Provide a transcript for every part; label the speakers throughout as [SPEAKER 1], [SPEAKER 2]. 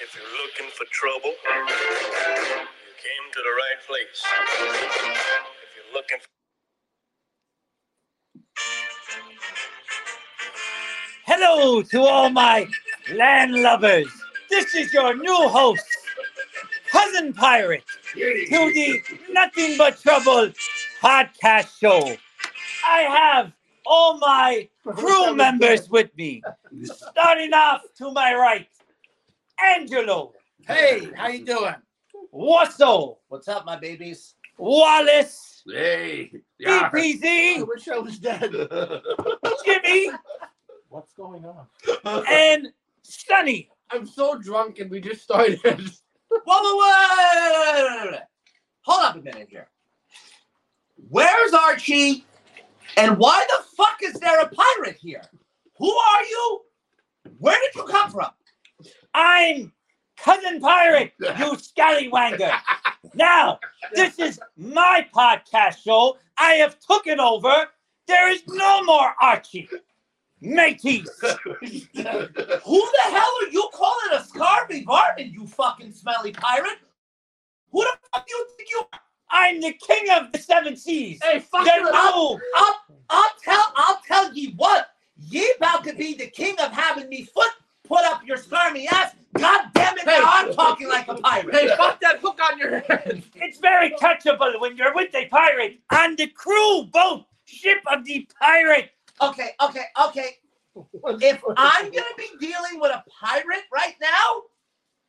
[SPEAKER 1] If you're looking for trouble, you came to the right place. If you're looking for Hello to all my land lovers. This is your new host, Cousin Pirate, to the Nothing But Trouble podcast show. I have all my crew members with me. Starting off to my right, Angelo,
[SPEAKER 2] Hey, how you doing?
[SPEAKER 1] Wasso,
[SPEAKER 2] What's up, my babies?
[SPEAKER 1] Wallace,
[SPEAKER 3] Hey, yeah.
[SPEAKER 1] BPZ,
[SPEAKER 2] What show is that?
[SPEAKER 1] Jimmy,
[SPEAKER 2] What's going on?
[SPEAKER 1] and Sunny.
[SPEAKER 3] I'm so drunk and we just started.
[SPEAKER 2] Whoa, whoa, whoa, whoa, whoa, whoa, whoa. Hold up a minute here. Where's Archie? And why the fuck is there a pirate here? Who are you? Where did you come from?
[SPEAKER 1] I'm Cousin Pirate, you scallywanger. Now, this is my podcast show. I have took it over. There is no more Archie. Mateys.
[SPEAKER 2] Who the hell are you calling a scarvy varmint, you fucking smelly pirate? Who the fuck do you think you are?
[SPEAKER 1] I'm the king of the seven seas.
[SPEAKER 2] Hey, fuck
[SPEAKER 1] Then move.
[SPEAKER 2] I'll, I'll tell I'll tell ye what. Ye about to be the king of having me foot put up your smarmy ass. God damn it,
[SPEAKER 3] Hey.
[SPEAKER 2] now I'm talking like a pirate.
[SPEAKER 3] hey, fuck that hook on your head.
[SPEAKER 1] It's very touchable when you're with a pirate on the crew boat ship of the pirate.
[SPEAKER 2] Okay, okay, okay. If I'm gonna be dealing with a pirate right now,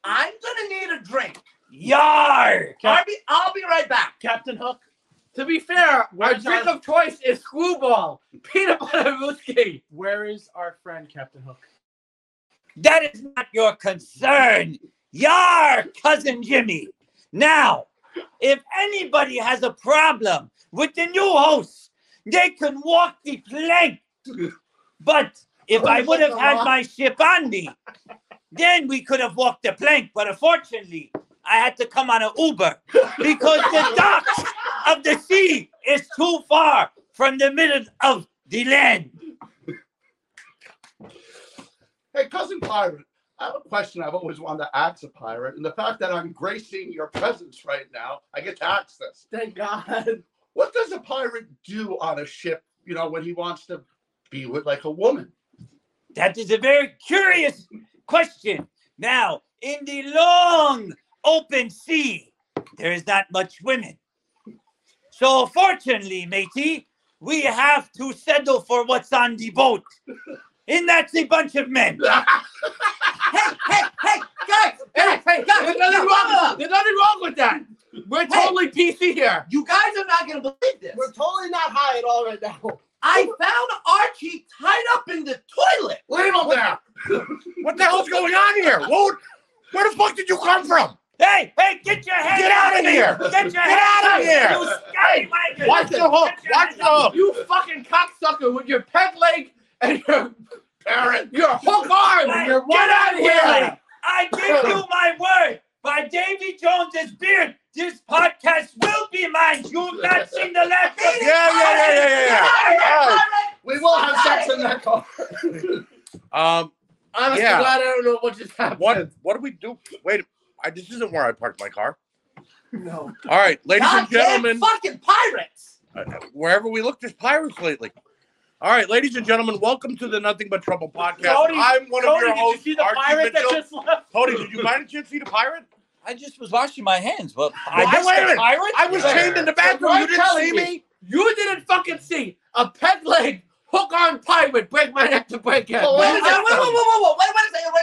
[SPEAKER 2] I'm gonna need a drink.
[SPEAKER 1] Yar.
[SPEAKER 2] I'll be, I'll be right back.
[SPEAKER 4] Captain Hook.
[SPEAKER 3] To be fair, our
[SPEAKER 4] Where's
[SPEAKER 3] drink
[SPEAKER 4] our-
[SPEAKER 3] of choice is screwball, peanut butter whiskey.
[SPEAKER 4] Where is our friend Captain Hook?
[SPEAKER 1] That is not your concern. Yar, cousin Jimmy. Now, if anybody has a problem with the new host, they can walk the plank. But if I would have had my ship on me, then we could have walked the plank. But unfortunately, I had to come on an Uber because the docks of the sea is too far from the middle of the land.
[SPEAKER 5] Hey, cousin pirate, I have a question I've always wanted to ask a pirate, and the fact that I'm gracing your presence right now, I get to ask this.
[SPEAKER 3] Thank God.
[SPEAKER 5] What does a pirate do on a ship? You know, when he wants to be with like a woman.
[SPEAKER 1] That is a very curious question. Now, in the long open sea, there is not much women. So, fortunately, matey, we have to settle for what's on the boat. And that's a bunch of men.
[SPEAKER 2] Hey, hey, hey, guys,
[SPEAKER 3] Hey, hey,
[SPEAKER 2] guys,
[SPEAKER 3] there's nothing wrong. There's nothing wrong with that. We're totally PC here.
[SPEAKER 2] you guys are not gonna believe this.
[SPEAKER 6] We're totally not high at all right now.
[SPEAKER 2] I found Archie tied up in the toilet.
[SPEAKER 3] Leave him there.
[SPEAKER 7] What the hell's going on here? What, where the fuck did you come from?
[SPEAKER 1] Hey, hey, get your hands
[SPEAKER 7] Get out of here!
[SPEAKER 1] Get your
[SPEAKER 7] Get
[SPEAKER 1] hands
[SPEAKER 7] out of here!
[SPEAKER 1] You scallywagger!
[SPEAKER 7] Watch the hook! Watch the hook!
[SPEAKER 3] Oh, You fucking cocksucker with your peg leg and your
[SPEAKER 5] Parrot,
[SPEAKER 3] your hook arm. and your one
[SPEAKER 1] Get out of
[SPEAKER 3] arm leg.
[SPEAKER 1] here! I give you my word. By Davy Jones's beard, this podcast will be mine. You've not seen the last of
[SPEAKER 7] Yeah,
[SPEAKER 1] it.
[SPEAKER 7] yeah, yeah, yeah, yeah, yeah.
[SPEAKER 5] we will have sex in that car.
[SPEAKER 7] All right. Um,
[SPEAKER 3] Honestly,
[SPEAKER 7] Yeah.
[SPEAKER 3] God, I don't know what just happened.
[SPEAKER 7] what, what do we do? Wait, I, this isn't where I parked my car.
[SPEAKER 4] No.
[SPEAKER 7] All right, ladies and
[SPEAKER 2] Goddamn
[SPEAKER 7] gentlemen,
[SPEAKER 2] fucking pirates.
[SPEAKER 7] wherever we look, there's pirates lately. All right, ladies and gentlemen, welcome to the Nothing But Trouble podcast.
[SPEAKER 4] Cody-
[SPEAKER 7] I'm one of
[SPEAKER 4] Cody,
[SPEAKER 7] your
[SPEAKER 4] did you
[SPEAKER 7] hosts,
[SPEAKER 4] see the
[SPEAKER 7] Archie
[SPEAKER 4] pirate that
[SPEAKER 7] Mitchell.
[SPEAKER 4] just left?
[SPEAKER 7] Cody, did you by any chance see the pirate?
[SPEAKER 1] I just was washing my hands. Well,
[SPEAKER 7] Well,
[SPEAKER 1] I missed
[SPEAKER 7] wait a
[SPEAKER 1] the
[SPEAKER 7] minute.
[SPEAKER 1] pirate.
[SPEAKER 7] I was chained in the bathroom.
[SPEAKER 3] You're
[SPEAKER 7] You didn't
[SPEAKER 3] telling
[SPEAKER 7] see
[SPEAKER 3] me.
[SPEAKER 7] me.
[SPEAKER 3] You didn't fucking see a peg leg hook on pirate break my neck to break it.
[SPEAKER 2] Wait,
[SPEAKER 5] Oh, What
[SPEAKER 2] wait,
[SPEAKER 5] is
[SPEAKER 2] wait,
[SPEAKER 5] that
[SPEAKER 2] wait, wait, wait, wait, wait, wait a second,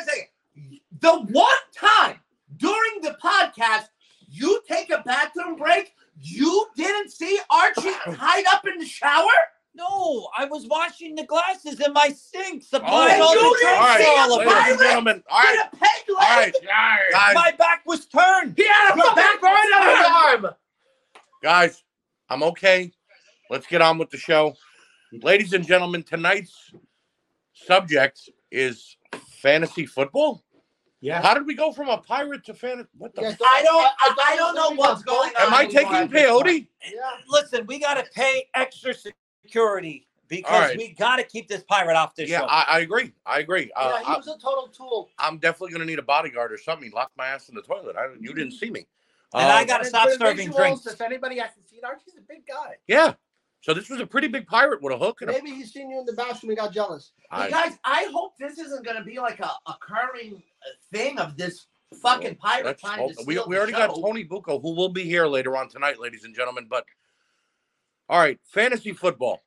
[SPEAKER 2] wait a second. The one time during the podcast you take a bathroom break, you didn't see Archie tied up in the shower?
[SPEAKER 1] No, I was washing the glasses in my sink,
[SPEAKER 7] Oh,
[SPEAKER 1] supplying all
[SPEAKER 2] you
[SPEAKER 1] the
[SPEAKER 2] didn't
[SPEAKER 1] drinks
[SPEAKER 7] all right,
[SPEAKER 1] to
[SPEAKER 2] see
[SPEAKER 1] all of
[SPEAKER 2] a
[SPEAKER 7] ladies
[SPEAKER 1] us.
[SPEAKER 7] and gentlemen. All right,
[SPEAKER 2] Did a peg leg?
[SPEAKER 7] all right, guys.
[SPEAKER 1] My back was turned.
[SPEAKER 3] He had a
[SPEAKER 1] Your
[SPEAKER 3] fucking
[SPEAKER 1] back
[SPEAKER 3] burn on his arm.
[SPEAKER 7] guys, I'm okay. Let's get on with the show. Ladies and gentlemen, tonight's subject is fantasy football.
[SPEAKER 4] Yeah.
[SPEAKER 7] How did we go from a pirate to fan? What the?
[SPEAKER 6] Yeah,
[SPEAKER 7] f-
[SPEAKER 6] so
[SPEAKER 2] I don't- I-
[SPEAKER 6] thought
[SPEAKER 2] I don't know
[SPEAKER 6] we
[SPEAKER 2] what's
[SPEAKER 6] got
[SPEAKER 2] going
[SPEAKER 6] black
[SPEAKER 7] Am I
[SPEAKER 6] anymore
[SPEAKER 7] taking
[SPEAKER 6] at this point.
[SPEAKER 7] peyote?
[SPEAKER 6] Yeah.
[SPEAKER 1] Listen, we gotta pay extra security because
[SPEAKER 7] All right.
[SPEAKER 1] we got to keep this pirate off this
[SPEAKER 7] Yeah,
[SPEAKER 1] show.
[SPEAKER 7] I, I agree. I agree. Uh,
[SPEAKER 8] yeah, he was a total tool.
[SPEAKER 7] I, am definitely gonna need a bodyguard or something. He locked my ass in the toilet. I, you didn't see me.
[SPEAKER 1] and I
[SPEAKER 7] Um,
[SPEAKER 1] got to
[SPEAKER 2] And
[SPEAKER 1] stop
[SPEAKER 2] for
[SPEAKER 1] serving
[SPEAKER 2] visuals,
[SPEAKER 1] drinks.
[SPEAKER 2] If anybody hasn't seen Archie's a big guy.
[SPEAKER 7] yeah. So this was a pretty big pirate with a hook and a.
[SPEAKER 2] Maybe he's seen you in the bathroom and got jealous.
[SPEAKER 8] Hey,
[SPEAKER 7] I,
[SPEAKER 8] guys, I hope this isn't going to be like a a
[SPEAKER 2] uh,
[SPEAKER 8] recurring thing of this fucking pirate
[SPEAKER 7] let's
[SPEAKER 8] trying
[SPEAKER 7] hope-
[SPEAKER 8] to steal
[SPEAKER 7] we, we
[SPEAKER 8] the
[SPEAKER 7] already
[SPEAKER 8] show.
[SPEAKER 7] got Tony Bucco, who will be here later on tonight, ladies and gentlemen. But all right, fantasy football.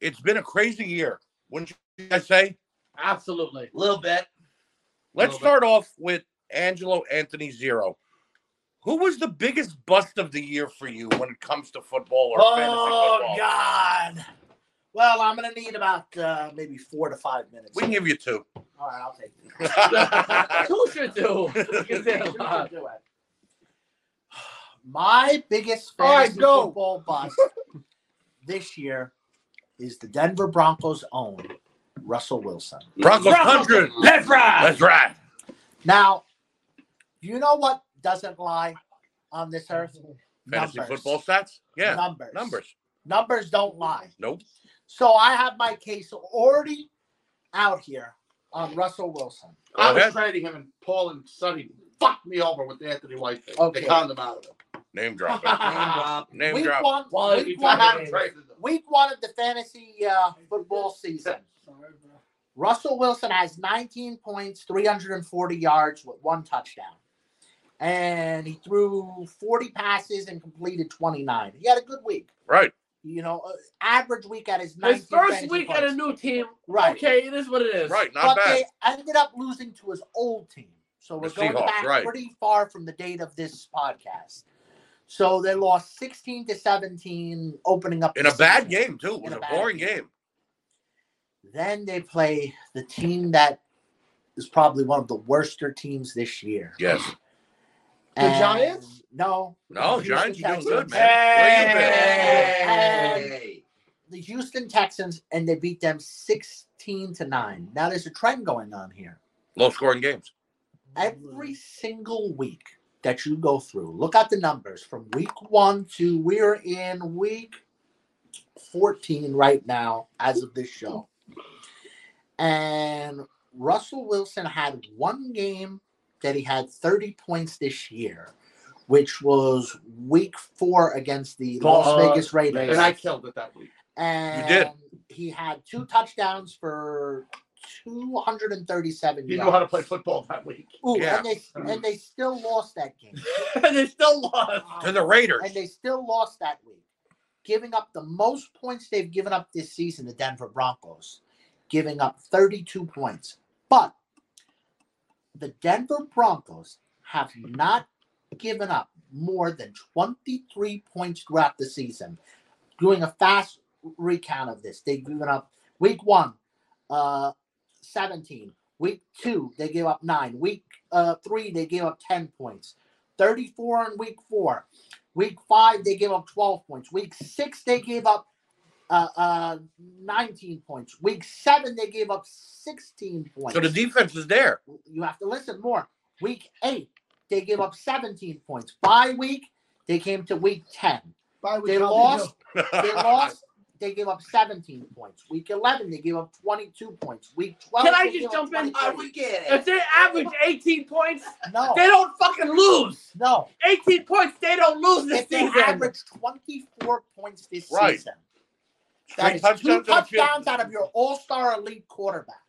[SPEAKER 7] It's been a crazy year, wouldn't you guys say?
[SPEAKER 3] Absolutely.
[SPEAKER 8] a little bit. Little
[SPEAKER 7] Let's
[SPEAKER 8] bit.
[SPEAKER 7] start off with Angelo Anthony Zero. Who was the biggest bust of the year for you when it comes to football or fantasy
[SPEAKER 2] Oh
[SPEAKER 7] football?
[SPEAKER 2] God. Well, I'm gonna need about uh, maybe four to five minutes.
[SPEAKER 7] We can give you two.
[SPEAKER 2] All right, I'll take it.
[SPEAKER 3] Who should do? Because they're
[SPEAKER 2] You
[SPEAKER 3] alive.
[SPEAKER 2] can do it. My biggest
[SPEAKER 5] All right,
[SPEAKER 2] fantasy
[SPEAKER 5] go.
[SPEAKER 2] football bust this year is the Denver Broncos' own Russell Wilson.
[SPEAKER 7] Broncos
[SPEAKER 1] Broncos.
[SPEAKER 7] 100.
[SPEAKER 1] Let's ride.
[SPEAKER 7] That's right.
[SPEAKER 2] Now, you know what doesn't lie on this earth?
[SPEAKER 7] Fantasy
[SPEAKER 2] Numbers.
[SPEAKER 7] football stats? Yeah.
[SPEAKER 2] Numbers.
[SPEAKER 7] Numbers.
[SPEAKER 2] Numbers don't lie.
[SPEAKER 7] Nope.
[SPEAKER 2] So I have my case already out here on Russell Wilson.
[SPEAKER 7] Go
[SPEAKER 5] I was
[SPEAKER 7] ahead.
[SPEAKER 5] trading him, and Paul and Sonny fucked me over with the Anthony White thing.
[SPEAKER 2] Okay.
[SPEAKER 5] They conned him out of it.
[SPEAKER 7] Name drop.
[SPEAKER 8] Uh,
[SPEAKER 7] Name
[SPEAKER 2] week
[SPEAKER 7] drop.
[SPEAKER 2] one,
[SPEAKER 3] Well,
[SPEAKER 2] week
[SPEAKER 5] He
[SPEAKER 2] one,
[SPEAKER 5] tried
[SPEAKER 2] out
[SPEAKER 5] to
[SPEAKER 2] of-
[SPEAKER 5] have traded him.
[SPEAKER 2] week one of the fantasy uh, football season. Russell Wilson has 19 points, 340 yards with one touchdown. And he threw 40 passes and completed 29. He had a good week.
[SPEAKER 7] Right.
[SPEAKER 2] You know, uh, average week at his 19
[SPEAKER 3] His first
[SPEAKER 2] fantasy
[SPEAKER 3] week
[SPEAKER 2] points.
[SPEAKER 3] at a new team.
[SPEAKER 2] Right.
[SPEAKER 3] Okay, it is what it is.
[SPEAKER 7] Right.
[SPEAKER 2] but
[SPEAKER 7] Not bad.
[SPEAKER 2] they ended up losing to his old team. So we're
[SPEAKER 7] The
[SPEAKER 2] going
[SPEAKER 7] Seahawks,
[SPEAKER 2] back
[SPEAKER 7] right.
[SPEAKER 2] pretty far from the date of this podcast. So they lost 16 to 17, opening up
[SPEAKER 7] In
[SPEAKER 2] the
[SPEAKER 7] a bad
[SPEAKER 2] season.
[SPEAKER 7] game, too. It was
[SPEAKER 2] In a
[SPEAKER 7] a
[SPEAKER 2] bad
[SPEAKER 7] boring game.
[SPEAKER 2] Then they play the team that is probably one of the worster teams this year.
[SPEAKER 7] Yes.
[SPEAKER 2] The
[SPEAKER 9] Giants?
[SPEAKER 2] No.
[SPEAKER 7] No,
[SPEAKER 2] the
[SPEAKER 7] Giants, you're
[SPEAKER 2] Houston
[SPEAKER 7] doing good,
[SPEAKER 2] Texans.
[SPEAKER 7] man. Where you
[SPEAKER 2] Hey.
[SPEAKER 8] Hey.
[SPEAKER 2] The Houston Texans, and they beat them 16 to 9. Now there's a trend going on here.
[SPEAKER 7] been? Low scoring games.
[SPEAKER 2] every
[SPEAKER 5] Mm-hmm.
[SPEAKER 2] single week that you go through, look at the numbers from week one to we're in week 14 right now as of this show. And Russell Wilson had one game that he had 30 points this year, which was week four against the Las
[SPEAKER 5] Uh,
[SPEAKER 2] Vegas Raiders.
[SPEAKER 5] And I killed it that week.
[SPEAKER 2] And
[SPEAKER 7] did.
[SPEAKER 2] he had two touchdowns for 237
[SPEAKER 5] He
[SPEAKER 2] yards.
[SPEAKER 5] knew how to play football that week.
[SPEAKER 2] Ooh,
[SPEAKER 7] Yeah.
[SPEAKER 2] and they and they still lost that game. Um,
[SPEAKER 3] they still lost.
[SPEAKER 7] To the Raiders.
[SPEAKER 2] and they still lost that week, giving up the most points they've given up this season. The Denver Broncos, giving up 32 points, but the Denver Broncos have not given up more than 23 points throughout the season. Doing a fast recount of this, they've given up week one, uh, 17. Week two, they gave up nine. Week uh, three, they gave up 10 points. 34 in week four. Week five, they gave up 12 points. Week six, they gave up uh, uh, 19 points. Week seven, they gave up 16 points
[SPEAKER 7] So the defense is there.
[SPEAKER 2] you have to listen more. Week eight, they gave up 17 points. By week, they came to week 10.
[SPEAKER 9] Bye, we
[SPEAKER 2] They
[SPEAKER 9] can't do-
[SPEAKER 2] lost, they lost, they gave up 17 points. Week 11, they gave up 22 points. Week 12,
[SPEAKER 3] Can I just
[SPEAKER 2] they gave up
[SPEAKER 3] jump in?
[SPEAKER 2] 23.
[SPEAKER 8] All right, we get
[SPEAKER 3] If
[SPEAKER 8] it.
[SPEAKER 3] they average 18 points,
[SPEAKER 2] No,
[SPEAKER 3] they don't fucking lose.
[SPEAKER 2] no.
[SPEAKER 3] 18 points, they don't lose this
[SPEAKER 2] If they
[SPEAKER 3] season.
[SPEAKER 2] average 24 points this
[SPEAKER 7] Right.
[SPEAKER 2] season, that
[SPEAKER 7] Straight
[SPEAKER 2] is two
[SPEAKER 7] touchdowns on the field.
[SPEAKER 2] touchdowns out of your all star elite quarterback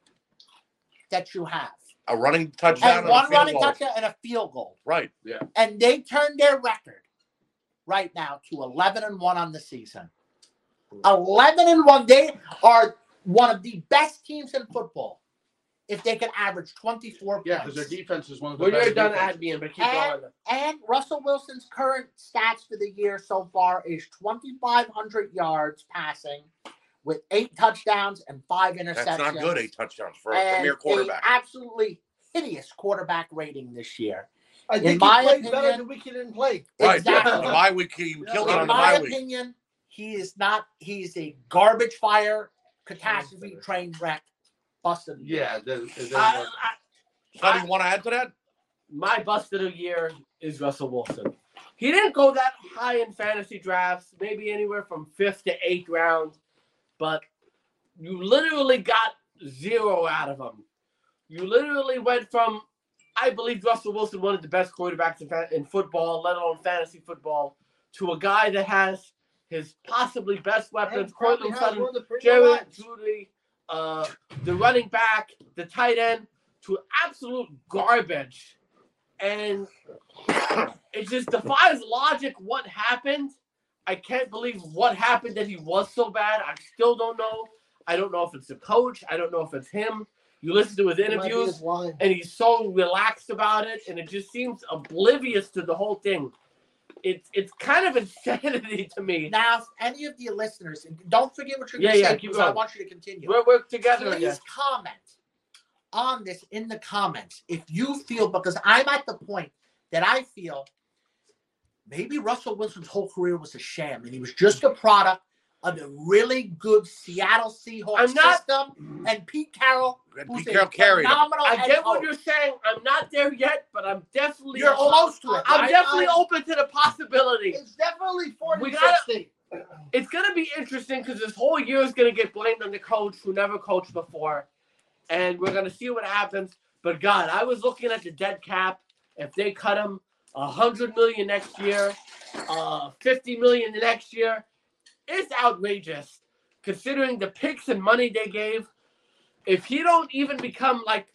[SPEAKER 2] that you have,
[SPEAKER 7] A running touchdown.
[SPEAKER 2] and
[SPEAKER 7] And a
[SPEAKER 2] one
[SPEAKER 7] field
[SPEAKER 2] running
[SPEAKER 7] goal.
[SPEAKER 2] touchdown and a field goal.
[SPEAKER 7] Right.
[SPEAKER 2] and they turned their record right now to 11 and 1 on the season 11 and 1 they are one of the best teams in football if they can average 24
[SPEAKER 5] Yeah, because
[SPEAKER 2] points
[SPEAKER 5] their defense is one of the
[SPEAKER 3] Well,
[SPEAKER 5] best.
[SPEAKER 3] you're done
[SPEAKER 5] defenses.
[SPEAKER 3] at me, but keep
[SPEAKER 2] And-
[SPEAKER 3] going.
[SPEAKER 2] and russell wilson's current stats for the year so far is 2500 yards passing with eight touchdowns and five interceptions
[SPEAKER 7] That's not good. Eight touchdowns for a
[SPEAKER 2] and
[SPEAKER 7] premier quarterback.
[SPEAKER 2] a absolutely hideous quarterback rating this year
[SPEAKER 9] I
[SPEAKER 2] In
[SPEAKER 9] think
[SPEAKER 2] my
[SPEAKER 9] he played better
[SPEAKER 2] opinion-
[SPEAKER 9] than we didn't play.
[SPEAKER 7] right.
[SPEAKER 2] exactly
[SPEAKER 7] The bye week, you killed it
[SPEAKER 2] in
[SPEAKER 7] on the
[SPEAKER 2] my
[SPEAKER 7] bye week.
[SPEAKER 2] opinion, he is not. He is a garbage fire catastrophe train wreck. Bust of the year.
[SPEAKER 5] Yeah, it didn't, it didn't
[SPEAKER 3] I,
[SPEAKER 5] work.
[SPEAKER 3] I,
[SPEAKER 7] Sonny, you want to add to that?
[SPEAKER 3] my bust of the year is Russell Wilson. He didn't go that high in fantasy drafts, maybe anywhere from fifth to eighth round, but you literally got zero out of him. You literally went from, I believe Russell Wilson, one of the best quarterbacks in, fa- in football, let alone fantasy football, to a guy that has his possibly best weapons, Cortland Sutton, Jerry Judy, uh, the running back, the tight end, to absolute garbage. And it just defies logic what happened. I can't believe what happened that he was so bad. I still don't know. I don't know if it's the coach. I don't know if it's him. You listen to his interviews, and he's so relaxed about it, and it just seems oblivious to the whole thing. It's it's kind of insanity to me.
[SPEAKER 2] Now, if any of you listeners, and don't forget what you're
[SPEAKER 3] Yeah,
[SPEAKER 2] going to
[SPEAKER 3] yeah,
[SPEAKER 2] say
[SPEAKER 3] keep
[SPEAKER 2] because I
[SPEAKER 3] going.
[SPEAKER 2] want you to continue.
[SPEAKER 3] We're, we're together.
[SPEAKER 2] Please
[SPEAKER 3] yeah.
[SPEAKER 2] comment on this in the comments if you feel because I'm at the point that I feel maybe Russell Wilson's whole career was a sham and he was just a product of a really good Seattle Seahawks
[SPEAKER 3] I'm not-
[SPEAKER 2] system and Pete Carroll.
[SPEAKER 7] Pete
[SPEAKER 2] Who's a
[SPEAKER 7] Carroll carried him.
[SPEAKER 2] phenomenal
[SPEAKER 3] I
[SPEAKER 2] head
[SPEAKER 3] get what
[SPEAKER 2] coach.
[SPEAKER 3] you're saying. I'm not there yet, but I'm definitely
[SPEAKER 2] You're close to it.
[SPEAKER 3] I'm
[SPEAKER 2] right?
[SPEAKER 3] definitely
[SPEAKER 2] Uh,
[SPEAKER 3] open to the possibility.
[SPEAKER 1] It's definitely 40
[SPEAKER 3] We gotta-
[SPEAKER 1] 60.
[SPEAKER 3] It's gonna be interesting because this whole year is gonna get blamed on the coach who never coached before, and we're gonna see what happens. But God, I was looking at the dead cap. If they cut him a hundred million next year, uh, fifty million the next year, it's outrageous considering the picks and money they gave. If he don't even become like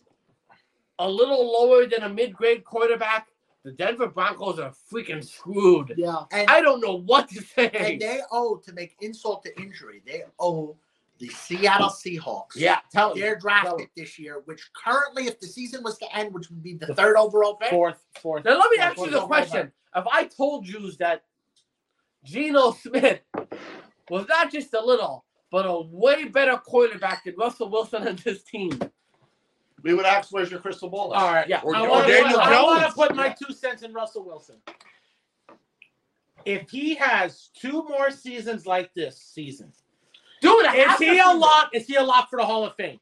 [SPEAKER 3] a little lower than a mid-grade quarterback, the Denver Broncos are freaking screwed.
[SPEAKER 1] Yeah.
[SPEAKER 2] and,
[SPEAKER 3] I don't know what to say.
[SPEAKER 2] and they owe to make insult to injury. They owe the Seattle Seahawks.
[SPEAKER 3] Yeah, tell me.
[SPEAKER 2] their draft pick this year, which currently, if the season was to end, which would be the third overall pick,
[SPEAKER 1] Fourth, fourth.
[SPEAKER 3] Now let me
[SPEAKER 1] Yeah,
[SPEAKER 3] ask you
[SPEAKER 1] we'll
[SPEAKER 3] the
[SPEAKER 1] go
[SPEAKER 3] question: If I told you that Geno Smith was not just a little, but a way better quarterback than Russell Wilson and this team,
[SPEAKER 5] We would ask, where's your crystal ball?
[SPEAKER 3] all right, yeah,
[SPEAKER 7] Or,
[SPEAKER 1] I
[SPEAKER 7] or
[SPEAKER 1] wanna-
[SPEAKER 7] Daniel
[SPEAKER 1] I want to
[SPEAKER 7] Jones.
[SPEAKER 1] put my two cents in Russell Wilson. If he has two more seasons like this season,
[SPEAKER 3] dude, I
[SPEAKER 1] is
[SPEAKER 3] have to
[SPEAKER 1] he
[SPEAKER 3] see
[SPEAKER 1] a
[SPEAKER 3] this.
[SPEAKER 1] lock? Is he a lock for the Hall of Fame?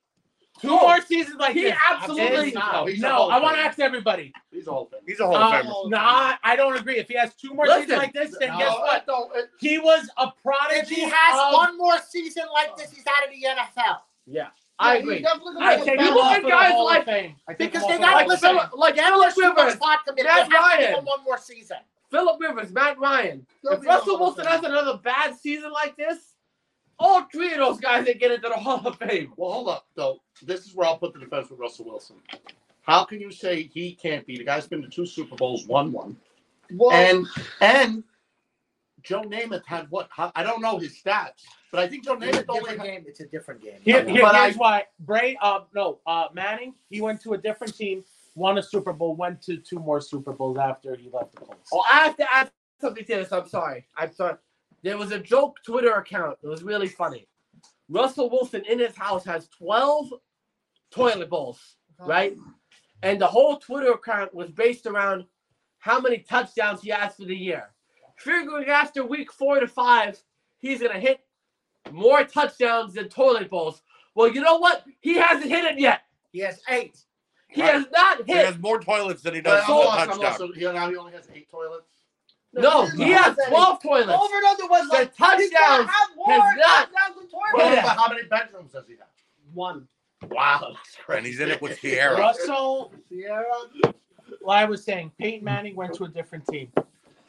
[SPEAKER 1] Two
[SPEAKER 3] No.
[SPEAKER 1] more seasons like
[SPEAKER 3] He
[SPEAKER 1] this.
[SPEAKER 3] absolutely-
[SPEAKER 1] no.
[SPEAKER 5] He's a
[SPEAKER 1] no,
[SPEAKER 5] Hall of
[SPEAKER 1] I want to
[SPEAKER 5] Famer.
[SPEAKER 1] ask everybody.
[SPEAKER 5] He's a whole thing.
[SPEAKER 7] He's a Hall
[SPEAKER 1] Uh,
[SPEAKER 2] Oh,
[SPEAKER 7] of Famer.
[SPEAKER 1] nah, I don't agree. If he has two more
[SPEAKER 3] Listen.
[SPEAKER 1] seasons like this, then
[SPEAKER 2] No.
[SPEAKER 1] guess what?
[SPEAKER 5] No, it-
[SPEAKER 1] He was a prodigy.
[SPEAKER 2] if he has
[SPEAKER 1] of-
[SPEAKER 2] one more season like this, he's out of the NFL
[SPEAKER 3] I
[SPEAKER 1] Yeah, he
[SPEAKER 3] agree.
[SPEAKER 1] definitely
[SPEAKER 3] I
[SPEAKER 1] gonna
[SPEAKER 3] take
[SPEAKER 1] get
[SPEAKER 3] him
[SPEAKER 1] back
[SPEAKER 3] off
[SPEAKER 1] for
[SPEAKER 3] for
[SPEAKER 1] the
[SPEAKER 3] guys
[SPEAKER 1] Hall of
[SPEAKER 3] like-
[SPEAKER 1] Fame. I take him
[SPEAKER 2] because
[SPEAKER 1] off
[SPEAKER 2] they
[SPEAKER 1] for the
[SPEAKER 2] got to
[SPEAKER 3] Like
[SPEAKER 1] Hall of
[SPEAKER 2] listen.
[SPEAKER 1] Fame.
[SPEAKER 3] Philip, like
[SPEAKER 2] There's
[SPEAKER 3] Philip
[SPEAKER 2] too much
[SPEAKER 3] Rivers,
[SPEAKER 2] thought committed. They
[SPEAKER 3] Matt
[SPEAKER 2] have to give
[SPEAKER 3] Ryan.
[SPEAKER 2] him one more season.
[SPEAKER 3] Philip Rivers, Matt Ryan.
[SPEAKER 1] He'll
[SPEAKER 3] If
[SPEAKER 1] be in the
[SPEAKER 3] Russell
[SPEAKER 1] Hall of
[SPEAKER 3] Wilson
[SPEAKER 1] Fame.
[SPEAKER 3] has another bad season like this, all three of those guys that get into the Hall of Fame.
[SPEAKER 5] Well, hold up, though. This is where I'll put the defense with Russell Wilson. How can you say he can't be? The guy's been to two Super Bowls, won one,
[SPEAKER 1] Well,
[SPEAKER 5] and and Joe Namath had what? How, I don't know his stats, but I think Joe
[SPEAKER 2] It's a
[SPEAKER 5] Namath only
[SPEAKER 2] different
[SPEAKER 5] had,
[SPEAKER 2] game. It's a different game.
[SPEAKER 1] Here,
[SPEAKER 5] Yeah.
[SPEAKER 1] here-
[SPEAKER 5] But
[SPEAKER 1] here's
[SPEAKER 5] I-
[SPEAKER 1] why Bray, uh, no, uh, Manning, he went to a different team, won a Super Bowl, went to two more Super Bowls after he left the Colts.
[SPEAKER 3] Oh, I have to add something to this. I'm sorry. I'm sorry. There was a joke Twitter account. It was really funny. Russell Wilson in his house has 12 toilet bowls, right? And the whole Twitter account was based around how many touchdowns he has for the year. Figuring after week four to five, he's going to hit more touchdowns than toilet bowls. Well, you know what? He hasn't hit it yet.
[SPEAKER 2] He has eight.
[SPEAKER 3] He
[SPEAKER 7] Right.
[SPEAKER 3] has not
[SPEAKER 7] He
[SPEAKER 3] hit.
[SPEAKER 7] has more toilets than he
[SPEAKER 5] but
[SPEAKER 7] does
[SPEAKER 5] I'm
[SPEAKER 7] for
[SPEAKER 5] also- I'm
[SPEAKER 7] touchdowns.
[SPEAKER 5] also- he- now he only has eight toilets.
[SPEAKER 3] No, he has 12 toilets.
[SPEAKER 1] Over and under was
[SPEAKER 3] The touchdowns has not
[SPEAKER 5] Well,
[SPEAKER 3] Yeah.
[SPEAKER 5] but how many bedrooms does he have?
[SPEAKER 1] one.
[SPEAKER 5] Wow, that's crazy.
[SPEAKER 7] And he's in it with Sierra.
[SPEAKER 1] Russell,
[SPEAKER 2] Sierra.
[SPEAKER 1] well, I was saying, Peyton Manning went to a different team.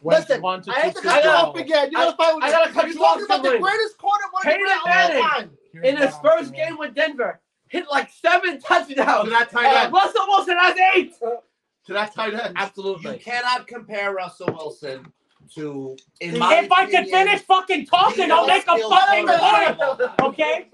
[SPEAKER 2] Listen,
[SPEAKER 1] one to
[SPEAKER 2] I had
[SPEAKER 1] two
[SPEAKER 2] to cut
[SPEAKER 1] Super
[SPEAKER 2] you off
[SPEAKER 1] Bowls.
[SPEAKER 2] again. You
[SPEAKER 3] I-
[SPEAKER 2] know, if I, was-
[SPEAKER 3] I gotta cut
[SPEAKER 2] you're
[SPEAKER 3] you
[SPEAKER 2] talking
[SPEAKER 3] off,
[SPEAKER 2] about the
[SPEAKER 3] Sabrina.
[SPEAKER 2] greatest quarterback
[SPEAKER 3] Peyton
[SPEAKER 2] of all
[SPEAKER 3] Manning.
[SPEAKER 2] time.
[SPEAKER 3] in his first game with Denver, hit like seven
[SPEAKER 5] To
[SPEAKER 3] touchdowns.
[SPEAKER 5] that tight
[SPEAKER 3] And
[SPEAKER 5] end.
[SPEAKER 3] Russell Wilson has eight.
[SPEAKER 5] To that tight
[SPEAKER 10] You
[SPEAKER 5] end.
[SPEAKER 3] Absolutely.
[SPEAKER 10] cannot compare Russell Wilson to. In my
[SPEAKER 1] If I could
[SPEAKER 10] opinion,
[SPEAKER 1] finish fucking talking,
[SPEAKER 10] the
[SPEAKER 1] I'll make a
[SPEAKER 10] best
[SPEAKER 1] fucking
[SPEAKER 10] quarterback.
[SPEAKER 1] point. Okay?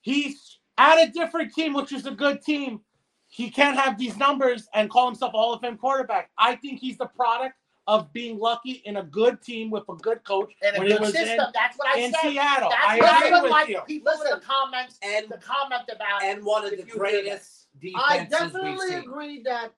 [SPEAKER 1] He's at a different team, which is a good team. He can't have these numbers and call himself a Hall of Fame quarterback. I think he's the product of being lucky in a good team with a good coach
[SPEAKER 2] And a
[SPEAKER 1] when
[SPEAKER 2] good
[SPEAKER 1] he was
[SPEAKER 2] system.
[SPEAKER 1] in,
[SPEAKER 2] That's what I
[SPEAKER 1] in
[SPEAKER 2] said.
[SPEAKER 1] Seattle. I
[SPEAKER 2] That's
[SPEAKER 1] agree
[SPEAKER 2] what I
[SPEAKER 1] with
[SPEAKER 2] like
[SPEAKER 1] you.
[SPEAKER 2] people in
[SPEAKER 11] Listen.
[SPEAKER 2] the comments
[SPEAKER 10] And-
[SPEAKER 2] the comment about
[SPEAKER 10] and one of
[SPEAKER 11] If
[SPEAKER 10] the
[SPEAKER 11] you hear that.
[SPEAKER 10] greatest
[SPEAKER 11] I
[SPEAKER 10] defenses we've
[SPEAKER 11] definitely
[SPEAKER 10] seen.
[SPEAKER 11] agree that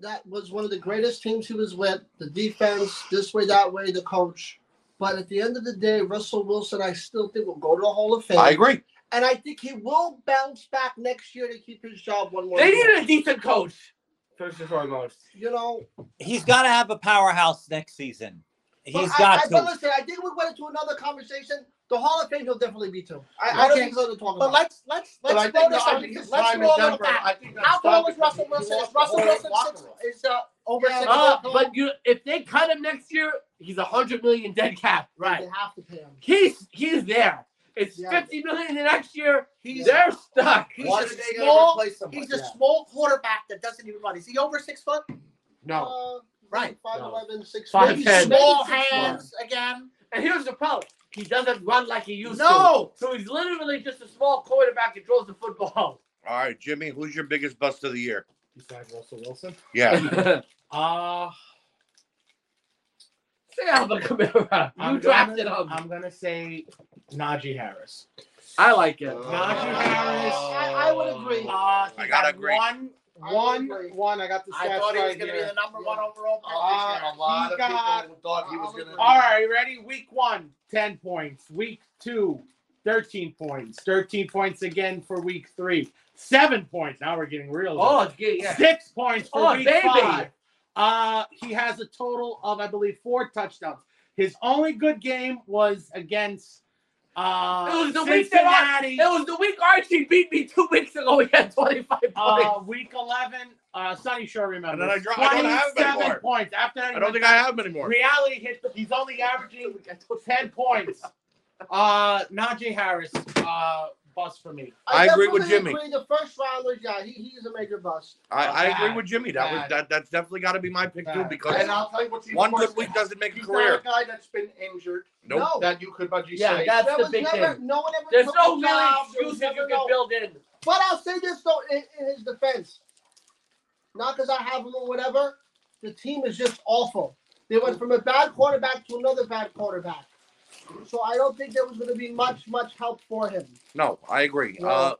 [SPEAKER 11] that was one of the greatest teams he was with. The defense, this way, that way, the coach. But at the end of the day, Russell Wilson, I still think will go to the Hall of Fame,
[SPEAKER 7] I agree.
[SPEAKER 11] and I think he will bounce back next year to keep his job one more.
[SPEAKER 3] They
[SPEAKER 11] year.
[SPEAKER 3] needed a decent coach. First and foremost.
[SPEAKER 11] you know.
[SPEAKER 12] He's got to have a powerhouse next season.
[SPEAKER 11] but
[SPEAKER 12] He's
[SPEAKER 11] I,
[SPEAKER 12] got
[SPEAKER 11] I, But
[SPEAKER 12] to.
[SPEAKER 11] listen, I think we went into another conversation The Hall of Fame he'll definitely be too. I, I don't
[SPEAKER 6] Okay.
[SPEAKER 11] think he'll talk
[SPEAKER 6] But
[SPEAKER 11] about.
[SPEAKER 6] let's let's
[SPEAKER 5] But I
[SPEAKER 6] let's
[SPEAKER 5] think,
[SPEAKER 6] go
[SPEAKER 5] no,
[SPEAKER 6] to
[SPEAKER 5] I think
[SPEAKER 6] something.
[SPEAKER 5] his
[SPEAKER 6] Let's
[SPEAKER 5] time
[SPEAKER 6] go
[SPEAKER 5] in
[SPEAKER 6] a little
[SPEAKER 5] Denver.
[SPEAKER 6] back.
[SPEAKER 5] I think that's
[SPEAKER 6] How tall
[SPEAKER 5] stopped
[SPEAKER 6] is Russell
[SPEAKER 5] because he
[SPEAKER 6] Wilson? Is
[SPEAKER 5] lost the
[SPEAKER 6] Russell
[SPEAKER 5] whole
[SPEAKER 6] Wilson
[SPEAKER 5] locker
[SPEAKER 6] six,
[SPEAKER 5] room.
[SPEAKER 6] is uh, over
[SPEAKER 11] Yeah,
[SPEAKER 6] six?
[SPEAKER 3] Uh,
[SPEAKER 6] foot tall?
[SPEAKER 3] but you, if they cut him next year, he's a hundred million dead cap.
[SPEAKER 11] They have to pay him.
[SPEAKER 3] He's he's there. It's
[SPEAKER 11] Yeah.
[SPEAKER 3] fifty million the next year.
[SPEAKER 6] He's
[SPEAKER 3] They're stuck.
[SPEAKER 6] he's
[SPEAKER 2] Why
[SPEAKER 6] a
[SPEAKER 2] are they gonna
[SPEAKER 6] small
[SPEAKER 2] replace someone?
[SPEAKER 6] he's a
[SPEAKER 11] Yeah.
[SPEAKER 6] small quarterback that doesn't even run. Is he over six foot?
[SPEAKER 7] No.
[SPEAKER 11] Uh,
[SPEAKER 6] Right.
[SPEAKER 11] Five
[SPEAKER 3] No.
[SPEAKER 11] eleven, six.
[SPEAKER 3] Five
[SPEAKER 11] maybe
[SPEAKER 3] ten.
[SPEAKER 11] six-
[SPEAKER 6] Small
[SPEAKER 11] maybe six
[SPEAKER 6] hands again.
[SPEAKER 3] And here's the problem: he doesn't run like he used to.
[SPEAKER 6] No.
[SPEAKER 3] So he's literally just a small quarterback that throws the football.
[SPEAKER 7] All right, Jimmy, who's your biggest bust of the year?
[SPEAKER 4] Besides Russell Wilson.
[SPEAKER 7] Yeah.
[SPEAKER 4] Uh,
[SPEAKER 3] Say Alvin Kamara. You
[SPEAKER 4] I'm
[SPEAKER 3] drafted
[SPEAKER 4] gonna,
[SPEAKER 3] him.
[SPEAKER 4] I'm gonna say Najee Harris.
[SPEAKER 3] I like it.
[SPEAKER 4] Najee Harris.
[SPEAKER 11] I- I would agree.
[SPEAKER 4] Uh, he
[SPEAKER 7] I gotta
[SPEAKER 4] had
[SPEAKER 7] agree.
[SPEAKER 4] One,
[SPEAKER 11] I
[SPEAKER 4] one,
[SPEAKER 11] agree.
[SPEAKER 4] one. I got the
[SPEAKER 6] I
[SPEAKER 4] stats
[SPEAKER 6] thought he was
[SPEAKER 4] right
[SPEAKER 6] going to be
[SPEAKER 4] here.
[SPEAKER 6] the number one
[SPEAKER 11] Yeah.
[SPEAKER 6] overall
[SPEAKER 5] A
[SPEAKER 6] pick this
[SPEAKER 5] lot,
[SPEAKER 6] year.
[SPEAKER 5] a lot of
[SPEAKER 4] He got-
[SPEAKER 5] people thought he was going to.
[SPEAKER 4] All right, ready? Week one, 10 points. Week two, 13 points. 13 points again for week three. Seven points. Now we're getting real.
[SPEAKER 3] Oh, it's good. Yeah.
[SPEAKER 4] Six points for
[SPEAKER 3] Oh,
[SPEAKER 4] week
[SPEAKER 3] baby.
[SPEAKER 4] five. Uh, he has a total of, I believe, four touchdowns. His only good game was against uh,
[SPEAKER 3] It was the week that I-
[SPEAKER 4] Cincinnati.
[SPEAKER 3] It was the week Archie beat me two weeks ago. He had 25 points.
[SPEAKER 4] uh, week 11, uh, Sonny Shore remembers.
[SPEAKER 7] then I dro- I don't have him
[SPEAKER 4] 27
[SPEAKER 7] anymore.
[SPEAKER 4] points. After that, he
[SPEAKER 7] I don't
[SPEAKER 4] went
[SPEAKER 7] think I have him anymore.
[SPEAKER 4] Reality hit. The, he's only averaging ten points. Uh, Najee Harris, uh, bust for me.
[SPEAKER 7] I agree with
[SPEAKER 11] definitely
[SPEAKER 7] Jimmy.
[SPEAKER 11] agree. The first rounders, yeah, he, he's a major bust.
[SPEAKER 7] I, I agree
[SPEAKER 4] Bad.
[SPEAKER 7] with Jimmy. That was
[SPEAKER 4] Bad.
[SPEAKER 7] that. That's definitely got to be my pick too
[SPEAKER 4] Bad.
[SPEAKER 7] because
[SPEAKER 5] And I'll tell you what's even
[SPEAKER 7] one
[SPEAKER 5] worse.
[SPEAKER 7] good week doesn't make a
[SPEAKER 5] He's
[SPEAKER 7] career.
[SPEAKER 5] not a guy that's been injured.
[SPEAKER 7] Nope.
[SPEAKER 11] No,
[SPEAKER 5] That you could, but you
[SPEAKER 3] Yeah,
[SPEAKER 5] say.
[SPEAKER 3] that- That's
[SPEAKER 11] there
[SPEAKER 3] the
[SPEAKER 11] was
[SPEAKER 3] big
[SPEAKER 11] never,
[SPEAKER 3] thing.
[SPEAKER 11] No one ever
[SPEAKER 3] There's
[SPEAKER 11] took
[SPEAKER 3] no
[SPEAKER 11] the
[SPEAKER 3] really
[SPEAKER 11] job, so we
[SPEAKER 3] excuses
[SPEAKER 11] never
[SPEAKER 3] you
[SPEAKER 11] know.
[SPEAKER 3] can build in.
[SPEAKER 11] But I'll say this though, in, in his defense, not because I have him or whatever, the team is just awful. They went from a bad quarterback to another bad quarterback. So I don't think there was going to be much, much help for him.
[SPEAKER 7] No, I agree.
[SPEAKER 11] No.
[SPEAKER 7] Uh,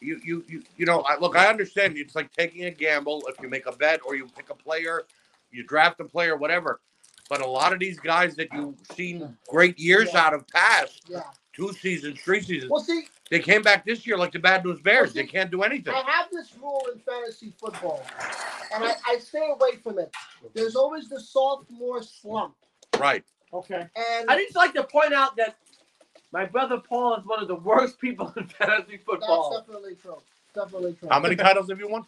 [SPEAKER 7] you, you, you, you know, I, look, I understand. It's like taking a gamble. If you make a bet or you pick a player, you draft a player, whatever. But a lot of these guys that you've seen great years
[SPEAKER 11] Yeah.
[SPEAKER 7] out of past
[SPEAKER 11] Yeah.
[SPEAKER 7] two seasons, three seasons,
[SPEAKER 11] Well, see,
[SPEAKER 7] they came back this year like the bad news bears. They can't do anything.
[SPEAKER 11] I have this rule in fantasy football, and I, I stay away from it. There's always the sophomore slump,
[SPEAKER 7] Right.
[SPEAKER 4] Okay.
[SPEAKER 11] and
[SPEAKER 3] I just like to point out that my brother Paul is one of the worst people in fantasy
[SPEAKER 11] that's
[SPEAKER 3] football.
[SPEAKER 11] definitely true. Definitely true.
[SPEAKER 7] How many titles have you won?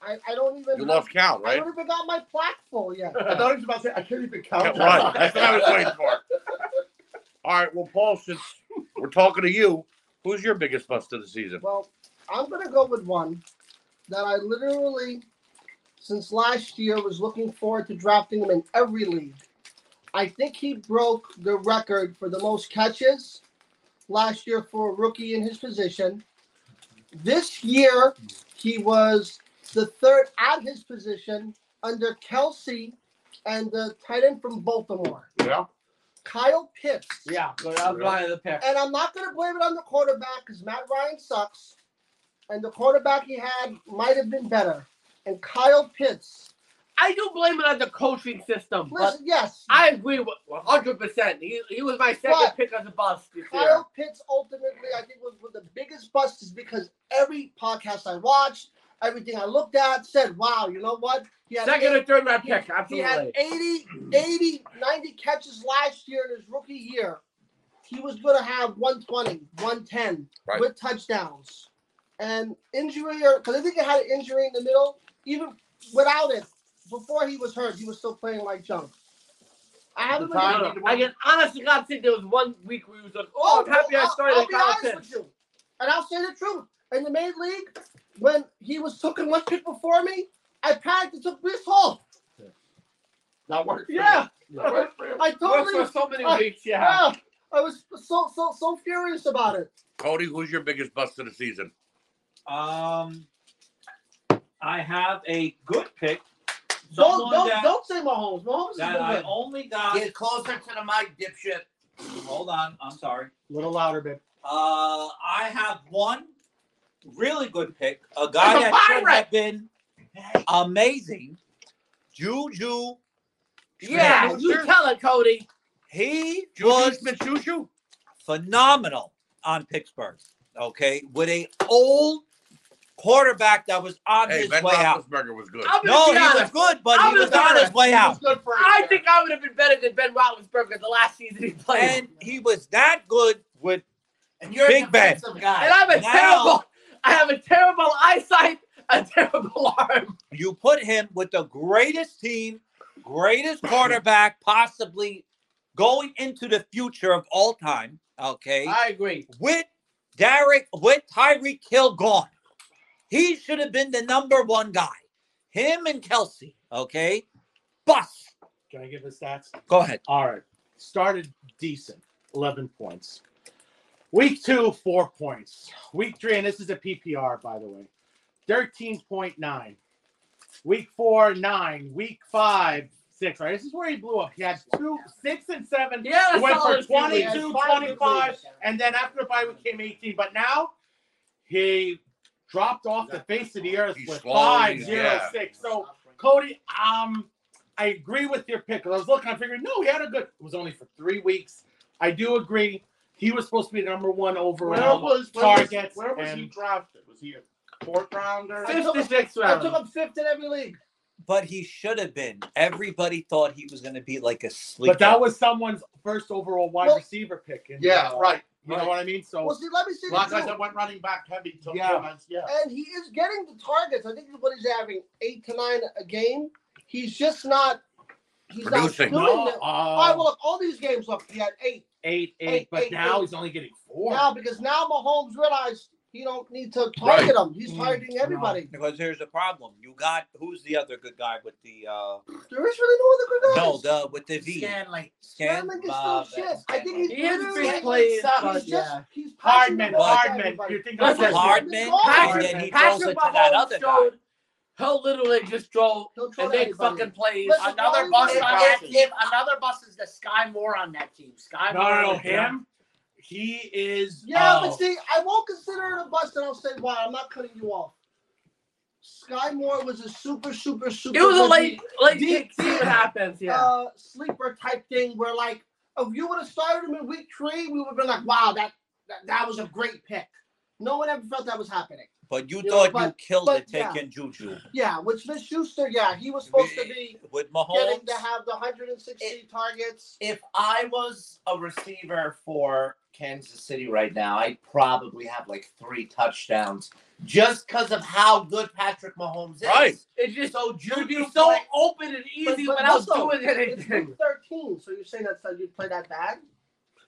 [SPEAKER 11] I, I don't even.
[SPEAKER 7] You lost count,
[SPEAKER 11] I
[SPEAKER 7] right?
[SPEAKER 11] don't even got my plaque full yet.
[SPEAKER 5] I thought he was about to say, I can't even count.
[SPEAKER 7] Yeah, right. That's what I was waiting for. All right. Well, Paul, since we're talking to you, who's your biggest bust of the season?
[SPEAKER 11] Well, I'm gonna go with one that I literally, since last year, was looking forward to drafting him in every league. I think he broke the record for the most catches last year for a rookie in his position. This year, he was the third at his position under Kelsey and the tight end from Baltimore,
[SPEAKER 5] Yeah.
[SPEAKER 11] Kyle Pitts.
[SPEAKER 4] Yeah.
[SPEAKER 3] But I'm buying the pick.
[SPEAKER 11] And I'm not going to blame it on the quarterback because Matt Ryan sucks. And the quarterback he had might have been better. And Kyle Pitts.
[SPEAKER 3] I do blame it on the coaching system, but
[SPEAKER 11] Listen, yes,
[SPEAKER 3] I agree with 100. percent He he was my second
[SPEAKER 11] But-
[SPEAKER 3] pick as a bust this year.
[SPEAKER 11] Kyle Pitts ultimately, I think, was one of the biggest busts is because every podcast I watched, everything I looked at said, wow, you know what? He had,
[SPEAKER 3] Second or
[SPEAKER 11] eight,
[SPEAKER 3] third round pick,
[SPEAKER 11] he had
[SPEAKER 3] absolutely.
[SPEAKER 11] 80, 80, 90 catches last year in his rookie year. He was going to have 120, 110
[SPEAKER 7] Right.
[SPEAKER 11] with touchdowns. And injury, or because I think he had an injury in the middle, even without it, before he was hurt, he was still playing like junk. I haven't been.
[SPEAKER 3] I, don't know. I can honestly God think there was one week where he was like, "Oh, I'm happy I
[SPEAKER 11] I'll-
[SPEAKER 3] started
[SPEAKER 11] I'll
[SPEAKER 3] like
[SPEAKER 11] be
[SPEAKER 3] Kyle
[SPEAKER 11] honest
[SPEAKER 3] Pitts."
[SPEAKER 11] with you, and I'll say the truth. In the main league, when he was taken one pick before me, I panicked and took Brees Hall.
[SPEAKER 5] Not worth it.
[SPEAKER 3] Yeah,
[SPEAKER 5] Not worth it.
[SPEAKER 11] I totally,
[SPEAKER 3] Worked for so many
[SPEAKER 11] I-
[SPEAKER 3] weeks. Yeah,
[SPEAKER 11] yeah, I was so so so furious about it.
[SPEAKER 7] Cody, who's your biggest bust of the season?
[SPEAKER 1] Um, I have a good pick.
[SPEAKER 11] Don't
[SPEAKER 1] Someone
[SPEAKER 11] don't
[SPEAKER 1] that,
[SPEAKER 11] don't say Mahomes. Mahomes is
[SPEAKER 1] that I
[SPEAKER 11] good.
[SPEAKER 1] only got.
[SPEAKER 2] Get closer to the mic, dipshit.
[SPEAKER 1] Hold on, I'm sorry.
[SPEAKER 4] A little louder, babe.
[SPEAKER 1] Uh, I have one really good pick. A
[SPEAKER 3] It's
[SPEAKER 1] guy
[SPEAKER 3] a
[SPEAKER 1] that should have been amazing. Juju.
[SPEAKER 3] yeah. You tell it, Cody.
[SPEAKER 1] He
[SPEAKER 7] Juju
[SPEAKER 1] was
[SPEAKER 7] Smith-Schuster?
[SPEAKER 1] phenomenal on Pittsburgh. Okay, with a old quarterback that was on
[SPEAKER 7] Hey,
[SPEAKER 1] his
[SPEAKER 7] Ben
[SPEAKER 1] way out.
[SPEAKER 7] Roethlisberger was good.
[SPEAKER 3] I'm gonna
[SPEAKER 1] No,
[SPEAKER 3] be
[SPEAKER 1] he was
[SPEAKER 3] honest.
[SPEAKER 1] good, but
[SPEAKER 3] I'm
[SPEAKER 1] he was on his way out.
[SPEAKER 5] He's good for a
[SPEAKER 3] I
[SPEAKER 5] year.
[SPEAKER 3] think I would have been better than Ben Roethlisberger the last season he played.
[SPEAKER 1] And he was that good with
[SPEAKER 2] And you're
[SPEAKER 1] Big
[SPEAKER 2] a
[SPEAKER 1] Ben.
[SPEAKER 2] defensive guy.
[SPEAKER 3] And I'm a
[SPEAKER 1] Now-
[SPEAKER 3] terrible. I have a terrible eyesight, a terrible arm.
[SPEAKER 1] you put him with the greatest team, greatest quarterback possibly going into the future of all time. Okay.
[SPEAKER 3] I agree.
[SPEAKER 1] with Derek, with Tyreek Hill gone, he should have been the number one guy. Him and Kelsey, okay? Bus.
[SPEAKER 4] Can I give the stats?
[SPEAKER 1] Go ahead.
[SPEAKER 4] All right. Started decent, 11 points. Week two, four points. Week three, and this is a PPR, by the way, 13.9. Week four, nine. Week five, six. Right. This is where he blew up. He had two, six, and seven.
[SPEAKER 3] Yeah,
[SPEAKER 4] He
[SPEAKER 3] that's
[SPEAKER 4] went
[SPEAKER 3] all
[SPEAKER 4] for
[SPEAKER 3] it really is.
[SPEAKER 4] 22, 25, and then after the bye week came 18. But now he dropped off the face of the earth
[SPEAKER 7] He's
[SPEAKER 4] with
[SPEAKER 7] slow,
[SPEAKER 4] five,
[SPEAKER 7] he's-
[SPEAKER 4] zero,
[SPEAKER 7] yeah.
[SPEAKER 4] six. So Cody, um, I agree with your pick. 'Cause I was looking, I figured, no, Oh, he had a good. It was only for three weeks. I do agree. He was supposed to be the number one
[SPEAKER 5] Where
[SPEAKER 4] overall.
[SPEAKER 5] was where was,
[SPEAKER 4] targets
[SPEAKER 5] where was he
[SPEAKER 4] and-
[SPEAKER 5] drafted? Was he a fourth rounder?
[SPEAKER 11] I took him-
[SPEAKER 3] Fifth sixth
[SPEAKER 11] I took
[SPEAKER 3] round.
[SPEAKER 11] him fifth in every league.
[SPEAKER 1] But he should have been. Everybody thought he was going to be like a sleeper.
[SPEAKER 4] But that was someone's first overall wide
[SPEAKER 11] Well-
[SPEAKER 4] receiver pick. and,
[SPEAKER 5] Yeah,
[SPEAKER 4] uh,
[SPEAKER 5] right.
[SPEAKER 4] You know what I mean? So
[SPEAKER 11] Well, see, let me see.
[SPEAKER 5] A
[SPEAKER 11] The
[SPEAKER 5] lot of guys
[SPEAKER 11] truth.
[SPEAKER 5] that went running back heavy took
[SPEAKER 4] Yeah.
[SPEAKER 5] him as yeah.
[SPEAKER 11] And he is getting the targets. I think what he's having eight to nine a game. He's just not. He's
[SPEAKER 7] Producing.
[SPEAKER 11] not doing
[SPEAKER 4] no,
[SPEAKER 11] that. All
[SPEAKER 4] uh,
[SPEAKER 11] right, well, look, all these games, look, he had eight
[SPEAKER 4] eight, eight,
[SPEAKER 11] eight,
[SPEAKER 4] but
[SPEAKER 11] eight,
[SPEAKER 4] now
[SPEAKER 11] eight.
[SPEAKER 4] he's only getting four.
[SPEAKER 11] now because now Mahomes realized he don't need to target him. He's
[SPEAKER 4] Mm,
[SPEAKER 11] targeting everybody.
[SPEAKER 1] because here's the problem. You got who's the other good guy with the uh
[SPEAKER 11] There is really no other good guys.
[SPEAKER 1] no the with the V
[SPEAKER 2] Stanley.
[SPEAKER 1] scan?
[SPEAKER 11] Scanlon is
[SPEAKER 7] uh,
[SPEAKER 1] Bob,
[SPEAKER 11] still shit. I think he's
[SPEAKER 3] He is
[SPEAKER 11] literally
[SPEAKER 3] big plays, but
[SPEAKER 11] he's just
[SPEAKER 3] yeah.
[SPEAKER 11] he's passing the
[SPEAKER 4] Hardman,
[SPEAKER 11] ball to
[SPEAKER 4] Hardman.
[SPEAKER 11] everybody.
[SPEAKER 4] You think that's
[SPEAKER 3] Listen,
[SPEAKER 1] Hardman, and
[SPEAKER 11] Hardman.
[SPEAKER 1] then he throws
[SPEAKER 3] Patrick
[SPEAKER 1] it to that
[SPEAKER 3] Mahomes
[SPEAKER 1] other guy.
[SPEAKER 3] showed He'll literally just throw
[SPEAKER 11] He'll throw
[SPEAKER 3] and
[SPEAKER 11] to
[SPEAKER 3] make
[SPEAKER 11] anybody.
[SPEAKER 3] fucking plays.
[SPEAKER 11] Listen,
[SPEAKER 2] Another
[SPEAKER 11] Wally
[SPEAKER 2] bus on
[SPEAKER 11] Wade-
[SPEAKER 2] that team. Another bus is the Sky Moore on that team. Sky
[SPEAKER 4] No,
[SPEAKER 2] Moore.
[SPEAKER 4] no, no,
[SPEAKER 2] is-
[SPEAKER 4] him. He is.
[SPEAKER 11] Yeah,
[SPEAKER 4] uh,
[SPEAKER 3] Oh.
[SPEAKER 11] but see, I won't consider it a bust, and I'll say why. I'm not cutting you off. Sky Moore was a super, super, super.
[SPEAKER 3] It was a
[SPEAKER 11] good,
[SPEAKER 3] late, late
[SPEAKER 11] Deep-
[SPEAKER 3] pick. See what happens. Yeah.
[SPEAKER 11] uh, sleeper type thing where, like, if you would have started him in week three, we would have been like, wow, that, that that was a great pick. No one ever felt that was happening.
[SPEAKER 1] But you
[SPEAKER 11] You know,
[SPEAKER 1] thought you
[SPEAKER 11] but-
[SPEAKER 1] killed
[SPEAKER 11] but
[SPEAKER 1] it
[SPEAKER 11] yeah.
[SPEAKER 1] taking Juju
[SPEAKER 11] Yeah, which Miss Schuster, yeah, he was supposed to be
[SPEAKER 1] with Mahomes.
[SPEAKER 11] getting to have the 160 targets.
[SPEAKER 2] If I was a receiver for Kansas City right now, I'd probably have like three touchdowns just because of how good Patrick Mahomes is.
[SPEAKER 7] Right.
[SPEAKER 3] It just so you'd be
[SPEAKER 2] Juju
[SPEAKER 3] so
[SPEAKER 2] play-
[SPEAKER 3] open and easy
[SPEAKER 11] but
[SPEAKER 3] without
[SPEAKER 11] also,
[SPEAKER 3] doing
[SPEAKER 11] It's week
[SPEAKER 3] anything.
[SPEAKER 11] 13, so you're saying that's that you play that bad?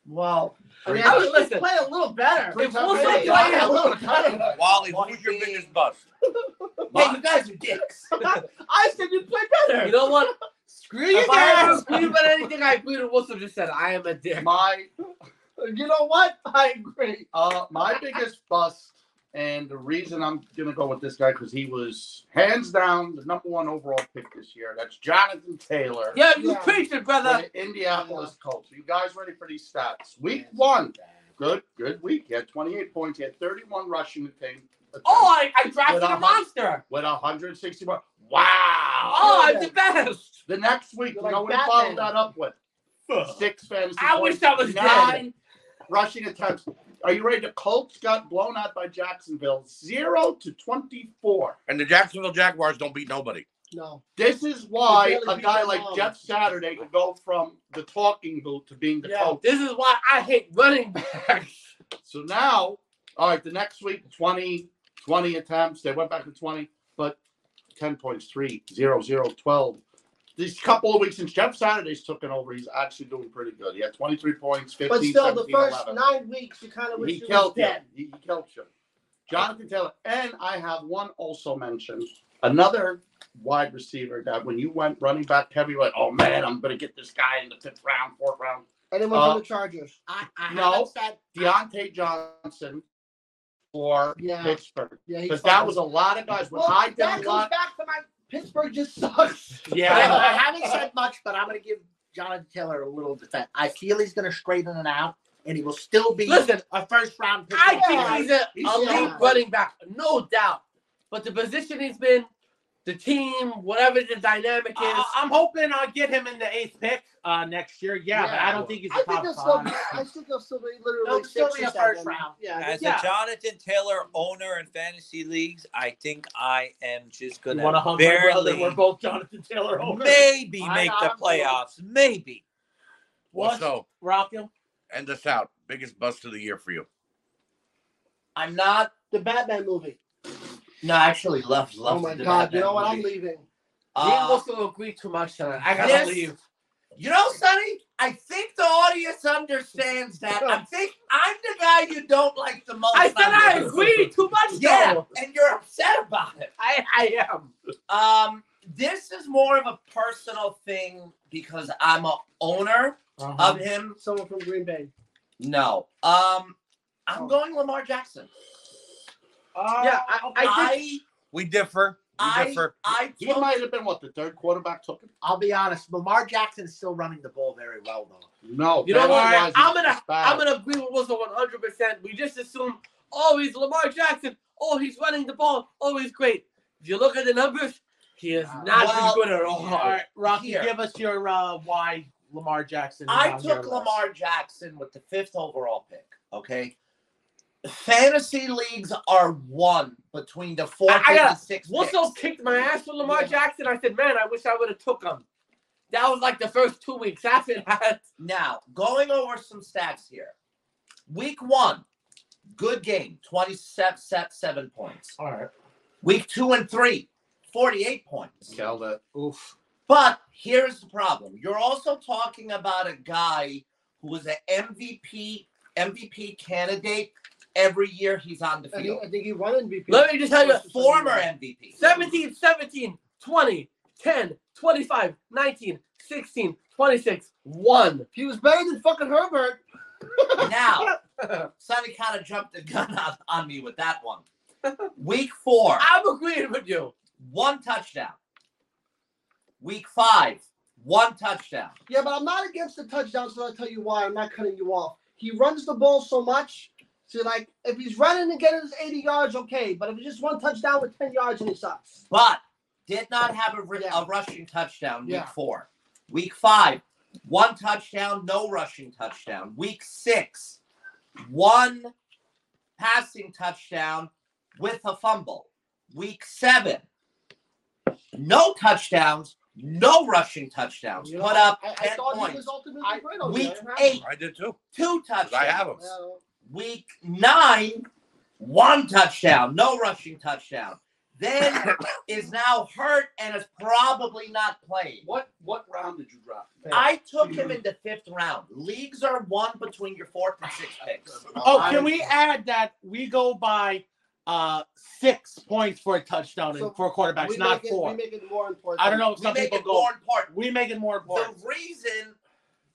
[SPEAKER 2] Well,
[SPEAKER 11] I mean,
[SPEAKER 3] I
[SPEAKER 11] I
[SPEAKER 3] was-
[SPEAKER 11] think he's
[SPEAKER 3] listen,
[SPEAKER 11] playing a little better.
[SPEAKER 3] If
[SPEAKER 5] Yeah,
[SPEAKER 3] Wilson
[SPEAKER 5] yeah,
[SPEAKER 3] played,
[SPEAKER 5] yeah, we would've cut him.
[SPEAKER 7] Wally, who was your biggest bust?
[SPEAKER 2] hey, you guys are dicks.
[SPEAKER 11] I said you play better.
[SPEAKER 3] you know what?
[SPEAKER 11] Screw
[SPEAKER 3] If
[SPEAKER 11] you
[SPEAKER 3] I
[SPEAKER 11] guys.
[SPEAKER 3] ever agree about anything, I agree with Wilson just said. I am a dick.
[SPEAKER 5] My
[SPEAKER 11] You know what? I agree.
[SPEAKER 5] Uh, my biggest bust, and the reason I'm gonna go with this guy because he was hands down the number one overall pick this year. That's Jonathan Taylor.
[SPEAKER 3] Yeah, you
[SPEAKER 11] Yeah.
[SPEAKER 3] preach it,
[SPEAKER 5] for
[SPEAKER 3] brother.
[SPEAKER 5] the Indianapolis Colts. You guys ready for these stats? Week one, good, good week. He had 28 points. He had 31 rushing attempts.
[SPEAKER 3] Oh, I, I drafted
[SPEAKER 5] Without
[SPEAKER 3] a
[SPEAKER 5] him.
[SPEAKER 3] monster.
[SPEAKER 5] with 161. Wow.
[SPEAKER 3] Oh, I'm the best.
[SPEAKER 5] The next week, you
[SPEAKER 11] You're
[SPEAKER 5] know
[SPEAKER 11] like
[SPEAKER 5] what he followed
[SPEAKER 11] Batman.
[SPEAKER 5] that up with? Six fantasy
[SPEAKER 3] I
[SPEAKER 5] points,
[SPEAKER 3] wish I was
[SPEAKER 5] nine
[SPEAKER 3] dead.
[SPEAKER 5] rushing attempts. Are you ready? The Colts got blown out by Jacksonville, zero to twenty-four.
[SPEAKER 7] And the Jacksonville Jaguars don't beat nobody.
[SPEAKER 11] No.
[SPEAKER 5] This is why
[SPEAKER 11] They barely
[SPEAKER 5] a
[SPEAKER 11] beat
[SPEAKER 5] guy
[SPEAKER 11] them
[SPEAKER 5] like
[SPEAKER 11] all.
[SPEAKER 5] Jeff Saturday could go from the talking boot to being the
[SPEAKER 3] Yeah,
[SPEAKER 5] coach.
[SPEAKER 3] This is why I hate running backs.
[SPEAKER 5] So now, all right, the next week, 20, 20 attempts. They went back to 20, but 10.3, 0, 0, 12. These couple of weeks since Jeff Saturday's taken over, he's actually doing pretty good. He had 23 points, 15,
[SPEAKER 11] But still, the
[SPEAKER 5] 17,
[SPEAKER 11] first
[SPEAKER 5] 11.
[SPEAKER 11] nine weeks, you kind of wish
[SPEAKER 5] He
[SPEAKER 11] you was
[SPEAKER 5] killed you.
[SPEAKER 11] dead.
[SPEAKER 5] He, he killed you. Jonathan Taylor. And I have one also mentioned. Another wide receiver that when you went running back heavy, you went, oh man, I'm going to get this guy in the fifth round, fourth round.
[SPEAKER 11] And it went
[SPEAKER 5] Uh,
[SPEAKER 11] to the Chargers.
[SPEAKER 2] I, I
[SPEAKER 5] No.
[SPEAKER 2] haven't said
[SPEAKER 5] Deontay Johnson for
[SPEAKER 11] Yeah.
[SPEAKER 5] Pittsburgh.
[SPEAKER 11] Yeah, he
[SPEAKER 5] Because that
[SPEAKER 11] fucking-
[SPEAKER 5] was a lot of guys with
[SPEAKER 11] Well,
[SPEAKER 5] high
[SPEAKER 11] that
[SPEAKER 5] down
[SPEAKER 11] comes
[SPEAKER 5] lot.
[SPEAKER 11] back to my Pittsburgh just sucks.
[SPEAKER 2] I,
[SPEAKER 3] Yeah.
[SPEAKER 2] I
[SPEAKER 11] Yeah.
[SPEAKER 2] haven't said much, but I'm going to give Jonathan Taylor a little defense. I feel he's going to straighten it out, and he will still be
[SPEAKER 3] Listen,
[SPEAKER 2] a first round pick.
[SPEAKER 3] I
[SPEAKER 11] Yeah.
[SPEAKER 3] think he's a
[SPEAKER 5] He's
[SPEAKER 3] elite
[SPEAKER 11] yeah.
[SPEAKER 3] running back, no doubt. But the position he's been, the team, whatever the dynamic is,
[SPEAKER 4] I, I'm hoping I'll get him in the eighth pick uh, next year. Yeah, but I don't think he's
[SPEAKER 11] I
[SPEAKER 4] a
[SPEAKER 11] think
[SPEAKER 4] top
[SPEAKER 11] they'll still.
[SPEAKER 4] five.
[SPEAKER 11] Be, I think they'll still be
[SPEAKER 2] They'll
[SPEAKER 11] literally
[SPEAKER 2] still
[SPEAKER 11] six
[SPEAKER 2] be
[SPEAKER 11] or
[SPEAKER 2] a first
[SPEAKER 11] seven.
[SPEAKER 2] round.
[SPEAKER 11] Yeah, I
[SPEAKER 1] As
[SPEAKER 11] think- yeah.
[SPEAKER 1] a Jonathan Taylor owner in fantasy leagues, I think I am just
[SPEAKER 4] You
[SPEAKER 1] gonna
[SPEAKER 4] want to hug my brother?
[SPEAKER 1] barely,
[SPEAKER 4] We're both Jonathan Taylor owners.
[SPEAKER 1] maybe
[SPEAKER 5] I-
[SPEAKER 1] make
[SPEAKER 5] I'm
[SPEAKER 1] the
[SPEAKER 5] gonna-
[SPEAKER 1] playoffs. Maybe.
[SPEAKER 7] Well,
[SPEAKER 4] What?
[SPEAKER 7] so
[SPEAKER 4] Rock him.
[SPEAKER 7] end this out. Biggest bust of the year for you.
[SPEAKER 2] I'm not.
[SPEAKER 11] The Batman movie.
[SPEAKER 2] No, I actually, love love.
[SPEAKER 11] oh my god! You know what? I'm leaving.
[SPEAKER 2] Uh,
[SPEAKER 3] Me and Wilson agree too much tonight. I gotta
[SPEAKER 2] Yes.
[SPEAKER 3] leave.
[SPEAKER 2] You know, Sonny, I think the audience understands that. I think I'm the guy you don't like the most.
[SPEAKER 3] I said
[SPEAKER 2] on
[SPEAKER 3] I
[SPEAKER 2] this.
[SPEAKER 3] agree too much.
[SPEAKER 2] Yeah,
[SPEAKER 3] though.
[SPEAKER 2] and you're upset about it.
[SPEAKER 3] I, I am.
[SPEAKER 2] Um, this is more of a personal thing because I'm a owner of him.
[SPEAKER 11] Uh-huh. Someone from Green Bay. Oh.
[SPEAKER 2] No. Um, I'm going Lamar Jackson.
[SPEAKER 3] Yeah, I, I think
[SPEAKER 7] We differ. We
[SPEAKER 2] I
[SPEAKER 7] differ.
[SPEAKER 2] I,
[SPEAKER 5] He
[SPEAKER 2] took-
[SPEAKER 5] might have been what the third quarterback took him.
[SPEAKER 6] I'll be honest. Lamar Jackson's still running the ball very well, though.
[SPEAKER 5] No,
[SPEAKER 3] You know what?
[SPEAKER 5] talent-wise,
[SPEAKER 3] I'm
[SPEAKER 5] he's
[SPEAKER 3] gonna-
[SPEAKER 5] bad.
[SPEAKER 3] I'm gonna agree with Wilson 100. percent We just assume, oh, he's Lamar Jackson. Oh, he's running the ball. Oh, he's great. If you look at the numbers, he is not
[SPEAKER 2] Well,
[SPEAKER 3] been good at all.
[SPEAKER 4] All right, Rocky,
[SPEAKER 2] Here.
[SPEAKER 4] give us your uh, why Lamar Jackson. is
[SPEAKER 2] I
[SPEAKER 4] on your
[SPEAKER 2] took
[SPEAKER 4] list.
[SPEAKER 2] Lamar Jackson with the fifth overall pick. Okay. Fantasy leagues are won between the fourth
[SPEAKER 3] I- I gotta-
[SPEAKER 2] and the sixth.
[SPEAKER 3] Wilson
[SPEAKER 2] picks.
[SPEAKER 3] kicked my ass with Lamar
[SPEAKER 11] Yeah.
[SPEAKER 3] Jackson. I said, man, I wish I would have took him. That was like the first two weeks. After that,
[SPEAKER 2] Now, going over some stats here. Week one, good game, 27 set, seven points.
[SPEAKER 11] All right.
[SPEAKER 2] Week two and three, 48 points.
[SPEAKER 5] Killed it. Oof.
[SPEAKER 2] But here's the problem. You're also talking about a guy who was an MVP MVP candidate every year he's on the
[SPEAKER 11] I think,
[SPEAKER 2] field.
[SPEAKER 11] I think he won MVP.
[SPEAKER 3] let me just tell you,
[SPEAKER 2] A former MVP.
[SPEAKER 3] 17, 17, 20, 10, 25, 19, 16, 26, 1.
[SPEAKER 11] He was better than fucking Herbert.
[SPEAKER 2] Now, Sonny kind of jumped the gun on, on me with that one. Week four,
[SPEAKER 3] I'm agreeing with you.
[SPEAKER 2] one touchdown. Week five, one touchdown.
[SPEAKER 11] Yeah, but I'm not against the touchdowns, so I'll tell you why. I'm not cutting you off. He runs the ball so much. So, like, if he's running and getting his 80 yards, okay. But if it's just one touchdown with 10 yards, and he sucks.
[SPEAKER 2] but did not have a, ri-
[SPEAKER 11] Yeah.
[SPEAKER 2] a rushing touchdown week
[SPEAKER 11] Yeah.
[SPEAKER 2] four. Week five, one touchdown, no rushing touchdown. Week six, one passing touchdown with a fumble. Week seven, no touchdowns, no rushing touchdowns.
[SPEAKER 11] You know,
[SPEAKER 2] Put up
[SPEAKER 11] I, I
[SPEAKER 2] 10
[SPEAKER 11] thought he
[SPEAKER 2] points.
[SPEAKER 11] was ultimately
[SPEAKER 5] I-
[SPEAKER 11] great over
[SPEAKER 2] Week
[SPEAKER 11] there.
[SPEAKER 2] eight,
[SPEAKER 7] I did too.
[SPEAKER 2] two
[SPEAKER 7] 'cause I have
[SPEAKER 2] touchdowns.
[SPEAKER 7] them.
[SPEAKER 11] Yeah.
[SPEAKER 2] Week nine, one touchdown, no rushing touchdown. Then is now hurt and is probably not playing.
[SPEAKER 5] What what round did you drop?
[SPEAKER 2] I took him in the fifth round. Leagues are won between your fourth and sixth picks.
[SPEAKER 4] Oh, can we add that we go by uh, six points for a touchdown
[SPEAKER 11] So
[SPEAKER 4] and for quarterbacks,
[SPEAKER 11] We
[SPEAKER 4] not
[SPEAKER 11] make it-
[SPEAKER 4] four.
[SPEAKER 11] We make it more important.
[SPEAKER 4] I don't know if
[SPEAKER 2] We
[SPEAKER 4] some
[SPEAKER 2] make
[SPEAKER 4] people
[SPEAKER 2] it
[SPEAKER 4] go.
[SPEAKER 2] more important.
[SPEAKER 4] we make it more
[SPEAKER 2] The
[SPEAKER 4] important.
[SPEAKER 2] reason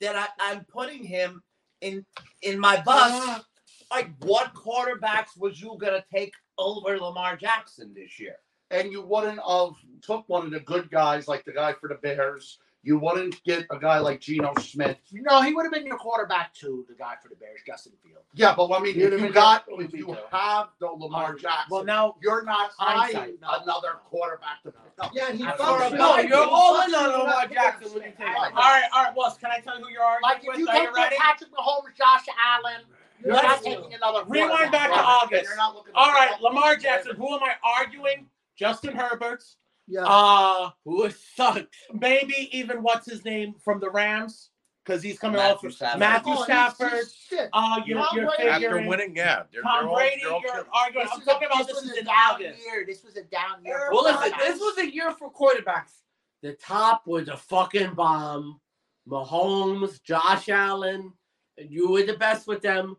[SPEAKER 2] that I, I'm putting him in in my
[SPEAKER 4] Ah.
[SPEAKER 2] bus, like what quarterbacks was you gonna take over Lamar Jackson this year?
[SPEAKER 5] And you wouldn't have took one of the good guys like the guy for the Bears. You wouldn't get a guy like Geno Smith.
[SPEAKER 6] No, he would have been your quarterback too. The guy for the Bears, Justin Fields.
[SPEAKER 5] Yeah, but I mean,
[SPEAKER 11] You'd
[SPEAKER 5] if
[SPEAKER 11] have
[SPEAKER 5] you
[SPEAKER 11] been
[SPEAKER 5] got
[SPEAKER 11] good.
[SPEAKER 5] if you have the Lamar Jackson,
[SPEAKER 4] Well, now
[SPEAKER 5] you're not
[SPEAKER 4] Hindsight.
[SPEAKER 5] eyeing another quarterback to pick up.
[SPEAKER 11] Yeah, and he
[SPEAKER 5] I'm
[SPEAKER 11] fucks
[SPEAKER 5] sorry.
[SPEAKER 11] you
[SPEAKER 3] No,
[SPEAKER 11] up.
[SPEAKER 3] you're
[SPEAKER 11] He
[SPEAKER 3] all
[SPEAKER 11] fucks
[SPEAKER 3] in
[SPEAKER 11] you
[SPEAKER 3] on
[SPEAKER 11] up.
[SPEAKER 3] Lamar Jackson when you take
[SPEAKER 11] I-
[SPEAKER 3] him.
[SPEAKER 4] All right, all right, Wes, can I tell you who you're arguing
[SPEAKER 6] Like if
[SPEAKER 4] with?
[SPEAKER 6] you
[SPEAKER 4] Are you
[SPEAKER 6] take
[SPEAKER 4] ready?
[SPEAKER 6] Patrick Mahomes, Josh Allen, you're
[SPEAKER 4] Let's-
[SPEAKER 6] not taking another.
[SPEAKER 4] rewind
[SPEAKER 6] quarterback.
[SPEAKER 4] back to August.
[SPEAKER 6] You're not looking to
[SPEAKER 4] All
[SPEAKER 6] pick
[SPEAKER 4] right,
[SPEAKER 6] up-
[SPEAKER 4] Lamar Jackson. Who am I arguing? Justin Herbert.
[SPEAKER 11] Yeah.
[SPEAKER 4] Uh
[SPEAKER 3] Who sucks?
[SPEAKER 4] maybe even what's his name from the Rams because he's coming off
[SPEAKER 2] Matthew
[SPEAKER 4] of
[SPEAKER 2] Stafford.
[SPEAKER 4] Matthew
[SPEAKER 11] Oh, he's-
[SPEAKER 4] Stafford.
[SPEAKER 11] he's shit.
[SPEAKER 4] Uh, you're,
[SPEAKER 6] Tom
[SPEAKER 4] you're
[SPEAKER 6] Brady.
[SPEAKER 7] After
[SPEAKER 4] figuring
[SPEAKER 7] winning, yeah. They're,
[SPEAKER 4] Tom
[SPEAKER 7] they're all,
[SPEAKER 4] Brady.
[SPEAKER 7] they're all
[SPEAKER 4] You're
[SPEAKER 7] killed.
[SPEAKER 4] arguing.
[SPEAKER 6] This
[SPEAKER 4] I'm
[SPEAKER 6] is
[SPEAKER 4] talking
[SPEAKER 6] a-
[SPEAKER 4] about
[SPEAKER 6] this
[SPEAKER 4] this
[SPEAKER 6] was
[SPEAKER 4] is
[SPEAKER 6] a
[SPEAKER 4] in
[SPEAKER 6] down
[SPEAKER 4] August.
[SPEAKER 6] year. This was a down year. for
[SPEAKER 3] Well, listen,
[SPEAKER 6] quarterbacks.
[SPEAKER 3] this was a year for quarterbacks. The top was a fucking bomb. Mahomes, Josh Allen, you were the best with them.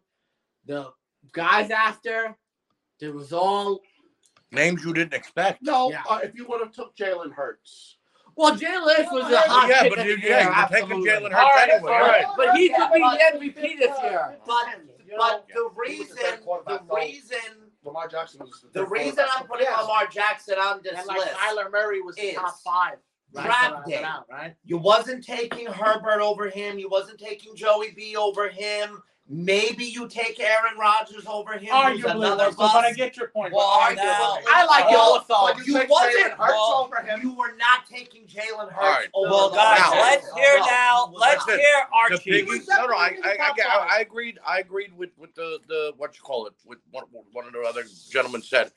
[SPEAKER 3] The guys after, it was all.
[SPEAKER 7] Names you didn't expect.
[SPEAKER 5] No,
[SPEAKER 3] Yeah.
[SPEAKER 5] uh, if you would have took Jalen Hurts,
[SPEAKER 3] Well, Jalen Hurts was a hot
[SPEAKER 7] Yeah,
[SPEAKER 3] pick
[SPEAKER 7] but
[SPEAKER 3] of
[SPEAKER 7] you-
[SPEAKER 3] the
[SPEAKER 7] yeah,
[SPEAKER 3] year,
[SPEAKER 7] you were taking
[SPEAKER 3] Ah, absolutely.
[SPEAKER 7] Jalen Hurts
[SPEAKER 3] All right,
[SPEAKER 7] anyway,
[SPEAKER 3] all right.
[SPEAKER 7] right.
[SPEAKER 3] But he could be the MVP this year.
[SPEAKER 2] But
[SPEAKER 11] You
[SPEAKER 2] but the
[SPEAKER 5] He was
[SPEAKER 11] know,
[SPEAKER 5] the third
[SPEAKER 2] reason the
[SPEAKER 5] quarterback, though.
[SPEAKER 2] reason
[SPEAKER 5] Lamar Jackson was the,
[SPEAKER 2] the
[SPEAKER 5] third
[SPEAKER 2] reason
[SPEAKER 5] quarterback.
[SPEAKER 2] I'm putting
[SPEAKER 11] Yeah.
[SPEAKER 2] Lamar Jackson on this
[SPEAKER 6] and like
[SPEAKER 2] list.
[SPEAKER 6] Kyler Murray was the
[SPEAKER 2] is
[SPEAKER 6] top five. Right?
[SPEAKER 2] draft
[SPEAKER 6] Going
[SPEAKER 2] day.
[SPEAKER 6] Out, right?
[SPEAKER 2] You wasn't taking Herbert over him. You wasn't taking Joey B over him. Maybe you take Aaron Rodgers over him. who's
[SPEAKER 4] Arguably,
[SPEAKER 2] another
[SPEAKER 4] Russell, but I
[SPEAKER 2] bust.
[SPEAKER 4] get your point.
[SPEAKER 2] Well,
[SPEAKER 4] Arguably.
[SPEAKER 2] now-
[SPEAKER 3] I like it
[SPEAKER 2] Well,
[SPEAKER 3] also.
[SPEAKER 5] But
[SPEAKER 2] You
[SPEAKER 5] take
[SPEAKER 2] wasn't.
[SPEAKER 5] Jalen Hurts
[SPEAKER 2] well,
[SPEAKER 5] over him.
[SPEAKER 2] You were not taking Jalen Hurts
[SPEAKER 7] All right.
[SPEAKER 2] over.
[SPEAKER 1] Well, guys,
[SPEAKER 7] Now-
[SPEAKER 1] let's hear now. Let's
[SPEAKER 7] Listen,
[SPEAKER 1] hear
[SPEAKER 7] The
[SPEAKER 1] Archie.
[SPEAKER 7] biggie, no, no, I, I, I, get- I, I agreed. I agreed with with the the what you call it with what one of the other gentlemen said.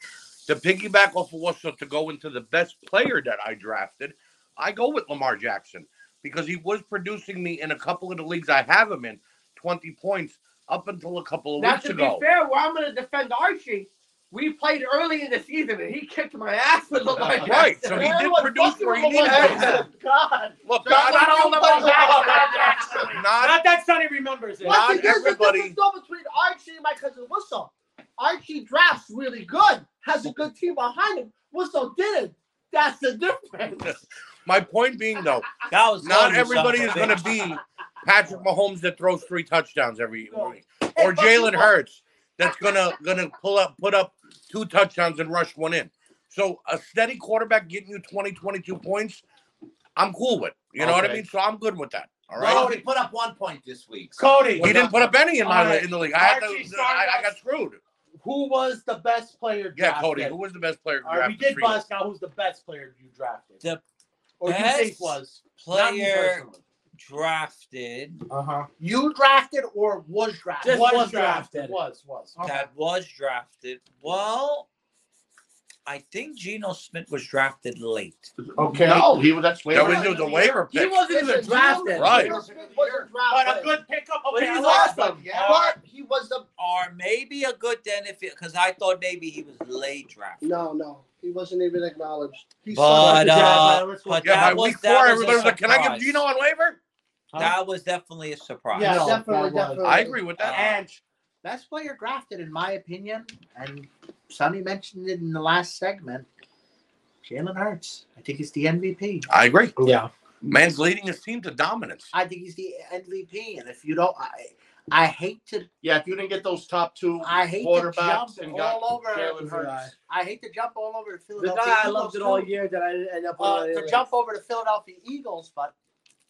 [SPEAKER 7] To piggyback off of Russell to go into the best player that I drafted, I go with Lamar Jackson because he was producing me in a couple of the leagues I have him in, twenty points, up until a couple of
[SPEAKER 3] Now,
[SPEAKER 7] weeks
[SPEAKER 3] to
[SPEAKER 7] ago.
[SPEAKER 3] be fair, where I'm going to defend Archie, we played early in the season and he kicked my ass with LaMarcus.
[SPEAKER 7] Right, so he did produce where he needed. to.
[SPEAKER 3] God.
[SPEAKER 7] Look,
[SPEAKER 3] Not,
[SPEAKER 7] not,
[SPEAKER 3] all the
[SPEAKER 11] played
[SPEAKER 3] Back.
[SPEAKER 7] not
[SPEAKER 4] Not that Sonny remembers it.
[SPEAKER 7] Not
[SPEAKER 11] Listen, there's
[SPEAKER 7] everybody-
[SPEAKER 11] a difference though between Archie and my cousin Whistle. Archie drafts really good, has a good team behind him. Whistle didn't. That's the difference.
[SPEAKER 7] my point being though,
[SPEAKER 1] That was
[SPEAKER 7] not
[SPEAKER 1] Tony,
[SPEAKER 7] everybody
[SPEAKER 1] son
[SPEAKER 7] is
[SPEAKER 1] of a
[SPEAKER 7] going to
[SPEAKER 1] bitch.
[SPEAKER 7] be Patrick Mahomes that throws three touchdowns every
[SPEAKER 11] No.
[SPEAKER 7] week, or
[SPEAKER 11] but
[SPEAKER 7] Jalen
[SPEAKER 11] people-
[SPEAKER 7] Hurts that's going to going to pull up put up two touchdowns and rush one in. So a steady quarterback getting you 20, 22 points, I'm cool with. You know what I
[SPEAKER 3] Okay.
[SPEAKER 7] mean? So I'm good with that. All right.
[SPEAKER 2] Well, he put up one point this week. so-
[SPEAKER 4] Cody,
[SPEAKER 7] he didn't put up any in my
[SPEAKER 4] All right.
[SPEAKER 7] in the league. I had to,
[SPEAKER 4] Archie
[SPEAKER 7] I, I
[SPEAKER 4] Stardust.
[SPEAKER 7] got screwed.
[SPEAKER 4] who was the best player drafted?
[SPEAKER 7] Yeah, Cody. Who was the best player?
[SPEAKER 4] All right, we
[SPEAKER 7] drafted
[SPEAKER 4] did
[SPEAKER 7] for you?
[SPEAKER 4] bust now who's the best player you drafted.
[SPEAKER 1] The
[SPEAKER 4] or you
[SPEAKER 1] best
[SPEAKER 4] think was. Not me
[SPEAKER 1] Player
[SPEAKER 4] personally.
[SPEAKER 1] drafted
[SPEAKER 4] Uh-huh.
[SPEAKER 6] You drafted or was drafted?
[SPEAKER 1] Just
[SPEAKER 4] was,
[SPEAKER 1] was
[SPEAKER 4] drafted.
[SPEAKER 1] drafted.
[SPEAKER 4] Was, was.
[SPEAKER 1] that was drafted. Well, I think Geno Smith was drafted late.
[SPEAKER 5] Okay. No, he was that's way.
[SPEAKER 7] That was, it was a waiver
[SPEAKER 3] He
[SPEAKER 7] pick.
[SPEAKER 3] wasn't even
[SPEAKER 11] Listen,
[SPEAKER 3] drafted.
[SPEAKER 11] Geno-
[SPEAKER 7] Right.
[SPEAKER 11] Geno Smith wasn't drafted.
[SPEAKER 4] But a good pickup. Okay,
[SPEAKER 3] he's
[SPEAKER 4] I like
[SPEAKER 3] awesome.
[SPEAKER 4] that.
[SPEAKER 11] But he was the
[SPEAKER 1] Or maybe a good then if it because I thought maybe he was late drafted.
[SPEAKER 11] no, no. He wasn't even acknowledged. He
[SPEAKER 1] But
[SPEAKER 11] sucked.
[SPEAKER 1] uh, but
[SPEAKER 7] yeah, by
[SPEAKER 1] that was
[SPEAKER 7] week
[SPEAKER 1] that
[SPEAKER 7] four,
[SPEAKER 1] was a
[SPEAKER 7] everybody was like, "Can I give
[SPEAKER 1] surprise.
[SPEAKER 7] Gino on waiver?"
[SPEAKER 1] That was definitely a surprise.
[SPEAKER 11] yeah,
[SPEAKER 4] No,
[SPEAKER 11] definitely,
[SPEAKER 4] that was-
[SPEAKER 11] definitely.
[SPEAKER 7] I agree with that.
[SPEAKER 4] And
[SPEAKER 6] Best player drafted, in my opinion, and Sonny mentioned it in the last segment. Jalen Hurts. I think he's the MVP.
[SPEAKER 7] I agree.
[SPEAKER 4] Yeah.
[SPEAKER 7] man's leading his team to dominance.
[SPEAKER 6] I think he's the MVP. And if you don't, I, I hate to,
[SPEAKER 5] Yeah, if you didn't get those top two
[SPEAKER 6] I hate to jump
[SPEAKER 5] quarterbacks and got
[SPEAKER 6] all
[SPEAKER 5] Jalen
[SPEAKER 6] over.
[SPEAKER 5] Hurts.
[SPEAKER 6] I hate to jump all over the
[SPEAKER 3] The
[SPEAKER 6] Philadelphia.
[SPEAKER 3] guy I
[SPEAKER 6] Eagles,
[SPEAKER 3] loved it
[SPEAKER 6] too.
[SPEAKER 3] all year Oh, that I didn't end up
[SPEAKER 6] Uh,
[SPEAKER 3] on.
[SPEAKER 6] to jump over to Philadelphia Eagles, but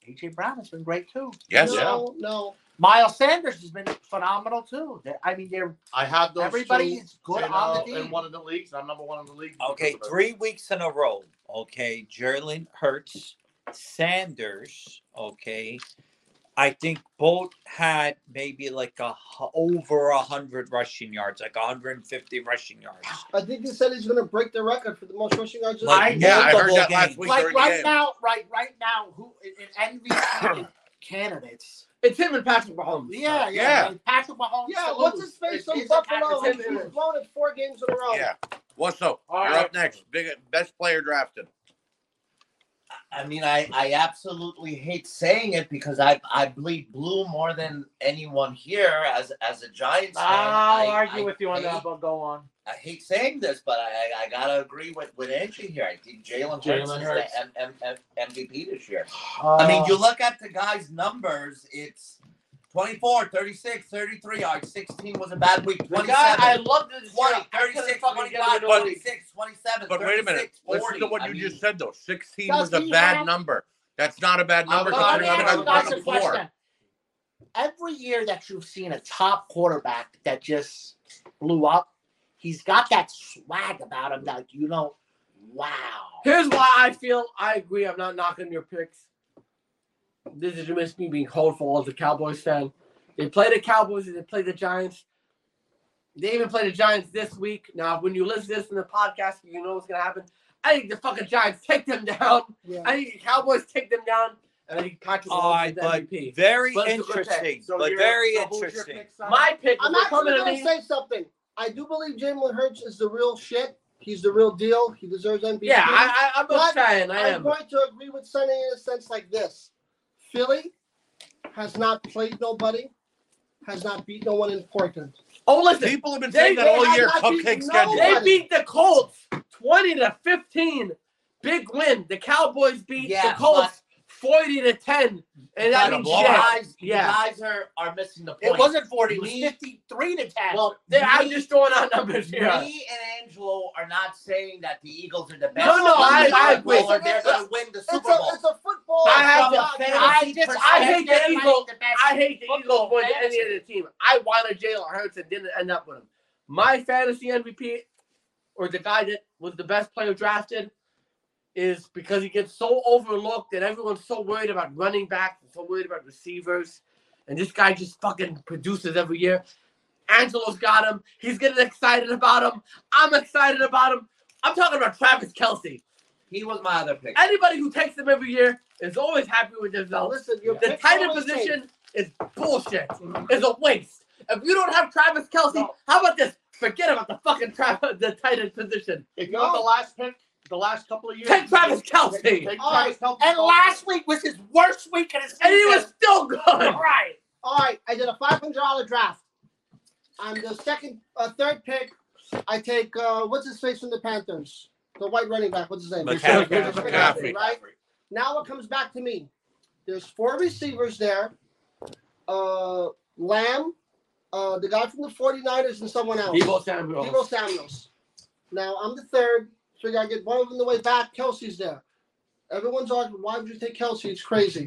[SPEAKER 6] AJ Brown has been great too.
[SPEAKER 7] Yes.
[SPEAKER 11] No, no.
[SPEAKER 6] Miles Sanders has been phenomenal too. They're- I mean, they're
[SPEAKER 5] I have those
[SPEAKER 6] everybody
[SPEAKER 5] two
[SPEAKER 6] is good
[SPEAKER 5] in,
[SPEAKER 6] on the
[SPEAKER 5] uh,
[SPEAKER 6] team.
[SPEAKER 5] in one of the leagues. I'm number one in the league.
[SPEAKER 1] Okay,
[SPEAKER 5] because of it.
[SPEAKER 1] three weeks in a row. Okay, Jalen Hurts, Sanders. Okay, I think both had maybe like a hu- over a hundred rushing yards, like 150 rushing yards.
[SPEAKER 11] I think they said he's going to break the record for the most rushing yards. in the
[SPEAKER 1] Like,
[SPEAKER 11] league.
[SPEAKER 7] Yeah, I heard
[SPEAKER 1] multiple
[SPEAKER 7] that last
[SPEAKER 1] games.
[SPEAKER 7] week
[SPEAKER 6] like
[SPEAKER 7] during the
[SPEAKER 6] right
[SPEAKER 7] game.
[SPEAKER 6] now, right right now, who in in MVP candidates?
[SPEAKER 3] It's him and Patrick Mahomes.
[SPEAKER 6] Yeah, yeah,
[SPEAKER 7] Yeah.
[SPEAKER 6] like Patrick Mahomes.
[SPEAKER 11] Yeah,
[SPEAKER 6] to
[SPEAKER 11] what's
[SPEAKER 6] lose.
[SPEAKER 11] his face
[SPEAKER 6] It
[SPEAKER 11] from
[SPEAKER 6] is a
[SPEAKER 11] Buffalo?
[SPEAKER 6] Patrick
[SPEAKER 11] He's
[SPEAKER 6] Mahomes.
[SPEAKER 11] he's blown it four games in a row.
[SPEAKER 7] Yeah. What's up?
[SPEAKER 3] All
[SPEAKER 7] You're
[SPEAKER 3] right.
[SPEAKER 7] up next. Big best player drafted.
[SPEAKER 2] I mean, I, I absolutely hate saying it because I I bleed blue more than anyone here as as a Giants fan.
[SPEAKER 4] I'll
[SPEAKER 2] I-
[SPEAKER 4] argue
[SPEAKER 2] I
[SPEAKER 4] with you on
[SPEAKER 2] hate-
[SPEAKER 4] that, but go on.
[SPEAKER 2] I hate saying this, but I I, I gotta agree with with Angie here. I think Jalen Hurts
[SPEAKER 5] Jalen
[SPEAKER 2] is
[SPEAKER 5] Hurts.
[SPEAKER 2] the M, M, M, MVP this year. I
[SPEAKER 7] Oh.
[SPEAKER 2] mean, you look at the guy's numbers. It's 24, 36, 33 yards. 16 was a bad week.
[SPEAKER 3] The
[SPEAKER 2] 27,
[SPEAKER 3] guy I loved it.
[SPEAKER 2] 20, 36, 25, 26, 27,
[SPEAKER 7] But wait a minute.
[SPEAKER 2] 36,
[SPEAKER 7] Listen to
[SPEAKER 2] 40.
[SPEAKER 7] what
[SPEAKER 2] I
[SPEAKER 7] you
[SPEAKER 2] mean,
[SPEAKER 7] just said though. 16
[SPEAKER 6] Does
[SPEAKER 7] was a
[SPEAKER 6] he
[SPEAKER 7] bad
[SPEAKER 6] have-
[SPEAKER 7] number. That's not a bad number.
[SPEAKER 6] But let me
[SPEAKER 7] considering
[SPEAKER 6] ask you
[SPEAKER 7] everybody
[SPEAKER 6] guys
[SPEAKER 7] was
[SPEAKER 6] a
[SPEAKER 7] on the floor.
[SPEAKER 6] question. Every year that you've seen a top quarterback that just blew up, he's got that swag about him that you know, wow.
[SPEAKER 3] Here's why I feel I agree. I'm not knocking your picks. This is just me being hopeful as a Cowboys fan. They play the Cowboys and they play the Giants. They even play the Giants this week. Now, when you listen to this in the podcast, you know what's going to happen. I think the fucking Giants take them down.
[SPEAKER 11] Yeah.
[SPEAKER 3] I think the Cowboys take them down. And I think Patrick
[SPEAKER 1] All
[SPEAKER 3] Mahomes is
[SPEAKER 1] right,
[SPEAKER 3] the
[SPEAKER 1] but
[SPEAKER 3] MVP.
[SPEAKER 1] very
[SPEAKER 3] But it's a good
[SPEAKER 1] interesting.
[SPEAKER 5] So
[SPEAKER 1] but
[SPEAKER 5] you're-
[SPEAKER 1] very
[SPEAKER 5] so who's your
[SPEAKER 1] interesting.
[SPEAKER 5] pick, Simon?
[SPEAKER 3] My pick
[SPEAKER 11] I'm
[SPEAKER 3] was
[SPEAKER 11] actually
[SPEAKER 3] coming to
[SPEAKER 11] going to
[SPEAKER 3] me.
[SPEAKER 11] say something. I do believe Jalen Hurts is the real shit. He's the real deal. He deserves MVP.
[SPEAKER 3] Yeah, I, I, I'm
[SPEAKER 11] But
[SPEAKER 3] just saying. I
[SPEAKER 11] I'm
[SPEAKER 3] am.
[SPEAKER 11] going to agree with Sonny in a sense like this. Philly has not played nobody, has not beat no one important.
[SPEAKER 3] Oh, listen.
[SPEAKER 7] People have been
[SPEAKER 3] They-
[SPEAKER 7] saying that
[SPEAKER 3] they
[SPEAKER 7] all
[SPEAKER 11] have
[SPEAKER 7] year.
[SPEAKER 11] not beaten
[SPEAKER 7] Cupcake schedule.
[SPEAKER 11] nobody.
[SPEAKER 3] They beat the Colts 20 to 15. Big win. The Cowboys beat
[SPEAKER 2] Yeah,
[SPEAKER 3] the Colts 40 to 10. And that
[SPEAKER 2] But
[SPEAKER 7] a
[SPEAKER 3] means
[SPEAKER 2] you
[SPEAKER 7] blowout.
[SPEAKER 3] shit.
[SPEAKER 2] guys, you
[SPEAKER 3] Yeah.
[SPEAKER 2] guys are, are missing the
[SPEAKER 6] It
[SPEAKER 2] point.
[SPEAKER 6] wasn't 40, it was
[SPEAKER 2] Me-
[SPEAKER 6] 53 to 10.
[SPEAKER 2] well,
[SPEAKER 3] They- I'm
[SPEAKER 2] me-
[SPEAKER 3] just throwing out numbers here.
[SPEAKER 2] Me and Angelo are not saying that the Eagles are the best.
[SPEAKER 3] No, no, I- I agree.
[SPEAKER 2] Or they're going to win the
[SPEAKER 11] It's a,
[SPEAKER 2] Super Bowl.
[SPEAKER 11] it's a football.
[SPEAKER 3] I have
[SPEAKER 2] From
[SPEAKER 3] to-
[SPEAKER 2] a
[SPEAKER 3] I
[SPEAKER 2] fantasy
[SPEAKER 3] just- I hate
[SPEAKER 2] perspective,
[SPEAKER 3] the Eagles. I hate the Eagles
[SPEAKER 6] Football
[SPEAKER 3] more than
[SPEAKER 6] fantasy.
[SPEAKER 3] any other team. I wanted Jalen Hurts and didn't end up with him. My fantasy MVP, or the guy that was the best player drafted, is because he gets so overlooked and everyone's so worried about running backs and so worried about receivers. And this guy just fucking produces every year. Angelo's got him. He's getting excited about him. I'm excited about him. I'm talking about Travis Kelsey.
[SPEAKER 2] He was my other pick.
[SPEAKER 3] Anybody who takes him every year is always happy with themselves.
[SPEAKER 11] Listen, your
[SPEAKER 3] The
[SPEAKER 11] picks
[SPEAKER 3] tight end
[SPEAKER 11] always change.
[SPEAKER 3] position is bullshit. It's a waste. If you don't have Travis Kelsey, how about this? Forget about the fucking tra- the tight end position.
[SPEAKER 5] If you want the last pick, the last couple of years.
[SPEAKER 3] Take Travis
[SPEAKER 5] Take
[SPEAKER 3] Kelsey,
[SPEAKER 5] Travis
[SPEAKER 11] All right,
[SPEAKER 5] Kelce.
[SPEAKER 2] And last week was his worst week in his season.
[SPEAKER 3] and he was still good.
[SPEAKER 2] All right.
[SPEAKER 11] All right, I did a five hundred dollar draft. On the second, uh, third pick, I take uh, what's his face from the Panthers, the white running back. What's his name?
[SPEAKER 7] McCaffrey.
[SPEAKER 11] McCaffrey,
[SPEAKER 7] McCaffrey.
[SPEAKER 11] Right now, it comes back to me. There's four receivers there. Uh, Lamb, uh, the guy from the 49ers, and someone else.
[SPEAKER 3] Debo Samuel.
[SPEAKER 11] Debo Samuels. Now I'm the third. Figure I get one of them the way back. Kelsey's there. Everyone's arguing, why would you take Kelsey? It's crazy.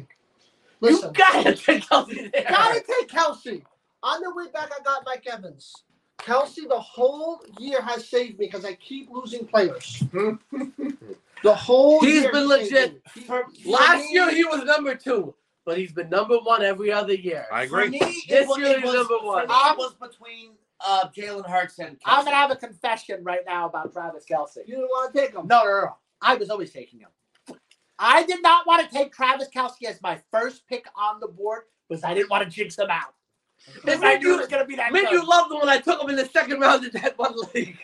[SPEAKER 3] You
[SPEAKER 11] Listen,
[SPEAKER 3] gotta take Kelsey there.
[SPEAKER 11] gotta take Kelsey. On the way back, I got Mike Evans. Kelsey, the whole year has saved me because I keep losing players. the whole
[SPEAKER 3] He's
[SPEAKER 11] year
[SPEAKER 3] been
[SPEAKER 11] saved
[SPEAKER 3] legit.
[SPEAKER 11] me.
[SPEAKER 3] For last year he was number two, but he's been number one every other year.
[SPEAKER 7] I
[SPEAKER 13] For me,
[SPEAKER 7] agree.
[SPEAKER 13] it
[SPEAKER 3] This
[SPEAKER 13] was,
[SPEAKER 3] year
[SPEAKER 13] it
[SPEAKER 3] he's
[SPEAKER 13] was,
[SPEAKER 3] number
[SPEAKER 13] for
[SPEAKER 3] one.
[SPEAKER 13] me, it was between uh, Jalen Hurts and Kelsey.
[SPEAKER 2] I'm gonna have a confession right now about Travis Kelsey.
[SPEAKER 11] You didn't want to take him.
[SPEAKER 2] No, no, no, no. I was always taking him. I did not want to take Travis Kelsey as my first pick on the board because I didn't want to jinx him out. Because I knew it was going to be that
[SPEAKER 3] Made
[SPEAKER 2] good.
[SPEAKER 3] you love him when I took him in the second round of that one league.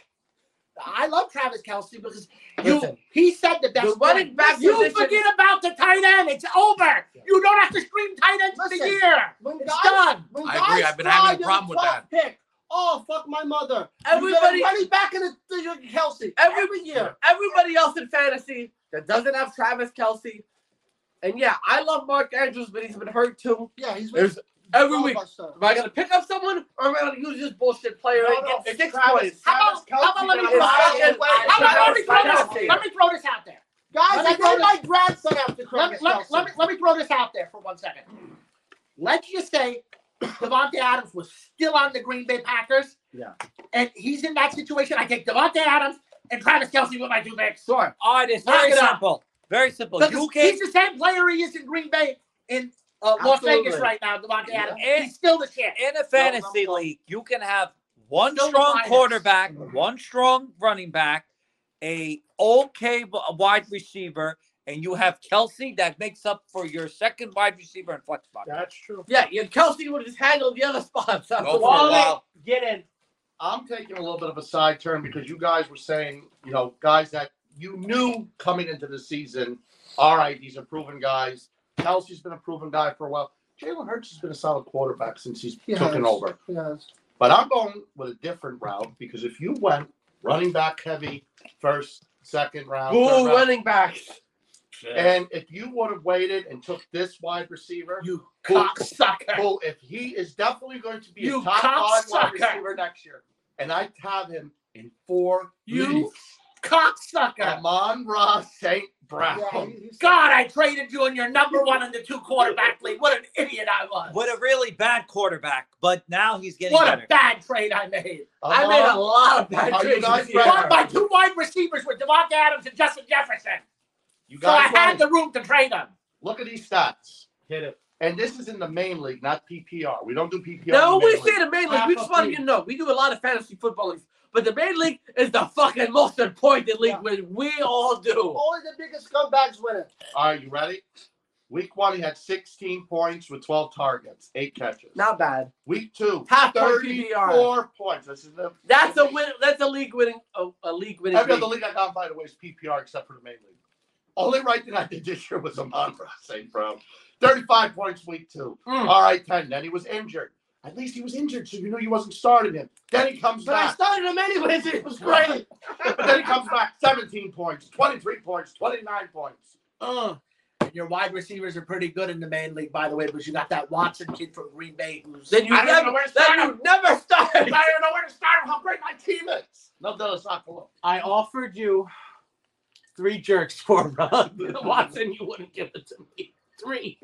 [SPEAKER 2] I love Travis Kelsey because you,
[SPEAKER 3] Listen.
[SPEAKER 2] he said the best.
[SPEAKER 3] The running
[SPEAKER 2] thing.
[SPEAKER 3] back
[SPEAKER 2] You
[SPEAKER 3] position-
[SPEAKER 2] forget about the tight end. It's over. You don't have to scream tight end for the
[SPEAKER 11] Listen.
[SPEAKER 2] year.
[SPEAKER 11] When
[SPEAKER 2] It's
[SPEAKER 11] guys,
[SPEAKER 2] done.
[SPEAKER 11] when
[SPEAKER 7] I
[SPEAKER 11] guys
[SPEAKER 7] agree, I've been having a
[SPEAKER 11] fly, you're the
[SPEAKER 7] problem with
[SPEAKER 11] 12th Pick. Oh, fuck my mother.
[SPEAKER 3] Everybody,
[SPEAKER 11] Everybody running back in the, the Kelsey
[SPEAKER 3] Every-
[SPEAKER 11] every year.
[SPEAKER 3] everybody else in fantasy that doesn't have Travis Kelsey, and yeah, I love Mark Andrews, but he's been hurt too.
[SPEAKER 11] Yeah, he's
[SPEAKER 3] There's every
[SPEAKER 11] all
[SPEAKER 3] week.
[SPEAKER 11] of us, sir.
[SPEAKER 3] Am I gonna pick up someone or am I gonna use this bullshit player
[SPEAKER 5] No,
[SPEAKER 3] and
[SPEAKER 5] no,
[SPEAKER 3] get six
[SPEAKER 5] Travis-
[SPEAKER 3] points?
[SPEAKER 2] How about, how about let me
[SPEAKER 3] It's
[SPEAKER 2] throw
[SPEAKER 3] not
[SPEAKER 2] this?
[SPEAKER 3] his way.
[SPEAKER 2] How about let me throw
[SPEAKER 3] Travis
[SPEAKER 2] this?
[SPEAKER 3] Kelsey.
[SPEAKER 2] Let me throw this out there.
[SPEAKER 11] Guys,
[SPEAKER 2] Let
[SPEAKER 11] I
[SPEAKER 2] me throw
[SPEAKER 11] named my
[SPEAKER 2] this-
[SPEAKER 11] grandson after
[SPEAKER 2] Let me,
[SPEAKER 11] Travis
[SPEAKER 2] let, me-
[SPEAKER 11] Kelsey.
[SPEAKER 2] let, me, let me throw this out there for one second. Let's just say Devontae Adams was still on the Green Bay Packers.
[SPEAKER 3] Yeah.
[SPEAKER 2] And he's in that situation. I take Devontae Adams and Travis Kelsey with my two picks.
[SPEAKER 3] Sure.
[SPEAKER 1] All right, it's
[SPEAKER 2] Knock
[SPEAKER 1] very
[SPEAKER 2] it out.
[SPEAKER 1] simple. Very simple.
[SPEAKER 2] Because
[SPEAKER 1] You
[SPEAKER 2] he's
[SPEAKER 1] can
[SPEAKER 2] the same player he is in Green Bay in uh, Las
[SPEAKER 3] Absolutely.
[SPEAKER 2] Vegas right now, Devontae Adams.
[SPEAKER 1] Yeah.
[SPEAKER 2] He's still the shit.
[SPEAKER 1] in a fantasy league, you can have one
[SPEAKER 2] Still the
[SPEAKER 1] strong
[SPEAKER 2] finest.
[SPEAKER 1] quarterback, one strong running back, a okay w- wide receiver, and you have Kelsey that makes up for your second wide receiver and flex spot.
[SPEAKER 5] That's true.
[SPEAKER 3] Yeah, yeah, Kelsey would just handle the other spots.
[SPEAKER 7] Go for a
[SPEAKER 5] Wallet.
[SPEAKER 7] while.
[SPEAKER 14] Get in.
[SPEAKER 5] I'm taking a little bit of a side turn because you guys were saying, you know, guys that you knew coming into the season, all right, these are proven guys. Kelsey's been a proven guy for a while. Jalen Hurts has been a solid quarterback since he's
[SPEAKER 11] He
[SPEAKER 5] taken
[SPEAKER 11] has.
[SPEAKER 5] over.
[SPEAKER 11] Yes.
[SPEAKER 5] But I'm going with a different route because if you went running back heavy first, second round, third
[SPEAKER 3] Boo,
[SPEAKER 5] round,
[SPEAKER 3] running backs.
[SPEAKER 5] and if you would have waited and took this wide receiver,
[SPEAKER 2] You
[SPEAKER 5] Who-
[SPEAKER 2] cocksucker.
[SPEAKER 5] who, if he is definitely going to be
[SPEAKER 2] You
[SPEAKER 5] a top five wide
[SPEAKER 2] cocksucker.
[SPEAKER 5] receiver next year, and I have him in four
[SPEAKER 2] You
[SPEAKER 5] leagues.
[SPEAKER 2] cocksucker.
[SPEAKER 5] Amon Ra St.
[SPEAKER 7] Ah,
[SPEAKER 5] Brown.
[SPEAKER 7] oh.
[SPEAKER 11] Yeah, he- he's-
[SPEAKER 2] God, I traded you and you're number one in the two quarterback league. What an idiot I was.
[SPEAKER 1] With a really bad quarterback, but now he's getting
[SPEAKER 2] What
[SPEAKER 1] better.
[SPEAKER 2] a bad trade I made.
[SPEAKER 3] I made a lot of bad
[SPEAKER 5] Are you
[SPEAKER 3] trades.
[SPEAKER 5] guys
[SPEAKER 3] this year.
[SPEAKER 5] ready?
[SPEAKER 2] But my two wide receivers were Devontae Adams and Justin Jefferson.
[SPEAKER 5] you
[SPEAKER 2] So I
[SPEAKER 5] guys
[SPEAKER 2] had
[SPEAKER 5] ready?
[SPEAKER 2] the room to trade them.
[SPEAKER 5] look at these stats. Hit it. And this is in the main league, not PPR. We don't do PPR.
[SPEAKER 3] No,
[SPEAKER 5] in
[SPEAKER 3] we
[SPEAKER 5] the main league.
[SPEAKER 3] say the main league. We just want you to know we do a lot of fantasy football leagues, but the main league is the fucking most important league when we all
[SPEAKER 5] Oh.
[SPEAKER 3] do.
[SPEAKER 11] Only the biggest scumbags win it.
[SPEAKER 5] All right, you ready? Week one, he had 16 points with 12 targets, eight catches.
[SPEAKER 3] Not bad.
[SPEAKER 5] Week two,
[SPEAKER 3] Half point PPR.
[SPEAKER 5] 34 points. This is the
[SPEAKER 3] That's a win. That's a league winning. A, a league winning.
[SPEAKER 5] Every other
[SPEAKER 3] league.
[SPEAKER 5] league I got, by the way, is PPR except for the main league. Only right thing I did this year was Amon Ross St. Brown. 35 points week two.
[SPEAKER 3] Mm.
[SPEAKER 5] All right, 10. Then he was injured. At least he was injured, so you knew you wasn't starting him. Then he comes
[SPEAKER 3] But I
[SPEAKER 5] back.
[SPEAKER 3] started him anyways. It was great.
[SPEAKER 5] Great. then he comes back 17 points, 23 points, 29 points.
[SPEAKER 3] Uh-huh.
[SPEAKER 2] Uh, and your wide receivers are pretty good in the main league, by the way, because you got that Watson kid from Green Bay who's
[SPEAKER 3] Then you
[SPEAKER 5] I don't even
[SPEAKER 3] never.
[SPEAKER 5] know where to
[SPEAKER 3] Then
[SPEAKER 5] start
[SPEAKER 3] you never started.
[SPEAKER 5] I don't know where to start him. How great my team is. No, no, it's not cool.
[SPEAKER 14] I offered you three jerks for a run.
[SPEAKER 3] Watson, you wouldn't give it to me. Three.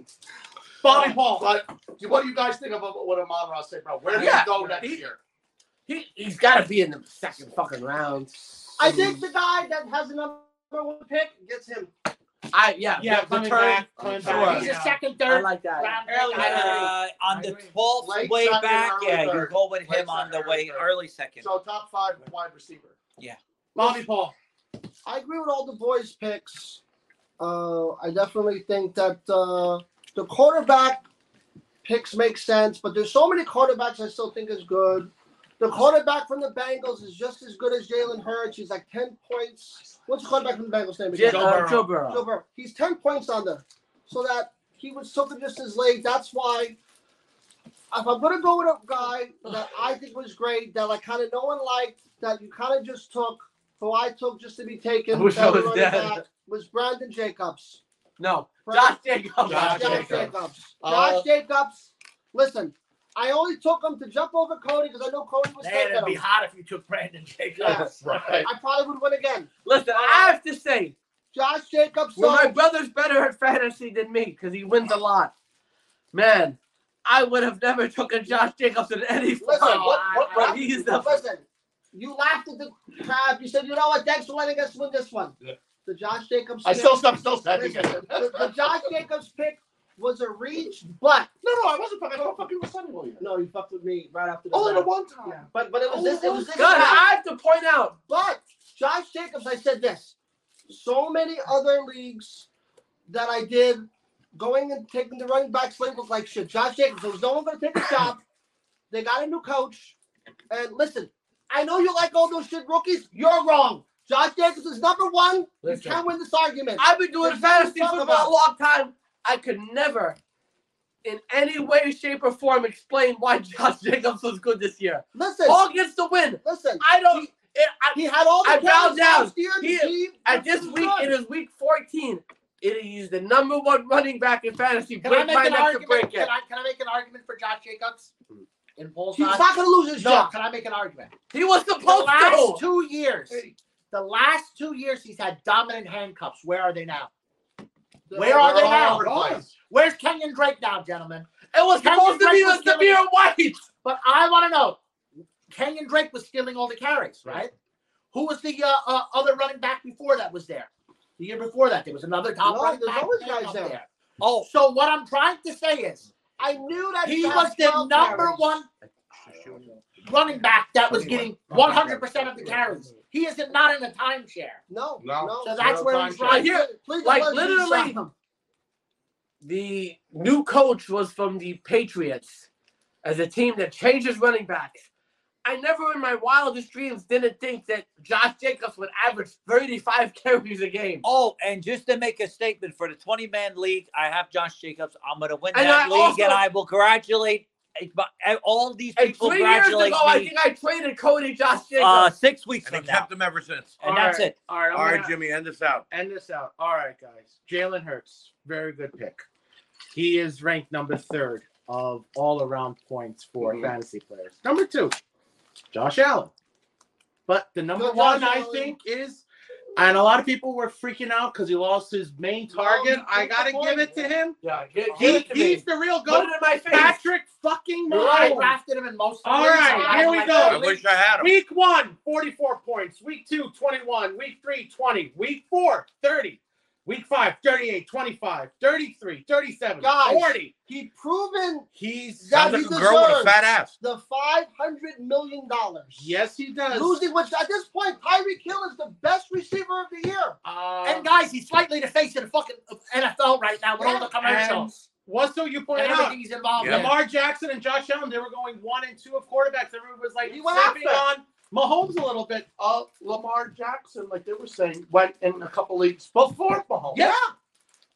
[SPEAKER 5] Bobby Paul, what, what do you guys think about what Amon Ross St. Brown? Where do
[SPEAKER 3] Yeah.
[SPEAKER 5] you go next year?
[SPEAKER 3] He he's got to be in the second fucking round.
[SPEAKER 11] I think the guy that has the number one pick gets him.
[SPEAKER 3] I yeah
[SPEAKER 14] Yeah,
[SPEAKER 3] the
[SPEAKER 14] coming
[SPEAKER 3] turn-
[SPEAKER 14] back, coming
[SPEAKER 3] Sure.
[SPEAKER 14] back.
[SPEAKER 2] he's
[SPEAKER 14] yeah.
[SPEAKER 2] a second,
[SPEAKER 3] I
[SPEAKER 2] third
[SPEAKER 3] like that.
[SPEAKER 2] round
[SPEAKER 14] Early
[SPEAKER 2] pick. I
[SPEAKER 1] Uh, on
[SPEAKER 5] I
[SPEAKER 1] the
[SPEAKER 5] agree.
[SPEAKER 1] 12th
[SPEAKER 5] Late
[SPEAKER 1] way
[SPEAKER 5] second,
[SPEAKER 1] back,
[SPEAKER 5] early
[SPEAKER 1] yeah, you
[SPEAKER 5] third.
[SPEAKER 1] go with
[SPEAKER 5] Late
[SPEAKER 1] him on the
[SPEAKER 5] second,
[SPEAKER 1] way
[SPEAKER 5] early third.
[SPEAKER 1] early second.
[SPEAKER 5] So top five wide receiver.
[SPEAKER 14] Bobby Paul.
[SPEAKER 11] I agree with all the boys' picks. Uh, I definitely think that uh, the quarterback picks make sense, but there's so many quarterbacks I still think is good. The quarterback from the Bengals is just as good as Jalen Hurts. He's like 10 points. What's the quarterback from the Bengals name? again?
[SPEAKER 3] Joe Burrow. Joe Burrow.
[SPEAKER 11] Joe Burrow. He's 10 points on there. So that he was something just as late. That's why if I'm going to go with a guy that I think was great, that like kind of no one liked, that you kind of just took, who I took just to be taken,
[SPEAKER 3] I wish I
[SPEAKER 11] that
[SPEAKER 3] was
[SPEAKER 11] running
[SPEAKER 3] dead.
[SPEAKER 11] back, was Brandon Jacobs.
[SPEAKER 3] No,
[SPEAKER 11] Brandon-
[SPEAKER 3] Josh Jacobs.
[SPEAKER 11] Josh,
[SPEAKER 5] Jacobs.
[SPEAKER 11] Jacobs.
[SPEAKER 3] Uh,
[SPEAKER 11] Josh Jacobs. Listen, I only took him to jump over Cody because I know Cody was
[SPEAKER 15] Man, it'd
[SPEAKER 11] taking
[SPEAKER 15] be
[SPEAKER 11] him.
[SPEAKER 15] hot if you took Brandon Jacobs.
[SPEAKER 5] Right.
[SPEAKER 11] I probably would win again.
[SPEAKER 3] Listen, I have to say,
[SPEAKER 11] Josh Jacobs.
[SPEAKER 3] well, my
[SPEAKER 11] So,
[SPEAKER 3] brother's better at fantasy than me because he wins a lot. Man, I would have never took a Josh Jacobs in any
[SPEAKER 11] listen,
[SPEAKER 3] form,
[SPEAKER 11] what, what,
[SPEAKER 3] but he's the
[SPEAKER 11] listen, you laughed at the crab. You said, you know what? Thanks for letting us win this one.
[SPEAKER 5] Yeah.
[SPEAKER 11] The Josh Jacobs.
[SPEAKER 5] I
[SPEAKER 11] pick-
[SPEAKER 5] still, I'm still standing.
[SPEAKER 11] listen,
[SPEAKER 5] No, no,
[SPEAKER 11] the, the Josh Jacobs pick was a reach, but
[SPEAKER 5] I wasn't fucking. I don't fucking with Sunny all year.
[SPEAKER 11] no, you fucked with me right after. the
[SPEAKER 5] Only the
[SPEAKER 11] draft.
[SPEAKER 5] one time.
[SPEAKER 11] Yeah, but but it was this. It was this.
[SPEAKER 3] God,
[SPEAKER 11] guy.
[SPEAKER 3] I have to point out.
[SPEAKER 11] But Josh Jacobs, I said this. So many other leagues that I did going and taking the running back slate was like shit. Josh Jacobs, there was no one going to take a job. They got a new coach. And listen, I know you like all those shit rookies. You're wrong. Josh Jacobs is number one.
[SPEAKER 3] Listen.
[SPEAKER 11] You can't win this argument.
[SPEAKER 3] I've been doing
[SPEAKER 11] There's
[SPEAKER 3] fantasy
[SPEAKER 11] nothing to
[SPEAKER 3] football
[SPEAKER 11] talk
[SPEAKER 3] a long time. I could never, in any way, shape, or form, explain why Josh Jacobs was good this year.
[SPEAKER 11] listen,
[SPEAKER 3] Paul gets the win.
[SPEAKER 11] listen.
[SPEAKER 3] I don't. It, I,
[SPEAKER 11] He had all the
[SPEAKER 3] I bow
[SPEAKER 11] talent
[SPEAKER 3] down.
[SPEAKER 11] last year, the
[SPEAKER 3] He-
[SPEAKER 11] team
[SPEAKER 3] at
[SPEAKER 11] was
[SPEAKER 3] this week,
[SPEAKER 11] good.
[SPEAKER 3] it is week 14. It is the number one running back in fantasy.
[SPEAKER 15] Can I
[SPEAKER 3] break
[SPEAKER 15] make
[SPEAKER 3] my
[SPEAKER 15] an
[SPEAKER 3] neck to
[SPEAKER 15] argument?
[SPEAKER 3] break
[SPEAKER 15] Can
[SPEAKER 3] it.
[SPEAKER 15] I, can I make an argument for Josh Jacobs in polls?
[SPEAKER 11] He's not going to lose his
[SPEAKER 15] No,
[SPEAKER 11] job.
[SPEAKER 15] can I make an argument?
[SPEAKER 3] He was
[SPEAKER 15] The
[SPEAKER 3] supposed
[SPEAKER 15] last
[SPEAKER 3] to.
[SPEAKER 15] two years, the last two years, he's had dominant handcuffs. Where are they now? Where are they
[SPEAKER 5] They're all
[SPEAKER 15] now?
[SPEAKER 5] over the place.
[SPEAKER 15] Where's Kenyon Drake now, gentlemen?
[SPEAKER 3] It was
[SPEAKER 15] Kenyon
[SPEAKER 3] supposed to be
[SPEAKER 15] Drake was
[SPEAKER 3] with Samir White.
[SPEAKER 15] But I want to know, Kenyon Drake was stealing all the carries, right? Who was the uh, uh, other running back before that was there? The year before that, there was another top
[SPEAKER 11] No,
[SPEAKER 15] running
[SPEAKER 11] there's
[SPEAKER 15] back.
[SPEAKER 11] always
[SPEAKER 15] that came
[SPEAKER 11] guys
[SPEAKER 15] up
[SPEAKER 11] there.
[SPEAKER 15] Oh, so what I'm trying to say is
[SPEAKER 11] I knew that
[SPEAKER 15] he
[SPEAKER 11] had
[SPEAKER 15] was the
[SPEAKER 11] 12
[SPEAKER 15] number
[SPEAKER 11] carries.
[SPEAKER 15] one running back that was getting 100% of the carries. He is not in a timeshare.
[SPEAKER 11] No,
[SPEAKER 5] No.
[SPEAKER 11] no.
[SPEAKER 15] So that's
[SPEAKER 5] No
[SPEAKER 15] where
[SPEAKER 5] time
[SPEAKER 15] he's
[SPEAKER 5] share.
[SPEAKER 15] right.
[SPEAKER 3] Here,
[SPEAKER 11] Please
[SPEAKER 3] like,
[SPEAKER 11] don't let me
[SPEAKER 3] literally-
[SPEAKER 11] stop him.
[SPEAKER 3] the new coach was from the Patriots as a team that changes running backs. I never in my wildest dreams didn't think that Josh Jacobs would average 35 carries a game.
[SPEAKER 1] Oh, and just to make a statement for the 20 man league, I have Josh Jacobs. I'm going to win
[SPEAKER 3] And
[SPEAKER 1] that
[SPEAKER 3] I
[SPEAKER 1] league,
[SPEAKER 3] also-
[SPEAKER 1] and I will congratulate I- all these
[SPEAKER 3] And
[SPEAKER 1] people.
[SPEAKER 3] three years ago,
[SPEAKER 1] Congratulate
[SPEAKER 3] I
[SPEAKER 1] me
[SPEAKER 3] think I traded Cody Josh Jacobs.
[SPEAKER 1] uh, six weeks
[SPEAKER 7] And he
[SPEAKER 1] from now,
[SPEAKER 7] kept him ever since.
[SPEAKER 1] and
[SPEAKER 3] All
[SPEAKER 1] that's
[SPEAKER 3] right,
[SPEAKER 1] it.
[SPEAKER 3] All right, I'm
[SPEAKER 7] All right,
[SPEAKER 3] gonna
[SPEAKER 7] Jimmy, end this out.
[SPEAKER 3] end this out. All right, guys. Jalen Hurts, very good pick. He is ranked number third of all around points for
[SPEAKER 5] Mhm.
[SPEAKER 3] fantasy players. Number two, Josh Allen. But the number
[SPEAKER 11] Good
[SPEAKER 3] one,
[SPEAKER 11] Josh
[SPEAKER 3] I
[SPEAKER 11] Allen.
[SPEAKER 3] think, is, and a lot of people were freaking out because he lost his main
[SPEAKER 11] No,
[SPEAKER 3] target.
[SPEAKER 11] he
[SPEAKER 3] I
[SPEAKER 11] took
[SPEAKER 3] gotta
[SPEAKER 11] the
[SPEAKER 3] give it to
[SPEAKER 11] point.
[SPEAKER 3] him.
[SPEAKER 15] Yeah,
[SPEAKER 3] He, it to he's the real Put goat.
[SPEAKER 15] Go
[SPEAKER 3] to my
[SPEAKER 15] face.
[SPEAKER 3] Patrick fucking
[SPEAKER 15] I
[SPEAKER 3] Mahomes.
[SPEAKER 15] drafted him in most.
[SPEAKER 3] All
[SPEAKER 15] leagues.
[SPEAKER 3] right,
[SPEAKER 15] I
[SPEAKER 3] here
[SPEAKER 15] don't
[SPEAKER 3] we
[SPEAKER 15] like
[SPEAKER 3] go.
[SPEAKER 15] that
[SPEAKER 7] I
[SPEAKER 15] league.
[SPEAKER 7] wish I had him.
[SPEAKER 3] Week one, 44 points. Week two, 21. Week three, 20. Week four, 30. Week five, 38, 25, 33, 37,
[SPEAKER 11] Guys.
[SPEAKER 3] 40.
[SPEAKER 11] He proven
[SPEAKER 3] He's.
[SPEAKER 11] that
[SPEAKER 7] Sounds
[SPEAKER 11] he
[SPEAKER 7] like a girl with a
[SPEAKER 11] deserves
[SPEAKER 7] fat ass.
[SPEAKER 11] the five hundred million dollars.
[SPEAKER 3] Yes, he does.
[SPEAKER 11] Losing, which at this point, Tyreek Hill is the best receiver of the year.
[SPEAKER 3] Uh,
[SPEAKER 15] And guys, he's slightly the face of the fucking NFL right now with all the
[SPEAKER 3] and
[SPEAKER 15] commercials
[SPEAKER 3] what's so you
[SPEAKER 15] and,
[SPEAKER 3] pointed out?
[SPEAKER 15] everything he's involved
[SPEAKER 7] Yeah.
[SPEAKER 15] in.
[SPEAKER 3] Lamar Jackson and Josh Allen, they were going one and two of quarterbacks. Everyone was like,
[SPEAKER 11] He
[SPEAKER 3] you
[SPEAKER 11] went
[SPEAKER 3] on Mahomes a little bit.
[SPEAKER 5] Uh, Lamar Jackson, like they were saying, went in a couple leagues before Mahomes.
[SPEAKER 3] Yeah.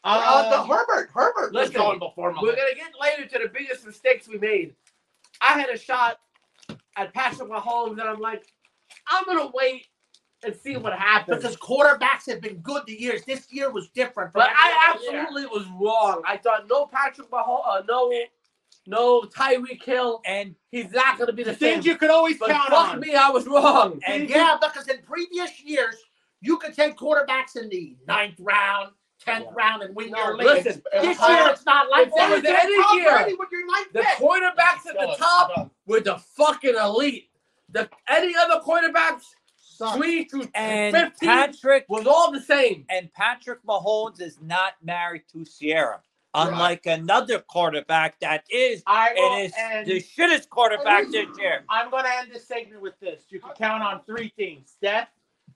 [SPEAKER 5] Uh, the Herbert, Herbert was
[SPEAKER 3] listen,
[SPEAKER 5] going before Mahomes.
[SPEAKER 3] We're gonna get later to the biggest mistakes we made. I had a shot at Patrick Mahomes, and I'm like, I'm gonna wait and see what happens.
[SPEAKER 15] Because quarterbacks have been good the years. This year was different. from
[SPEAKER 3] but I
[SPEAKER 15] every other year.
[SPEAKER 3] absolutely was wrong. I thought no Patrick Mahomes, uh, no, no Tyreek Hill.
[SPEAKER 1] And
[SPEAKER 3] He's not gonna be the same.
[SPEAKER 4] Things you could always
[SPEAKER 3] but
[SPEAKER 4] count
[SPEAKER 3] fuck
[SPEAKER 4] on.
[SPEAKER 3] me, I was wrong.
[SPEAKER 1] and
[SPEAKER 15] Yeah, because in previous years, you could take quarterbacks in the ninth round, tenth round, and win your league.
[SPEAKER 3] Listen,
[SPEAKER 15] this year it's not like
[SPEAKER 3] if there
[SPEAKER 15] that.
[SPEAKER 3] was any year
[SPEAKER 11] Brady with your ninth
[SPEAKER 3] the
[SPEAKER 11] pick.
[SPEAKER 3] quarterbacks at the top were the fucking elite. The any other quarterbacks,
[SPEAKER 11] Suck.
[SPEAKER 3] three through
[SPEAKER 1] and
[SPEAKER 3] fifteen,
[SPEAKER 1] Patrick
[SPEAKER 3] was all the same.
[SPEAKER 1] and Patrick Mahomes is not married to Sierra, unlike another quarterback that is
[SPEAKER 4] I will
[SPEAKER 1] and is
[SPEAKER 4] end-
[SPEAKER 1] the shittest
[SPEAKER 3] Oh,
[SPEAKER 1] quarterback this year.
[SPEAKER 4] I'm going to end this segment with this. You can count on three things death,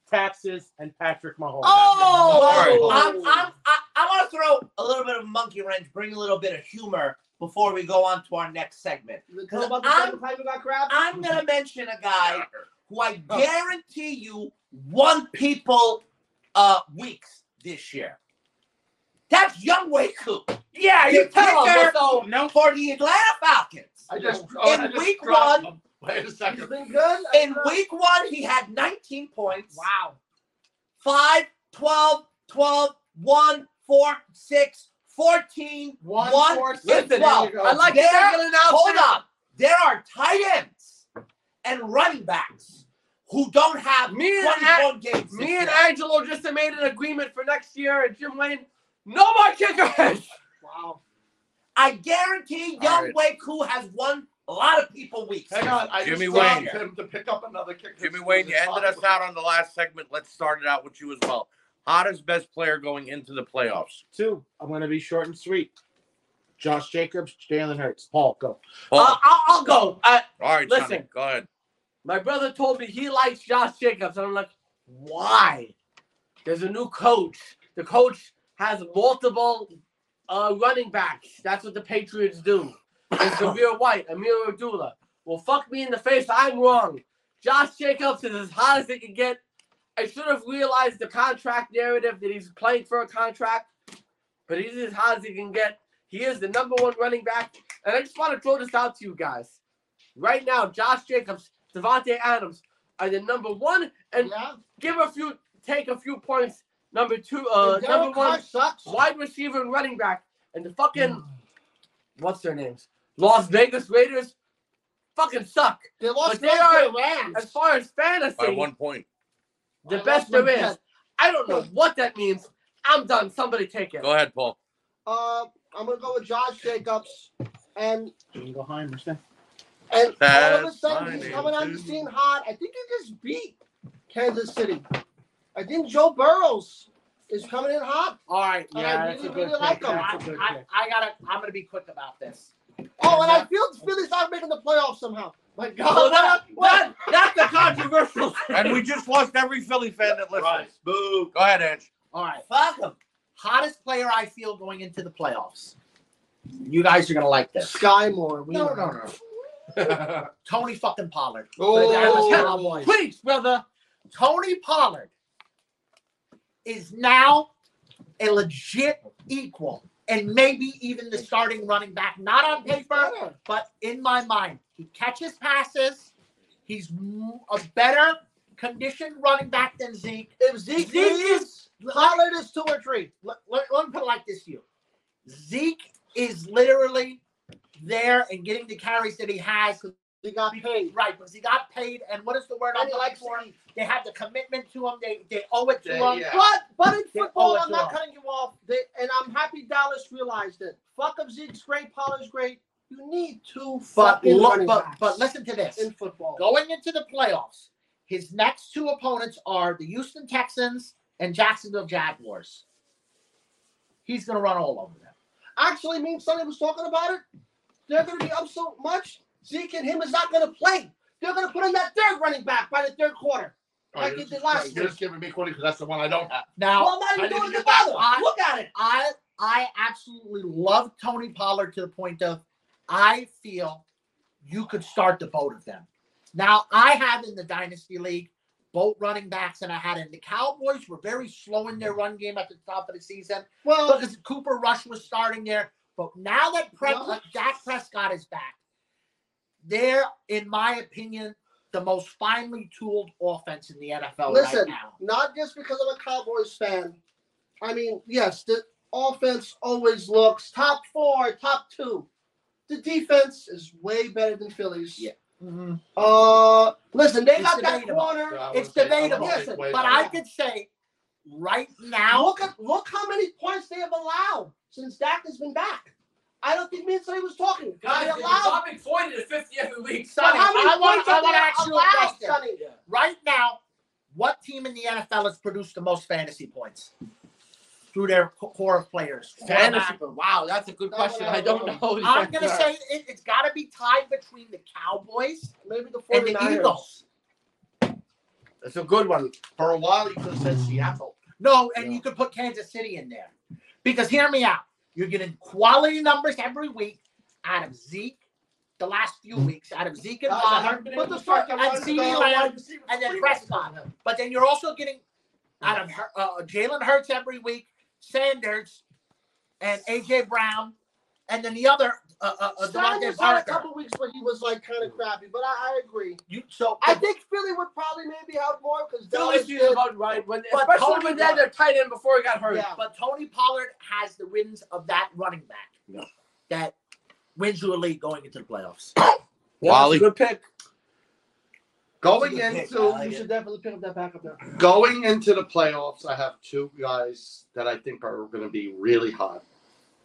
[SPEAKER 4] taxes, and Patrick Mahomes.
[SPEAKER 15] Oh,
[SPEAKER 7] All right.
[SPEAKER 15] I'm, I'm, I, I want to throw a little bit of monkey wrench, bring a little bit of humor
[SPEAKER 1] before we go on to our next segment.
[SPEAKER 11] Tell about the second time you got grabbed.
[SPEAKER 1] I'm gonna mention a guy who I guarantee you won people uh weeks this year. That's Young Waku.
[SPEAKER 3] Yeah,
[SPEAKER 1] you tell him
[SPEAKER 3] picker.
[SPEAKER 1] what's on for the Atlanta Falcons.
[SPEAKER 5] I just, oh,
[SPEAKER 1] In
[SPEAKER 5] I just
[SPEAKER 1] week
[SPEAKER 5] dropped
[SPEAKER 1] one-
[SPEAKER 5] him. Wait a
[SPEAKER 11] He's
[SPEAKER 5] second.
[SPEAKER 11] been good.
[SPEAKER 1] In week one, he had 19 points.
[SPEAKER 2] Wow.
[SPEAKER 1] 5, 12, 12, 1, 4, 6, 14,
[SPEAKER 16] One,
[SPEAKER 1] 1,
[SPEAKER 16] four,
[SPEAKER 1] and
[SPEAKER 16] six.
[SPEAKER 1] 12.
[SPEAKER 16] There you go. I
[SPEAKER 2] like
[SPEAKER 1] there,
[SPEAKER 2] the second and
[SPEAKER 3] Oh,
[SPEAKER 2] out
[SPEAKER 1] Hold
[SPEAKER 2] there.
[SPEAKER 1] on. There are tight ends and running backs who don't have
[SPEAKER 3] Me and
[SPEAKER 1] 21 games.
[SPEAKER 3] Me
[SPEAKER 1] this
[SPEAKER 3] and
[SPEAKER 1] year.
[SPEAKER 3] Angelo just made an agreement for next year, and Jim Wayne, no more kickers.
[SPEAKER 11] Wow.
[SPEAKER 1] I guarantee
[SPEAKER 7] All
[SPEAKER 1] Young Waku has won a lot of people weeks.
[SPEAKER 5] Hang on, I
[SPEAKER 7] Jimmy
[SPEAKER 5] just
[SPEAKER 7] Wayne.
[SPEAKER 5] dropped him to pick up another kick.
[SPEAKER 7] Jimmy Wayne, you ended us out on the last segment. Let's start it out with you as well. Hottest best player going into the playoffs.
[SPEAKER 16] Two. I'm gonna be short and sweet. Josh Jacobs, Jalen Hurts, Paul, go.
[SPEAKER 7] Paul,
[SPEAKER 3] Uh, I'll, I'll go. I,
[SPEAKER 7] all right,
[SPEAKER 3] listen.
[SPEAKER 7] Sonny, go ahead.
[SPEAKER 3] My brother told me he likes Josh Jacobs. And I'm like, why? There's a new coach. The coach has multiple uh, running backs. That's what the Patriots do. It's Amir White, Amir Abdullah. Well, fuck me in the face. I'm wrong. Josh Jacobs is as hot as it can get. I should have realized the contract narrative that he's playing for a contract, but he's as hot as he can get. He is the number one running back. And I just want to throw this out to you guys. Right now, Josh Jacobs Devontae Adams are the number one and
[SPEAKER 11] Yeah.
[SPEAKER 3] give a few take a few points. Number two, uh,
[SPEAKER 11] And Derek
[SPEAKER 3] number
[SPEAKER 11] Carr
[SPEAKER 3] one
[SPEAKER 11] sucks.
[SPEAKER 3] wide receiver and running back, and the fucking what's their names? Las Vegas Raiders fucking suck.
[SPEAKER 11] They lost
[SPEAKER 3] But they
[SPEAKER 11] both
[SPEAKER 3] are-
[SPEAKER 11] their Rams.
[SPEAKER 3] As far as fantasy,
[SPEAKER 7] By one point.
[SPEAKER 3] the
[SPEAKER 11] I
[SPEAKER 3] best
[SPEAKER 11] lost
[SPEAKER 3] there
[SPEAKER 11] my
[SPEAKER 3] is.
[SPEAKER 11] bet.
[SPEAKER 3] I don't know what that means. I'm done. Somebody take it.
[SPEAKER 7] Go ahead, Paul.
[SPEAKER 11] Uh, I'm gonna go with Josh Jacobs, and
[SPEAKER 16] Go Heimers then.
[SPEAKER 11] and all of a
[SPEAKER 7] That's
[SPEAKER 11] sudden
[SPEAKER 7] my
[SPEAKER 11] he's coming
[SPEAKER 7] name,
[SPEAKER 11] on the
[SPEAKER 7] too.
[SPEAKER 11] scene hot. I think he just beat Kansas City. I think Joe Burrows is coming in hot.
[SPEAKER 2] All right.
[SPEAKER 11] And
[SPEAKER 16] Yeah,
[SPEAKER 11] I
[SPEAKER 16] that's
[SPEAKER 11] really,
[SPEAKER 16] a good
[SPEAKER 11] really
[SPEAKER 16] pick.
[SPEAKER 11] like him.
[SPEAKER 16] Yeah.
[SPEAKER 2] I, I, I gotta. I'm gonna be quick about this.
[SPEAKER 11] Oh, and I feel Philly's not making the playoffs somehow. My God,
[SPEAKER 3] Well,
[SPEAKER 11] what
[SPEAKER 3] that,
[SPEAKER 11] up? What?
[SPEAKER 3] that- that's the controversial.
[SPEAKER 7] And we just lost every Philly fan that listens.
[SPEAKER 5] Right. Boo.
[SPEAKER 7] Go ahead, Edge.
[SPEAKER 2] All right.
[SPEAKER 1] Fuck him.
[SPEAKER 2] Hottest player I feel going into the playoffs. You guys are gonna like this.
[SPEAKER 11] Sky Moore. We
[SPEAKER 2] No,
[SPEAKER 11] know.
[SPEAKER 2] no, no. Tony fucking Pollard.
[SPEAKER 5] Oh.
[SPEAKER 2] Cowboys.
[SPEAKER 3] Please, brother.
[SPEAKER 2] Tony Pollard is now a legit equal and maybe even the starting running back. Not on paper, but in my mind, he catches passes. He's m- a better conditioned running back than Zeke.
[SPEAKER 11] If Zeke
[SPEAKER 2] Zeke
[SPEAKER 11] leaves,
[SPEAKER 2] is
[SPEAKER 11] Pollard is two or three.
[SPEAKER 2] let, let, let me put it like this to you. Zeke is literally there and getting the carries that he has.
[SPEAKER 11] He got paid.
[SPEAKER 2] Right, because he got paid, and what is the word
[SPEAKER 11] And
[SPEAKER 2] I'm
[SPEAKER 11] he
[SPEAKER 2] like
[SPEAKER 11] likes
[SPEAKER 2] for him?
[SPEAKER 11] Zeke.
[SPEAKER 2] They have the commitment to him. They they owe it to
[SPEAKER 5] Yeah,
[SPEAKER 2] him.
[SPEAKER 5] yeah.
[SPEAKER 11] But but in
[SPEAKER 2] They owe
[SPEAKER 11] football,
[SPEAKER 2] it
[SPEAKER 11] I'm
[SPEAKER 2] to
[SPEAKER 11] not
[SPEAKER 2] him.
[SPEAKER 11] cutting you off. They, and I'm happy Dallas realized it. Fuck up Zeke's great, Pollard's great. You need two
[SPEAKER 2] But
[SPEAKER 11] fucking
[SPEAKER 2] look,
[SPEAKER 11] running
[SPEAKER 2] but
[SPEAKER 11] backs
[SPEAKER 2] but listen to this.
[SPEAKER 11] in football.
[SPEAKER 2] Going into the playoffs, his next two opponents are the Houston Texans and Jacksonville Jaguars. He's gonna run all over them.
[SPEAKER 11] Actually, me and Sonny was talking about it. They're going to be up so much. Zeke and him is not going to play. They're going to put in that third running back by the third quarter.
[SPEAKER 5] All right,
[SPEAKER 11] I
[SPEAKER 5] you're
[SPEAKER 11] did the
[SPEAKER 5] just-
[SPEAKER 11] last
[SPEAKER 5] You're
[SPEAKER 11] week.
[SPEAKER 5] just giving me quitting because that's the one I don't have.
[SPEAKER 2] Now
[SPEAKER 11] Well, I'm
[SPEAKER 5] I
[SPEAKER 11] not even
[SPEAKER 5] didn't
[SPEAKER 11] doing
[SPEAKER 5] get
[SPEAKER 11] the
[SPEAKER 5] that
[SPEAKER 11] bother.
[SPEAKER 2] I-
[SPEAKER 11] Look at it.
[SPEAKER 2] I I absolutely love Tony Pollard to the point of I feel you could start the boat of them. Now I have in the dynasty league boat running backs, and I had in the Cowboys were very slow in their run game at the top of the season
[SPEAKER 11] Well,
[SPEAKER 2] because Cooper Rush was starting there. But now that Pre-
[SPEAKER 11] Well-
[SPEAKER 2] Dak Prescott is back, they're in my opinion the most finely tooled offense in the NFL right
[SPEAKER 11] Listen,
[SPEAKER 2] now.
[SPEAKER 11] not just because I'm a Cowboys fan. I mean, yes, the offense always looks top four, top two. The defense is way better than Phillies.
[SPEAKER 2] Yeah. Mm-hmm.
[SPEAKER 11] Uh, listen, they
[SPEAKER 2] It's
[SPEAKER 11] got that
[SPEAKER 2] debatable.
[SPEAKER 11] corner.
[SPEAKER 5] So I
[SPEAKER 2] It's
[SPEAKER 5] would say- I would
[SPEAKER 2] debatable,
[SPEAKER 5] say
[SPEAKER 11] listen,
[SPEAKER 5] way
[SPEAKER 2] But
[SPEAKER 5] down.
[SPEAKER 2] I could say right now.
[SPEAKER 11] Look at look how many points they have allowed since Dak has been back. I don't think me and Sonny was talking.
[SPEAKER 3] Guys,
[SPEAKER 11] they
[SPEAKER 3] you're
[SPEAKER 11] allowed.
[SPEAKER 3] dropping 40 to 50 every week.
[SPEAKER 11] So
[SPEAKER 2] Sonny,
[SPEAKER 11] how many
[SPEAKER 2] I wanna-
[SPEAKER 11] points
[SPEAKER 2] I
[SPEAKER 11] have
[SPEAKER 2] wanna
[SPEAKER 11] they
[SPEAKER 2] ask you a
[SPEAKER 11] allowed,
[SPEAKER 2] question.
[SPEAKER 11] Sonny?
[SPEAKER 2] right now, what team in the NFL has produced the most fantasy points through their co- core of players?
[SPEAKER 3] Fantasy.
[SPEAKER 2] Quarterback.
[SPEAKER 3] Wow, that's a good
[SPEAKER 11] No,
[SPEAKER 3] question.
[SPEAKER 11] no,
[SPEAKER 3] I don't
[SPEAKER 11] no.
[SPEAKER 3] know.
[SPEAKER 2] I'm gonna say it, it's got to be tied between the Cowboys
[SPEAKER 11] Maybe the
[SPEAKER 2] and
[SPEAKER 11] 49ers.
[SPEAKER 2] the Eagles.
[SPEAKER 3] it's a good one.
[SPEAKER 5] For a while, you could have said Seattle.
[SPEAKER 2] No, and you could put Kansas City in there because hear me out. You're getting quality numbers every week.
[SPEAKER 15] out of Zeke the last few weeks, out of Zeke and
[SPEAKER 4] Uh,
[SPEAKER 15] Pollard,
[SPEAKER 4] been
[SPEAKER 15] but
[SPEAKER 4] able
[SPEAKER 15] the
[SPEAKER 4] to start
[SPEAKER 15] start-
[SPEAKER 4] that
[SPEAKER 15] and
[SPEAKER 4] wide
[SPEAKER 15] CD
[SPEAKER 4] receiver,
[SPEAKER 15] Lamb
[SPEAKER 4] wide receiver
[SPEAKER 15] and then
[SPEAKER 4] three.
[SPEAKER 15] Prescott. But then you're also getting out of Her- uh, Jalen Hurts every week, Sanders, and AJ Brown, and then the other uh, uh, uh, Devontae
[SPEAKER 11] Sanders had a
[SPEAKER 15] Parker.
[SPEAKER 11] couple weeks where he was like kind of crappy, but I, I agree.
[SPEAKER 15] You so
[SPEAKER 11] I think Philly would probably maybe have more because
[SPEAKER 3] Philly's usually about right when,
[SPEAKER 15] But
[SPEAKER 3] especially
[SPEAKER 15] Tony
[SPEAKER 3] when they had their tight end before he got hurt.
[SPEAKER 11] Yeah.
[SPEAKER 15] But Tony Pollard has the wins of that running back
[SPEAKER 3] Yeah.
[SPEAKER 15] that wins you a league going into the playoffs.
[SPEAKER 3] Yeah, that's a
[SPEAKER 7] Wally.
[SPEAKER 3] good pick.
[SPEAKER 15] That's a
[SPEAKER 5] Going
[SPEAKER 15] good pick.
[SPEAKER 5] into
[SPEAKER 15] I like
[SPEAKER 11] you
[SPEAKER 15] it.
[SPEAKER 11] should definitely pick up that backup now.
[SPEAKER 5] Going into the playoffs, I have two guys that I think are going to be really hot,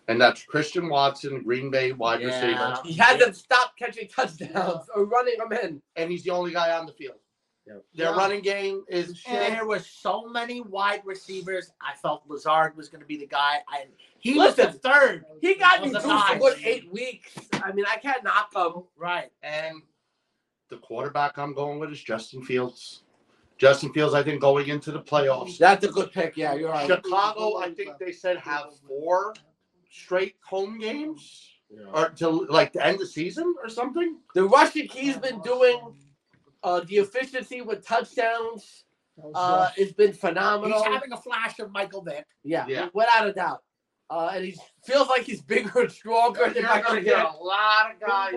[SPEAKER 5] and that's Christian Watson, Green Bay wide
[SPEAKER 15] Yeah.
[SPEAKER 5] receiver,
[SPEAKER 3] He had them stop catching touchdowns or running them in.
[SPEAKER 5] and he's the only guy on the field.
[SPEAKER 3] Yeah.
[SPEAKER 5] Their
[SPEAKER 11] Yeah.
[SPEAKER 5] running game is shit.
[SPEAKER 15] There were so many wide receivers. I felt Lazard was going to be the guy. I he was
[SPEAKER 3] Listen,
[SPEAKER 15] the third.
[SPEAKER 3] He got
[SPEAKER 15] Well,
[SPEAKER 3] me
[SPEAKER 15] the
[SPEAKER 3] boosted for
[SPEAKER 15] guys.
[SPEAKER 3] what, eight weeks. I mean, I can't knock him.
[SPEAKER 15] Right.
[SPEAKER 5] And the quarterback I'm going with is Justin Fields. Justin Fields, I think, going into the playoffs.
[SPEAKER 3] Oh, That's a good pick. Yeah, you're right.
[SPEAKER 5] Chicago, I think they said have four straight home games or till like the end of season or something.
[SPEAKER 3] The Russian key's been doing uh, the efficiency with touchdowns. Uh, it's been phenomenal.
[SPEAKER 15] He's having a flash of Michael Vick.
[SPEAKER 3] yeah,
[SPEAKER 5] Yeah.
[SPEAKER 3] without a doubt. Uh, and he feels like he's bigger and stronger than
[SPEAKER 5] You're
[SPEAKER 3] Michael
[SPEAKER 5] gonna
[SPEAKER 3] Vick.
[SPEAKER 5] get a lot of guys.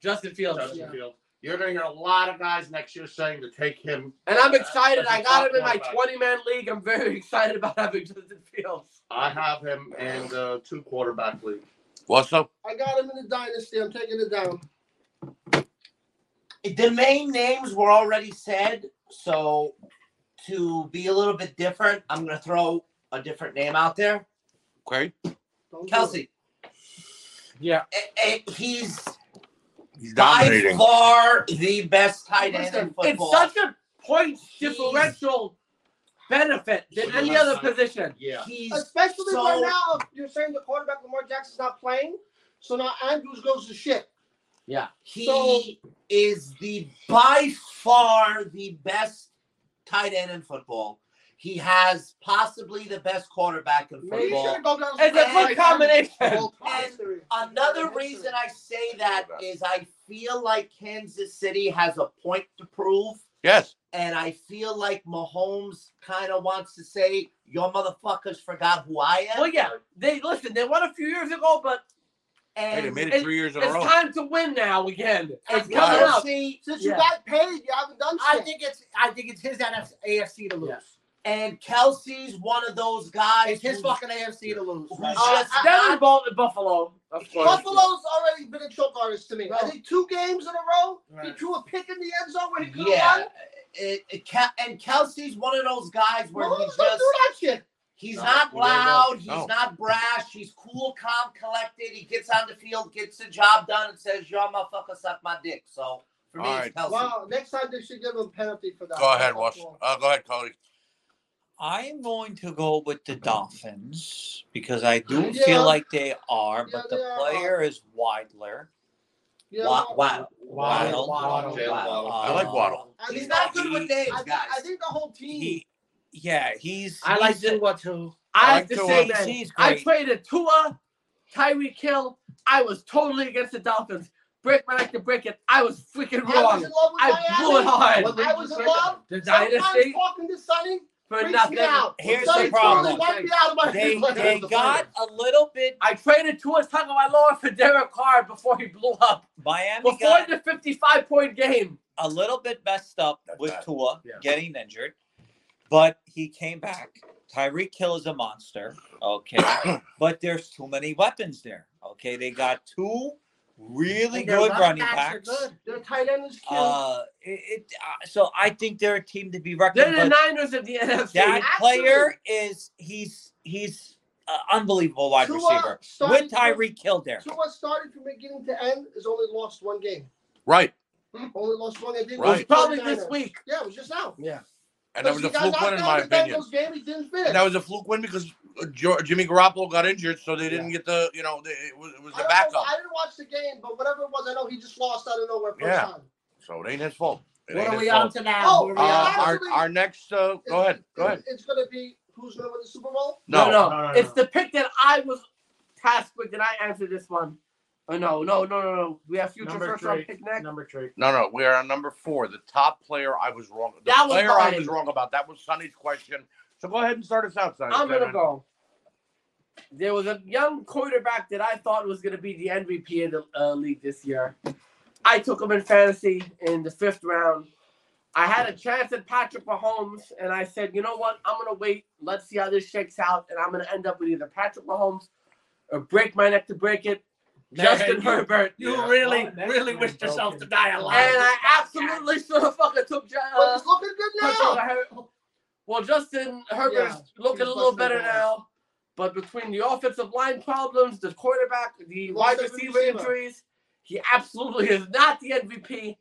[SPEAKER 3] Justin Fields.
[SPEAKER 5] Justin Fields. You're gonna hear a lot of guys next year saying to take him.
[SPEAKER 3] And I'm excited. I got him in my
[SPEAKER 5] Quarterback.
[SPEAKER 3] 20 man league. I'm very excited about having Justin Fields.
[SPEAKER 5] I have him in the two quarterback league.
[SPEAKER 7] What's up?
[SPEAKER 11] I got him in the dynasty. I'm taking it down.
[SPEAKER 2] The main names were already said, so to be a little bit different, I'm gonna throw a different name out there.
[SPEAKER 7] Okay.
[SPEAKER 11] Don't do it.
[SPEAKER 2] Kelsey.
[SPEAKER 4] Yeah.
[SPEAKER 2] Eh, eh, he's
[SPEAKER 7] He's
[SPEAKER 2] by far the best tight end in
[SPEAKER 3] Listen,
[SPEAKER 2] football.
[SPEAKER 3] it's such a point differential benefit than any other position.
[SPEAKER 5] Yeah.
[SPEAKER 2] He's
[SPEAKER 11] Especially
[SPEAKER 2] so-
[SPEAKER 11] right now, if you're saying the quarterback Lamar Jackson's not playing, so now Andrews goes to shit.
[SPEAKER 2] he
[SPEAKER 11] So-
[SPEAKER 2] is the by far the best tight end in football. He has possibly the best quarterback in
[SPEAKER 11] Maybe you
[SPEAKER 2] football.
[SPEAKER 11] should go down.
[SPEAKER 3] It's a good combination.
[SPEAKER 2] Another reason I say that is I feel like Kansas City has a point to prove,
[SPEAKER 7] Yes.
[SPEAKER 2] and I feel like Mahomes kind of wants to say, "Your motherfuckers forgot who I am."
[SPEAKER 3] Well, yeah, they listen. They won a few years ago, but
[SPEAKER 7] Hey, they
[SPEAKER 2] and
[SPEAKER 7] made
[SPEAKER 3] it's-
[SPEAKER 7] it three years in a
[SPEAKER 3] it's
[SPEAKER 7] row.
[SPEAKER 3] time to win now again. It's
[SPEAKER 2] and
[SPEAKER 3] coming up.
[SPEAKER 2] Kelsey
[SPEAKER 11] Since you
[SPEAKER 3] Yeah.
[SPEAKER 11] got paid, you haven't done
[SPEAKER 15] I
[SPEAKER 11] shit.
[SPEAKER 15] think it's I think it's his NFC, AFC to lose.
[SPEAKER 2] and Kelsey's one of those guys.
[SPEAKER 15] It's his
[SPEAKER 2] who-
[SPEAKER 15] fucking AFC to lose.
[SPEAKER 2] who's
[SPEAKER 15] right?
[SPEAKER 2] just
[SPEAKER 3] Uh, down in Bal- in Buffalo, of course.
[SPEAKER 11] Buffalo's already been a choke artist to me. I think two games in a row, he
[SPEAKER 15] Right.
[SPEAKER 11] threw a pick in the end zone where he could have
[SPEAKER 2] Yeah,
[SPEAKER 11] won.
[SPEAKER 2] it, it, Kel- and Kelsey's one of those guys where he
[SPEAKER 11] Mahomes
[SPEAKER 2] just
[SPEAKER 11] don't do that shit.
[SPEAKER 2] he's
[SPEAKER 5] No,
[SPEAKER 2] not
[SPEAKER 5] he really won't.
[SPEAKER 2] loud, he's
[SPEAKER 7] No.
[SPEAKER 2] not brash, he's cool, calm, collected. He gets on the field, gets the job done, and says, "Y'all motherfucker suck my dick." So for me,
[SPEAKER 7] All
[SPEAKER 2] it's
[SPEAKER 7] right.
[SPEAKER 2] Kelsey.
[SPEAKER 11] Wow, next time they should give him a penalty for that.
[SPEAKER 7] Go ahead, Wash. Uh, go ahead, Cody.
[SPEAKER 1] I am going to go with the Dolphins because I do
[SPEAKER 11] Yeah.
[SPEAKER 1] feel like they are,
[SPEAKER 11] Yeah,
[SPEAKER 1] but
[SPEAKER 11] they
[SPEAKER 1] the
[SPEAKER 11] are.
[SPEAKER 1] player is Widler.
[SPEAKER 11] Yeah,
[SPEAKER 2] Wa- wa-
[SPEAKER 1] Waddle.
[SPEAKER 11] Waddle.
[SPEAKER 5] Jalen Waddle.
[SPEAKER 1] Uh,
[SPEAKER 7] I like Waddle.
[SPEAKER 11] I
[SPEAKER 2] He's
[SPEAKER 11] think-
[SPEAKER 2] not good with names,
[SPEAKER 11] I think,
[SPEAKER 2] guys.
[SPEAKER 11] I think the whole team.
[SPEAKER 1] He, yeah, he's.
[SPEAKER 3] I like
[SPEAKER 1] he's-
[SPEAKER 3] Tua too. I have
[SPEAKER 7] like
[SPEAKER 3] to
[SPEAKER 7] Tua.
[SPEAKER 3] say that
[SPEAKER 1] He's
[SPEAKER 3] I
[SPEAKER 1] great.
[SPEAKER 3] traded Tua, Tyreek Hill. I was totally against the Dolphins. Break my neck to break it. I was freaking
[SPEAKER 11] I was
[SPEAKER 3] wrong.
[SPEAKER 11] in love with
[SPEAKER 3] I
[SPEAKER 11] Miami.
[SPEAKER 3] blew it hard.
[SPEAKER 5] What league
[SPEAKER 11] I
[SPEAKER 5] you
[SPEAKER 11] was in
[SPEAKER 5] say?
[SPEAKER 11] love.
[SPEAKER 3] The
[SPEAKER 11] Sometimes
[SPEAKER 3] dynasty
[SPEAKER 11] talking to Sonny
[SPEAKER 3] for
[SPEAKER 11] freaks me
[SPEAKER 3] nothing.
[SPEAKER 11] out.
[SPEAKER 1] Here's
[SPEAKER 11] Sonny
[SPEAKER 1] the problem.
[SPEAKER 11] totally wiped me out of my
[SPEAKER 1] They,
[SPEAKER 5] Like,
[SPEAKER 1] they
[SPEAKER 5] the
[SPEAKER 1] got a little bit.
[SPEAKER 3] I traded Tua Tagovailoa for Derek Carr before he blew up.
[SPEAKER 1] Miami
[SPEAKER 3] Before
[SPEAKER 1] got
[SPEAKER 3] the 55 point game.
[SPEAKER 1] a little bit messed up with
[SPEAKER 7] bad.
[SPEAKER 1] Tua
[SPEAKER 3] Yeah.
[SPEAKER 1] getting injured, but he came back. Tyreek Hill is a monster. Okay. but there's too many weapons there. Okay. They got two really
[SPEAKER 15] And their
[SPEAKER 1] good running
[SPEAKER 15] backs are
[SPEAKER 1] backs.
[SPEAKER 15] good.
[SPEAKER 11] Their tight end is cute.
[SPEAKER 1] Uh, it, it, uh, so I think they're a team to be reckoned
[SPEAKER 3] They're
[SPEAKER 1] with.
[SPEAKER 3] the Niners of the NFC.
[SPEAKER 1] that
[SPEAKER 11] Absolutely.
[SPEAKER 1] player is he's he's uh, unbelievable wide
[SPEAKER 11] Tua
[SPEAKER 1] receiver
[SPEAKER 11] started
[SPEAKER 1] with Tyreek Hill there.
[SPEAKER 11] Tua started from beginning to end has only lost one game.
[SPEAKER 7] Right.
[SPEAKER 11] Only lost one. I think it
[SPEAKER 7] Right.
[SPEAKER 11] was
[SPEAKER 3] It's probably this
[SPEAKER 11] 49ers.
[SPEAKER 3] week.
[SPEAKER 11] Yeah, it was just now.
[SPEAKER 3] Yeah.
[SPEAKER 7] And that was
[SPEAKER 11] He
[SPEAKER 7] a
[SPEAKER 11] got
[SPEAKER 7] fluke
[SPEAKER 11] knocked
[SPEAKER 7] win, in
[SPEAKER 11] out
[SPEAKER 7] my
[SPEAKER 11] of the Bengals
[SPEAKER 7] opinion.
[SPEAKER 11] game, he didn't finish.
[SPEAKER 7] And that was a fluke win because uh, Jo- Jimmy Garoppolo got injured, so they didn't get the, you know, the, it was, it was
[SPEAKER 11] I
[SPEAKER 7] the
[SPEAKER 11] don't know-
[SPEAKER 7] backup.
[SPEAKER 11] I didn't watch the game, but whatever it was, I know he just lost out of nowhere first
[SPEAKER 7] Yeah.
[SPEAKER 11] time.
[SPEAKER 7] So it ain't his fault. It
[SPEAKER 15] What
[SPEAKER 7] ain't
[SPEAKER 15] are
[SPEAKER 7] his
[SPEAKER 15] we on
[SPEAKER 7] fault.
[SPEAKER 15] to now?
[SPEAKER 11] Oh,
[SPEAKER 15] What are we on
[SPEAKER 7] Uh,
[SPEAKER 15] to?
[SPEAKER 7] our, our next, uh, go ahead. Go ahead.
[SPEAKER 11] It's gonna be who's gonna win the Super Bowl?
[SPEAKER 3] No,
[SPEAKER 7] No.
[SPEAKER 3] no,
[SPEAKER 5] no, no,
[SPEAKER 3] It's
[SPEAKER 5] no.
[SPEAKER 3] the pick that I was tasked with, and I answered this one. Oh, no, no, no, no, no. We have future
[SPEAKER 17] Number
[SPEAKER 3] first round
[SPEAKER 17] three.
[SPEAKER 3] pick next.
[SPEAKER 17] Number three.
[SPEAKER 7] No, no, we are on number four. The top player I was wrong. The
[SPEAKER 3] That was
[SPEAKER 7] player I
[SPEAKER 3] mine.
[SPEAKER 7] was wrong about. That was Sonny's question. So go ahead and start us out, Sonny.
[SPEAKER 3] I'm gonna
[SPEAKER 7] Kevin.
[SPEAKER 3] go. There was a young quarterback that I thought was gonna be the MVP of the uh, league this year. I took him in fantasy in the fifth round. I had a chance at Patrick Mahomes, and I said, you know what? I'm gonna wait. Let's see how this shakes out, and I'm gonna end up with either Patrick Mahomes or break my neck to break it,
[SPEAKER 7] Man,
[SPEAKER 3] Justin
[SPEAKER 7] you-
[SPEAKER 3] Herbert.
[SPEAKER 7] you
[SPEAKER 3] Yeah.
[SPEAKER 7] really,
[SPEAKER 17] Oh, that's
[SPEAKER 7] really
[SPEAKER 17] been
[SPEAKER 7] wished yourself to
[SPEAKER 17] broken.
[SPEAKER 7] die
[SPEAKER 3] And
[SPEAKER 7] alive.
[SPEAKER 3] I absolutely should have fucking took. Ja-
[SPEAKER 11] But
[SPEAKER 3] Uh,
[SPEAKER 11] it's looking good now.
[SPEAKER 3] Justin Her- Well, Justin Herbert's looking a
[SPEAKER 11] he's
[SPEAKER 3] little
[SPEAKER 11] busted
[SPEAKER 3] better
[SPEAKER 11] his ass.
[SPEAKER 3] now, but between the offensive line problems, the quarterback, the
[SPEAKER 11] Lost
[SPEAKER 3] wide
[SPEAKER 11] every
[SPEAKER 3] receiver
[SPEAKER 11] receiver.
[SPEAKER 3] injuries, he absolutely is not the MVP.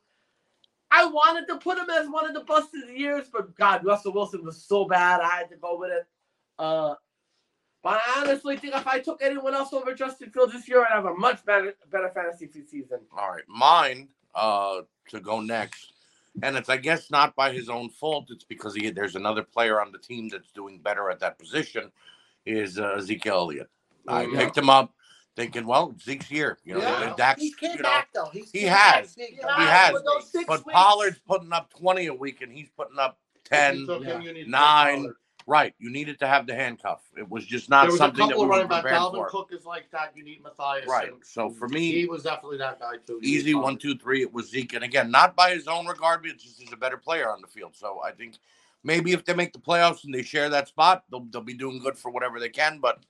[SPEAKER 3] I wanted to put him as one of the busted years, but God, Russell Wilson was so bad, I had to go with it. Uh, but I honestly think if I took anyone else over Justin Fields this year, I'd have a much better better fantasy season.
[SPEAKER 7] All right, mine uh, to go next, and it's I guess not by his own fault. It's because he, there's another player on the team that's doing better at that position. Is uh, Ezekiel Elliott? I
[SPEAKER 5] Oh, Yeah.
[SPEAKER 7] picked him up thinking, well, Zeke's here. You know,
[SPEAKER 11] Yeah.
[SPEAKER 7] Dax.
[SPEAKER 18] He's came
[SPEAKER 7] you know,
[SPEAKER 18] back though. He's
[SPEAKER 7] he
[SPEAKER 18] came back
[SPEAKER 7] has.
[SPEAKER 18] big,
[SPEAKER 11] He
[SPEAKER 18] though.
[SPEAKER 7] he
[SPEAKER 11] Yeah,
[SPEAKER 7] has.
[SPEAKER 11] but those six
[SPEAKER 7] But
[SPEAKER 11] weeks-
[SPEAKER 7] Pollard's putting up twenty a week, and he's putting up ten.
[SPEAKER 5] You took him,
[SPEAKER 3] Yeah.
[SPEAKER 5] you need to
[SPEAKER 7] Nine.
[SPEAKER 5] take Pollard.
[SPEAKER 7] Right, you needed to have the handcuff. It was just
[SPEAKER 5] There
[SPEAKER 7] not
[SPEAKER 5] was a
[SPEAKER 7] something that
[SPEAKER 5] couple
[SPEAKER 7] we
[SPEAKER 5] of
[SPEAKER 7] were
[SPEAKER 5] running back.
[SPEAKER 7] prepared
[SPEAKER 5] Dalvin
[SPEAKER 7] for.
[SPEAKER 5] Cook is like that. You need Matthias.
[SPEAKER 7] Right.
[SPEAKER 5] and
[SPEAKER 7] So for me,
[SPEAKER 5] He was definitely that guy too. He was
[SPEAKER 7] easy
[SPEAKER 5] solid.
[SPEAKER 7] one, two, three. It was Zeke, and again, not by his own regard, but just as a better player on the field. So I think maybe if they make the playoffs and they share that spot, they'll, they'll be doing good for whatever they can. But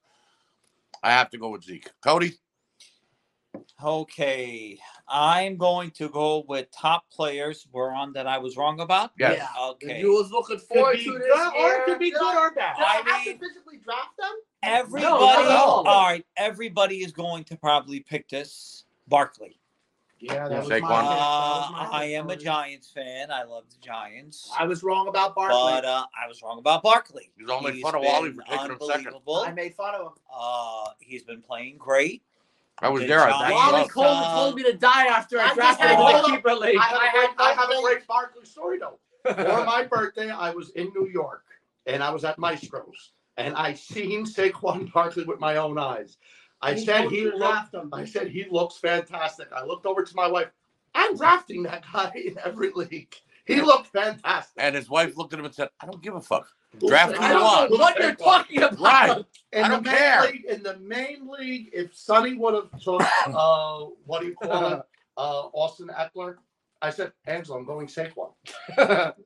[SPEAKER 7] I have to go with Zeke. Cody,
[SPEAKER 1] Okay, I'm going to go with top players. Were on that I was wrong about.
[SPEAKER 7] yes,
[SPEAKER 3] Yeah.
[SPEAKER 1] Okay.
[SPEAKER 3] You was looking
[SPEAKER 17] Could
[SPEAKER 3] forward
[SPEAKER 17] be
[SPEAKER 3] to
[SPEAKER 17] good
[SPEAKER 3] this
[SPEAKER 17] or it
[SPEAKER 3] year.
[SPEAKER 17] could be good or bad.
[SPEAKER 11] Did I
[SPEAKER 1] I
[SPEAKER 11] have to
[SPEAKER 1] mean-
[SPEAKER 11] physically draft them?
[SPEAKER 1] Everybody,
[SPEAKER 3] not at all.
[SPEAKER 1] all right, everybody is going to probably pick this. Barkley.
[SPEAKER 5] Yeah, that was
[SPEAKER 7] Saquon.
[SPEAKER 5] my
[SPEAKER 1] Uh,
[SPEAKER 5] pick. That was my
[SPEAKER 1] I
[SPEAKER 5] pick,
[SPEAKER 1] am a
[SPEAKER 5] Tony.
[SPEAKER 1] Giants fan. I love the Giants,
[SPEAKER 2] I was wrong about Barkley.
[SPEAKER 1] but uh, I was wrong about Barkley.
[SPEAKER 7] He's all made
[SPEAKER 1] He's
[SPEAKER 7] fun of Wally
[SPEAKER 1] been
[SPEAKER 7] for taking him second.
[SPEAKER 1] unbelievable.
[SPEAKER 2] I made fun of him.
[SPEAKER 1] Uh, he's been playing great.
[SPEAKER 7] I was
[SPEAKER 1] The
[SPEAKER 7] there. I
[SPEAKER 1] Giants-
[SPEAKER 7] backed
[SPEAKER 3] Wally
[SPEAKER 7] up.
[SPEAKER 1] Cole-
[SPEAKER 11] uh,
[SPEAKER 3] Coleman told me to die after I
[SPEAKER 2] I just
[SPEAKER 3] drafted
[SPEAKER 5] had
[SPEAKER 3] him in
[SPEAKER 5] all
[SPEAKER 3] the
[SPEAKER 5] the-
[SPEAKER 3] keeper league.
[SPEAKER 5] I have a great, I have a
[SPEAKER 2] Thank
[SPEAKER 5] great Barkley story though. For my birthday, I was in New York and I was at Maestro's and I seen Saquon Barkley with my own eyes. I
[SPEAKER 11] He
[SPEAKER 5] said
[SPEAKER 11] told
[SPEAKER 5] he
[SPEAKER 11] you to
[SPEAKER 5] looked.
[SPEAKER 11] draft them.
[SPEAKER 5] I said he looks fantastic. I looked over to my wife. I'm drafting that guy in every league. He looked fantastic.
[SPEAKER 7] and his wife looked at him and said, "I don't give a fuck. Draft
[SPEAKER 5] Who's
[SPEAKER 7] who
[SPEAKER 3] I
[SPEAKER 7] you
[SPEAKER 5] Saquon?
[SPEAKER 7] want."
[SPEAKER 3] don't know
[SPEAKER 5] Who's
[SPEAKER 3] what you're
[SPEAKER 5] Saquon?
[SPEAKER 3] talking about.
[SPEAKER 7] Right.
[SPEAKER 5] In
[SPEAKER 7] I don't
[SPEAKER 5] the main
[SPEAKER 7] care.
[SPEAKER 5] League, in the main league, if Sonny would have took, uh, what do you call it, uh, Austin Eckler, I said, Angela, I'm going Saquon.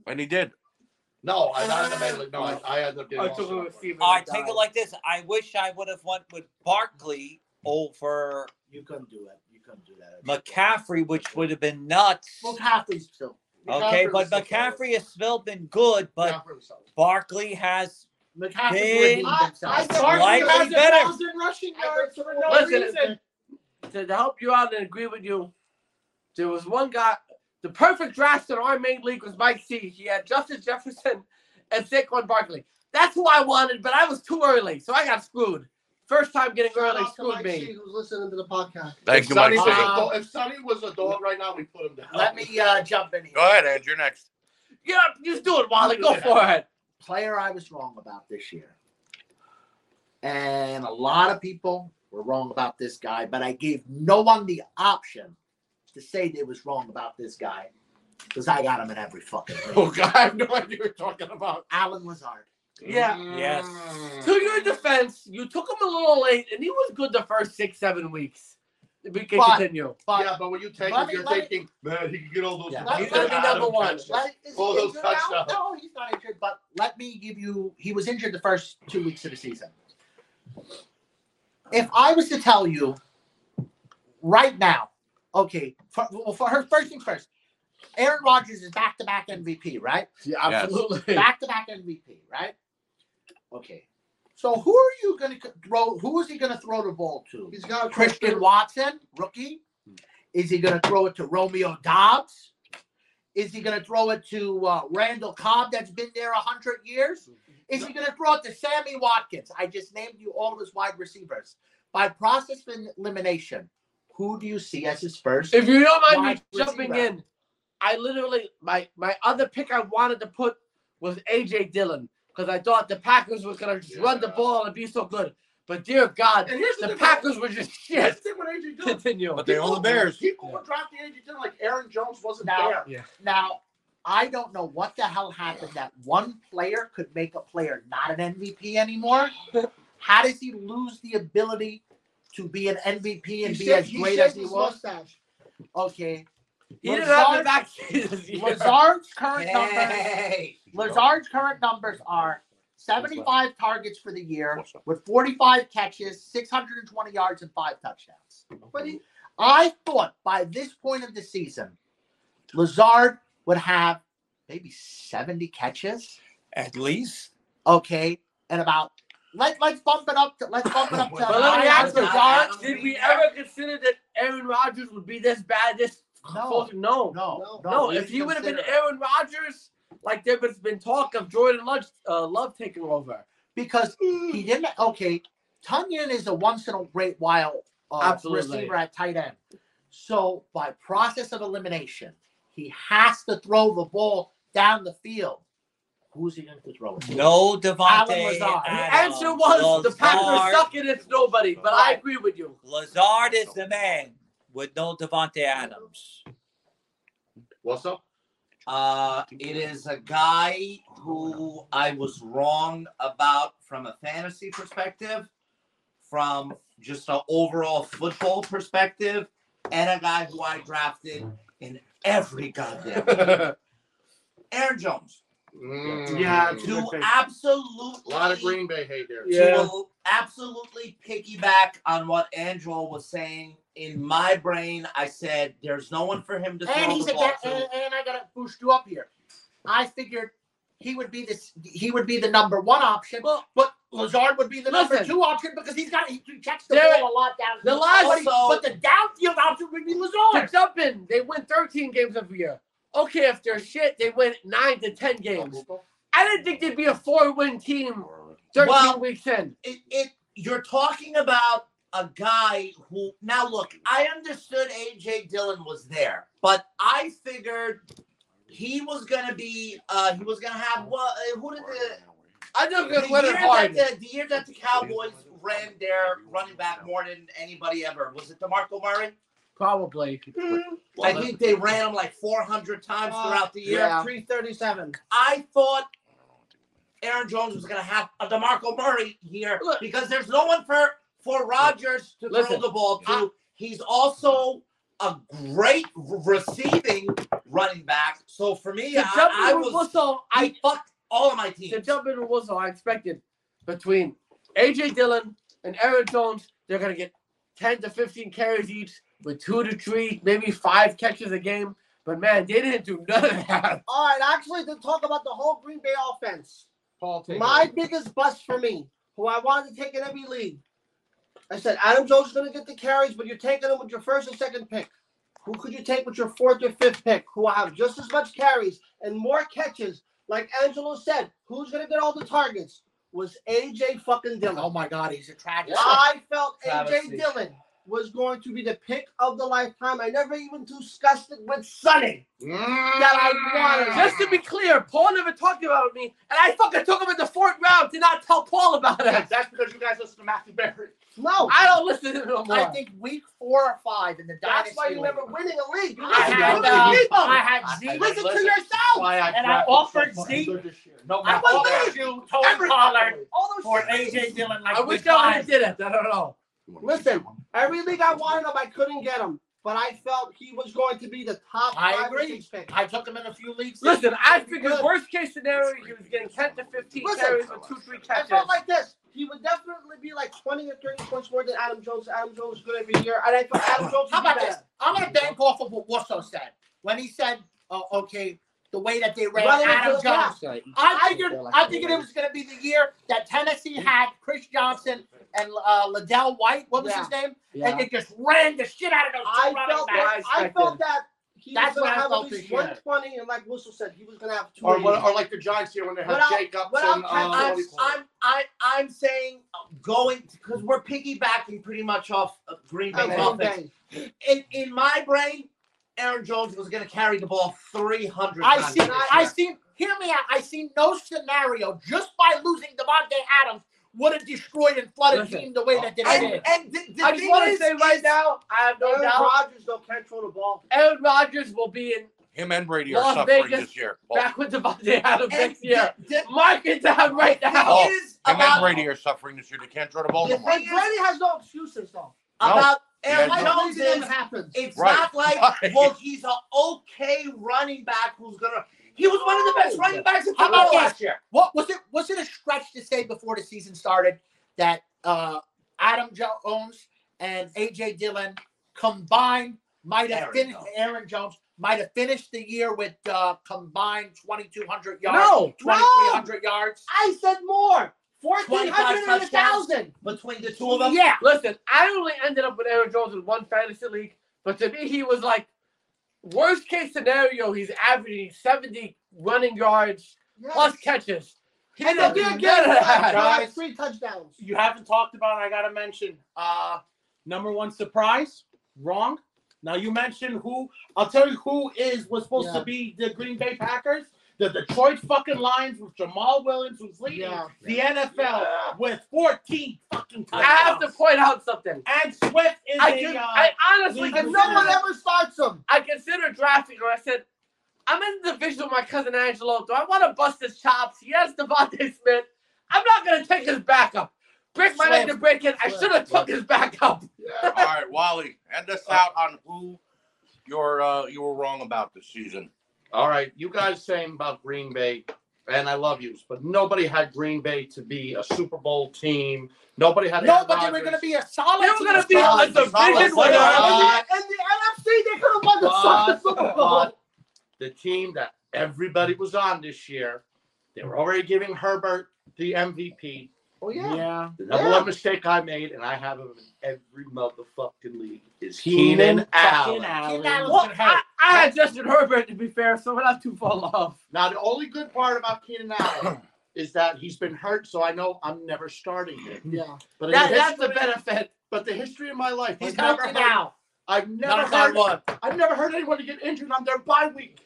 [SPEAKER 7] And he did.
[SPEAKER 5] No, I not in the main league. No, I, I ended up getting
[SPEAKER 3] I took a
[SPEAKER 5] Austin Eckler.
[SPEAKER 3] receiver.
[SPEAKER 1] I
[SPEAKER 3] to
[SPEAKER 1] take
[SPEAKER 3] die.
[SPEAKER 1] it like this. I wish I would have went with Barkley over
[SPEAKER 2] You couldn't do that. You couldn't do that.
[SPEAKER 1] McCaffrey, which would have been nuts.
[SPEAKER 2] Both athletes still.
[SPEAKER 1] Okay, but McCaffrey has still been good, but
[SPEAKER 5] McCaffrey solid.
[SPEAKER 1] Barkley has
[SPEAKER 2] McCaffrey
[SPEAKER 1] Big-
[SPEAKER 2] redeemed
[SPEAKER 11] I, I
[SPEAKER 2] themselves.
[SPEAKER 11] said
[SPEAKER 1] Barkley
[SPEAKER 11] Barkley
[SPEAKER 1] has
[SPEAKER 11] has
[SPEAKER 1] it better.
[SPEAKER 11] 1,000 rushing
[SPEAKER 5] I
[SPEAKER 11] yards for no
[SPEAKER 3] Listen,
[SPEAKER 11] reason.
[SPEAKER 3] to, to help you out and agree with you, there was one guy. The perfect draft in our main league was Mike C. He had Justin Jefferson and Saquon Barkley. That's who I wanted, but I was too early, so I got screwed. First time getting
[SPEAKER 11] Shout
[SPEAKER 3] early
[SPEAKER 11] out to
[SPEAKER 3] screwed
[SPEAKER 11] Mike
[SPEAKER 3] me.
[SPEAKER 11] C, who's listening to the podcast.
[SPEAKER 7] Thank
[SPEAKER 5] if
[SPEAKER 7] you, Mike.
[SPEAKER 5] Sonny
[SPEAKER 7] C.
[SPEAKER 5] was a
[SPEAKER 3] Wow.
[SPEAKER 5] dog- If Sonny was a dog right now, we put him down.
[SPEAKER 2] Let me uh, jump in here.
[SPEAKER 7] Go ahead, Andrew. Next.
[SPEAKER 3] Yeah, just do it, Wally. Go for it.
[SPEAKER 2] Player I was wrong about this year. And a lot of people were wrong about this guy, but I gave no one the option to say they was wrong about this guy because I got him in every fucking league.
[SPEAKER 5] Oh God, I have no idea what you're talking about.
[SPEAKER 2] Alan Lazard.
[SPEAKER 3] Yeah.
[SPEAKER 1] yes.
[SPEAKER 3] To your defense, you took him a little late, and he was good the first six, seven weeks. We can
[SPEAKER 2] But-
[SPEAKER 3] continue.
[SPEAKER 2] But
[SPEAKER 5] yeah, but when you take
[SPEAKER 2] Let
[SPEAKER 5] it,
[SPEAKER 2] me-
[SPEAKER 5] you're
[SPEAKER 2] let me-
[SPEAKER 5] thinking, man, he can get all those.
[SPEAKER 2] Yeah.
[SPEAKER 5] touchdowns
[SPEAKER 3] He's gonna be
[SPEAKER 5] out of
[SPEAKER 3] number one.
[SPEAKER 5] catches."
[SPEAKER 2] Let, is
[SPEAKER 5] All
[SPEAKER 2] he
[SPEAKER 5] those
[SPEAKER 2] injured now?
[SPEAKER 5] touchdowns.
[SPEAKER 2] No, he's not injured. But let me give you. He was injured the first two weeks of the season. If I was to tell you right now, okay, for, well, for her first things first, Aaron Rodgers is back to back MVP, right?
[SPEAKER 5] Yeah,
[SPEAKER 7] Yes.
[SPEAKER 5] absolutely.
[SPEAKER 2] Back to back MVP, right? Okay. So who are you going to throw? Who is he going to throw the ball to?
[SPEAKER 11] He's got a Hmm.
[SPEAKER 2] Christian Watson, rookie? Is he going to throw it to Romeo Dobbs? Is he going to throw it to uh, Randall Cobb that's been there 100 years? Is he going to throw it to Sammy Watkins? I just named you all of his wide receivers. By process of elimination, who do you see as his first?
[SPEAKER 3] If you don't mind me
[SPEAKER 2] Wide
[SPEAKER 3] jumping
[SPEAKER 2] receiver.
[SPEAKER 3] in, I literally my my other pick I wanted to put was AJ Dillon because I thought the Packers were gonna just run the
[SPEAKER 5] Yeah.
[SPEAKER 3] ball and be so good. But dear God,
[SPEAKER 5] And here's
[SPEAKER 3] the
[SPEAKER 5] the, thing-
[SPEAKER 3] Packers were just
[SPEAKER 5] Here's
[SPEAKER 3] shit.
[SPEAKER 5] the thing with Andrew Dillon.
[SPEAKER 3] Continue.
[SPEAKER 7] But they own the Bears.
[SPEAKER 5] People were drafting Andrew Dillon like Aaron Jones wasn't
[SPEAKER 15] Now-
[SPEAKER 5] there.
[SPEAKER 15] Now, I don't know what the hell happened that one player could make a player not an MVP anymore. How does he lose the ability to be an MVP and
[SPEAKER 11] He
[SPEAKER 15] be
[SPEAKER 11] shaved-
[SPEAKER 15] as
[SPEAKER 11] he
[SPEAKER 15] great
[SPEAKER 11] shaved
[SPEAKER 15] as he
[SPEAKER 11] his
[SPEAKER 15] was?
[SPEAKER 11] mustache.
[SPEAKER 15] Okay.
[SPEAKER 3] He didn't have the
[SPEAKER 15] Lazard-
[SPEAKER 3] vaccine this year.
[SPEAKER 15] Lazard's current numbers.
[SPEAKER 2] Hey.
[SPEAKER 15] Lazard's current numbers are 75 targets for the year
[SPEAKER 7] What's up?
[SPEAKER 15] with 45 catches, 620 yards, and five touchdowns.
[SPEAKER 11] But he,
[SPEAKER 15] I thought by this point of the season, Lazard would have maybe 70 catches.
[SPEAKER 1] At least.
[SPEAKER 15] Okay. And about let let's bump it up to let's bump it up to
[SPEAKER 3] But let me ask
[SPEAKER 15] Lazard.
[SPEAKER 3] Lazard, did we ever consider that Aaron Rodgers would be this bad? This
[SPEAKER 15] No. No,
[SPEAKER 3] no. No,
[SPEAKER 15] no,
[SPEAKER 11] No,
[SPEAKER 3] if
[SPEAKER 11] you
[SPEAKER 3] he would have been
[SPEAKER 11] consider-
[SPEAKER 3] Aaron Rodgers, like there has been talk of Jordan Love, uh, Love taking over.
[SPEAKER 15] because he didn't. Okay, Tunyon is a once in a great while uh,
[SPEAKER 3] Absolutely.
[SPEAKER 15] receiver at tight end. So by process of elimination, he has to throw the ball down the field. Who's he going to throw it? to?
[SPEAKER 1] No
[SPEAKER 15] Alan
[SPEAKER 1] Devontae.
[SPEAKER 15] Lazard. The
[SPEAKER 2] Oh,
[SPEAKER 3] The
[SPEAKER 1] Adams.
[SPEAKER 3] answer was the Packers
[SPEAKER 1] Lazard-
[SPEAKER 3] suck and it's nobody. But I agree with you.
[SPEAKER 1] Lazard is the man with no Devontae Adams.
[SPEAKER 5] What's up?
[SPEAKER 2] Uh, it is a guy who I was wrong about from a fantasy perspective, from just an overall football perspective, and a guy who I drafted in every goddamn. Aaron Jones
[SPEAKER 5] Mm.
[SPEAKER 4] Yeah, it's
[SPEAKER 5] a
[SPEAKER 2] to
[SPEAKER 4] Good pick.
[SPEAKER 2] absolutely
[SPEAKER 5] lot of Green Bay hate there.
[SPEAKER 4] Yeah.
[SPEAKER 2] to absolutely piggyback on what Angelo was saying. In my brain, I said there's no one for him to throw
[SPEAKER 15] And he's
[SPEAKER 2] the
[SPEAKER 15] a
[SPEAKER 2] ball
[SPEAKER 15] guy,
[SPEAKER 2] to.
[SPEAKER 15] and, and I got to boost you up here. uh, I figured he would be this. He would be the number one option,
[SPEAKER 3] Well-
[SPEAKER 15] but Lazard would be the number
[SPEAKER 3] Listen.
[SPEAKER 15] two option because he's got he checks the
[SPEAKER 3] There-
[SPEAKER 15] ball a lot down.
[SPEAKER 3] the last-
[SPEAKER 15] but the downfield option would be
[SPEAKER 3] To
[SPEAKER 15] Lazard.
[SPEAKER 3] jump in, they win 13 games every year. Okay, if they're shit, they win nine to 10 games. I didn't think they'd be a four-win team 13
[SPEAKER 2] Well-
[SPEAKER 3] weeks in.
[SPEAKER 2] it, it you're talking about a guy who now look i understood aj dillon was there but i figured he was gonna be uh he was gonna have well uh, who did the
[SPEAKER 3] I think they're going
[SPEAKER 2] the
[SPEAKER 3] to win
[SPEAKER 2] year,
[SPEAKER 3] it hard.
[SPEAKER 2] that the, the year that the cowboys ran their running back more than anybody ever was it demarco murray
[SPEAKER 3] Probably.
[SPEAKER 2] i think they ran him like 400 times throughout the year
[SPEAKER 11] yeah, three thirty-seven.
[SPEAKER 2] I thought Aaron Jones was going to have a DeMarco Murray here
[SPEAKER 3] Look.
[SPEAKER 2] because there's no one for for Rodgers to
[SPEAKER 3] Listen,
[SPEAKER 2] throw the ball to.
[SPEAKER 3] I-
[SPEAKER 2] He's also a great r- receiving running back. So for me,
[SPEAKER 3] To jump
[SPEAKER 2] I, I
[SPEAKER 3] in with
[SPEAKER 2] was
[SPEAKER 3] Russell, I
[SPEAKER 2] I fucked all of my
[SPEAKER 3] to
[SPEAKER 2] teams.
[SPEAKER 3] jump in with Wilson, I expected between AJ Dillon and Aaron Jones, they're gonna get 10 to 15 carries each with two to three, maybe five catches a game. But man, they didn't do none of that.
[SPEAKER 11] All right, actually, to talk about the whole Green Bay offense,
[SPEAKER 5] Paul, take
[SPEAKER 11] my
[SPEAKER 5] it.
[SPEAKER 11] biggest bust for me, who I wanted to take in every league, I said Adam Jones is going to get the carries, but you're taking him with your first and second pick. Who could you take with your fourth or fifth pick? Who will have just as much carries and more catches? Like Angelo said, who's going to get all the targets? Was AJ fucking Dillon.
[SPEAKER 15] Oh my God, he's a tragic.
[SPEAKER 11] I felt AJ
[SPEAKER 2] Travesty.
[SPEAKER 11] Dillon was going to be the pick of the lifetime. I never even discussed it with Sonny.
[SPEAKER 5] Mm. that
[SPEAKER 11] I
[SPEAKER 5] Mm.
[SPEAKER 11] wanted.
[SPEAKER 3] Just to be clear, Paul never talked about me, and I fucking took him in the fourth round to not tell Paul about it.
[SPEAKER 5] That's because you guys listen to Matthew Berry.
[SPEAKER 11] No,
[SPEAKER 3] I don't listen to him no more.
[SPEAKER 15] I think week four or five in the dynasty.
[SPEAKER 11] that's why you
[SPEAKER 15] league,
[SPEAKER 11] never winning a league. You
[SPEAKER 15] I
[SPEAKER 11] listen to
[SPEAKER 15] had,
[SPEAKER 11] other
[SPEAKER 15] uh,
[SPEAKER 11] people.
[SPEAKER 15] I had
[SPEAKER 5] I-
[SPEAKER 15] Zeke.
[SPEAKER 11] listen,
[SPEAKER 5] listen.
[SPEAKER 11] to yourself.
[SPEAKER 5] Why I
[SPEAKER 15] And I
[SPEAKER 5] drafted
[SPEAKER 15] offered
[SPEAKER 5] so
[SPEAKER 15] Zeke-
[SPEAKER 5] good this year. No,
[SPEAKER 15] I
[SPEAKER 5] my
[SPEAKER 15] will
[SPEAKER 5] fault.
[SPEAKER 15] leave you, Tony Pollard,
[SPEAKER 11] All those
[SPEAKER 15] for
[SPEAKER 11] shit.
[SPEAKER 15] AJ Dillon. Like
[SPEAKER 3] I wish
[SPEAKER 15] week five.
[SPEAKER 3] I would have did it. I don't know.
[SPEAKER 11] Listen, every league I wanted him, I couldn't get him. But I felt he was going to be the top
[SPEAKER 15] I
[SPEAKER 11] five or
[SPEAKER 15] agree.
[SPEAKER 11] six pick.
[SPEAKER 15] I took him in a few leagues.
[SPEAKER 3] Listen, I figured worst case scenario, he was getting 10 to 15
[SPEAKER 11] Listen,
[SPEAKER 3] carries with two, three
[SPEAKER 11] I
[SPEAKER 3] catches.
[SPEAKER 11] felt like this. He would definitely be like 20 or 30 points more than Adam Jones. Adam Jones is good every year. And I felt Adam Jones
[SPEAKER 15] How
[SPEAKER 11] would be
[SPEAKER 15] about
[SPEAKER 11] better.
[SPEAKER 15] this? I'm gonna bank off of what Wusso said when he said, "Oh, okay." The way that they ran
[SPEAKER 11] Running
[SPEAKER 15] Adam
[SPEAKER 11] into the
[SPEAKER 15] Jones, I figured, I figured it was going to be the year that Tennessee had Chris Johnson and uh, Liddell White. What was
[SPEAKER 11] Yeah.
[SPEAKER 15] his name?
[SPEAKER 3] Yeah.
[SPEAKER 15] And they just ran the shit out of those two
[SPEAKER 11] I
[SPEAKER 15] running
[SPEAKER 11] felt
[SPEAKER 15] backs.
[SPEAKER 11] that I felt that he
[SPEAKER 15] That's what
[SPEAKER 11] was gonna
[SPEAKER 15] I
[SPEAKER 11] have
[SPEAKER 15] felt
[SPEAKER 11] at
[SPEAKER 15] this
[SPEAKER 11] least
[SPEAKER 15] year.
[SPEAKER 11] 120, and like Whistle said, he was gonna have two.
[SPEAKER 5] Or, what, or like the Giants here when they had
[SPEAKER 11] Without-
[SPEAKER 5] Jacobs
[SPEAKER 11] without
[SPEAKER 5] and
[SPEAKER 11] Ken-
[SPEAKER 5] uh,
[SPEAKER 2] I'm,
[SPEAKER 5] Tony Pollard.
[SPEAKER 2] I'm I I'm saying uh, going because we're piggybacking pretty much off of Green Bay's
[SPEAKER 11] at Green
[SPEAKER 2] offense.
[SPEAKER 11] Bay.
[SPEAKER 2] in in my brain, Aaron Jones was going to carry the ball 300
[SPEAKER 15] I
[SPEAKER 2] times.
[SPEAKER 15] seen,
[SPEAKER 2] this
[SPEAKER 15] I
[SPEAKER 2] year.
[SPEAKER 15] seen. Hear me out. I seen no scenario just by losing Devontae Adams would have destroyed and flooded
[SPEAKER 3] Listen,
[SPEAKER 15] team the way that they
[SPEAKER 2] And,
[SPEAKER 15] did.
[SPEAKER 2] and the, the
[SPEAKER 3] I
[SPEAKER 2] thing
[SPEAKER 3] just want to
[SPEAKER 2] is-
[SPEAKER 3] say right
[SPEAKER 2] is
[SPEAKER 3] now, I have no
[SPEAKER 11] Aaron
[SPEAKER 3] doubt
[SPEAKER 11] Rodgers don't catch on the ball.
[SPEAKER 3] Aaron Rodgers will be in
[SPEAKER 7] Him and Brady
[SPEAKER 3] Las
[SPEAKER 7] are suffering
[SPEAKER 3] Vegas,
[SPEAKER 7] this year. Both.
[SPEAKER 3] back with Devontae Adams
[SPEAKER 2] and
[SPEAKER 3] next year.
[SPEAKER 2] the- the-
[SPEAKER 3] Mark it down right now.
[SPEAKER 7] Oh,
[SPEAKER 2] It is
[SPEAKER 7] Him and
[SPEAKER 2] about-
[SPEAKER 7] Brady are suffering this year. They can't throw the ball no more.
[SPEAKER 11] And Brady has no excuses though.
[SPEAKER 7] No.
[SPEAKER 2] about Aaron
[SPEAKER 7] Yeah,
[SPEAKER 11] Like,
[SPEAKER 2] Jones
[SPEAKER 11] crazy that
[SPEAKER 2] is
[SPEAKER 11] happens.
[SPEAKER 2] it's
[SPEAKER 7] Right.
[SPEAKER 2] not like
[SPEAKER 7] Right.
[SPEAKER 2] well he's an okay running back who's gonna he was one of the best running backs in
[SPEAKER 15] Oh, How about
[SPEAKER 2] football
[SPEAKER 15] this?
[SPEAKER 2] last year.
[SPEAKER 15] What was it? Was it a stretch to say before the season started that uh, Adam Jones and AJ Dillon combined might have
[SPEAKER 2] Aaron
[SPEAKER 15] finished
[SPEAKER 2] Jones.
[SPEAKER 15] Aaron Jones might have finished the year with uh, combined twenty two hundred yards,
[SPEAKER 11] No,
[SPEAKER 15] twenty three hundred yards.
[SPEAKER 11] I said more. Fourteen
[SPEAKER 2] 25
[SPEAKER 11] hundred and a
[SPEAKER 2] touchdowns.
[SPEAKER 11] thousand.
[SPEAKER 2] Between the two of them.
[SPEAKER 15] Yeah,
[SPEAKER 3] Listen, I only ended up with Aaron Jones in one fantasy league, but to me, he was like, worst case scenario, he's averaging 70 running yards plus catches. He
[SPEAKER 11] And
[SPEAKER 3] didn't
[SPEAKER 11] there'll be a
[SPEAKER 3] do
[SPEAKER 11] game
[SPEAKER 3] none of that.
[SPEAKER 11] where I
[SPEAKER 4] guys.
[SPEAKER 11] three touchdowns.
[SPEAKER 4] You haven't talked about. and I gotta mention. Uh, number one surprise. Wrong. Now you mentioned who? I'll tell you who is was supposed
[SPEAKER 11] Yeah.
[SPEAKER 4] to be the Green Bay Packers. The Detroit fucking Lions with Jamal Williams who's leading
[SPEAKER 11] Yeah.
[SPEAKER 4] the NFL with 14 fucking
[SPEAKER 3] I
[SPEAKER 4] touchdowns.
[SPEAKER 3] have to point out something.
[SPEAKER 4] and Swift is
[SPEAKER 3] I,
[SPEAKER 4] a,
[SPEAKER 3] can,
[SPEAKER 4] uh,
[SPEAKER 3] I honestly
[SPEAKER 4] league
[SPEAKER 11] And
[SPEAKER 3] considered,
[SPEAKER 11] no one ever starts them.
[SPEAKER 3] I considered drafting her. I said, I'm in the division with my cousin Angelo. Do I want to bust his chops? Yes, Devontae Smith. I'm not going to take his backup. Brick might have to break in. I should have took his backup.
[SPEAKER 7] All right, Wally, end us out on who you're uh, you were wrong about this season.
[SPEAKER 5] All right, you guys saying about Green Bay, and I love yous, but nobody had Green Bay to be a Super Bowl team. Nobody had.
[SPEAKER 15] no,
[SPEAKER 5] Aaron
[SPEAKER 15] but they were going
[SPEAKER 5] Rodgers.
[SPEAKER 15] to be a solid.
[SPEAKER 3] They were
[SPEAKER 15] team.
[SPEAKER 3] gonna be a
[SPEAKER 5] Solid,
[SPEAKER 3] division
[SPEAKER 5] solid,
[SPEAKER 3] winner.
[SPEAKER 5] solid.
[SPEAKER 11] And the NFC, they could have won the
[SPEAKER 5] But-
[SPEAKER 11] Super Bowl.
[SPEAKER 5] but the team that everybody was on this year, they were already giving Herbert the MVP.
[SPEAKER 11] Oh yeah.
[SPEAKER 5] The number
[SPEAKER 11] Yeah.
[SPEAKER 5] one mistake I made, and I have him in every motherfucking league, is
[SPEAKER 4] Keenan
[SPEAKER 5] Keenan
[SPEAKER 4] fucking
[SPEAKER 5] Allen.
[SPEAKER 4] Allen.
[SPEAKER 15] Allen.
[SPEAKER 3] Well, I, I had Justin Herbert to be fair, so we're not too far off.
[SPEAKER 5] Now, the only good part about Keenan Allen is that he's been hurt, so I know I'm never starting him.
[SPEAKER 11] Yeah.
[SPEAKER 5] But
[SPEAKER 3] That,
[SPEAKER 5] the
[SPEAKER 3] that's the
[SPEAKER 5] history-
[SPEAKER 3] benefit.
[SPEAKER 5] But the history of my life,
[SPEAKER 15] He's
[SPEAKER 5] I've never
[SPEAKER 15] healthy
[SPEAKER 5] heard,
[SPEAKER 15] now.
[SPEAKER 5] I've never
[SPEAKER 3] Knock on
[SPEAKER 5] heard,
[SPEAKER 3] wood.
[SPEAKER 5] I've never heard anybody get injured on their bye week.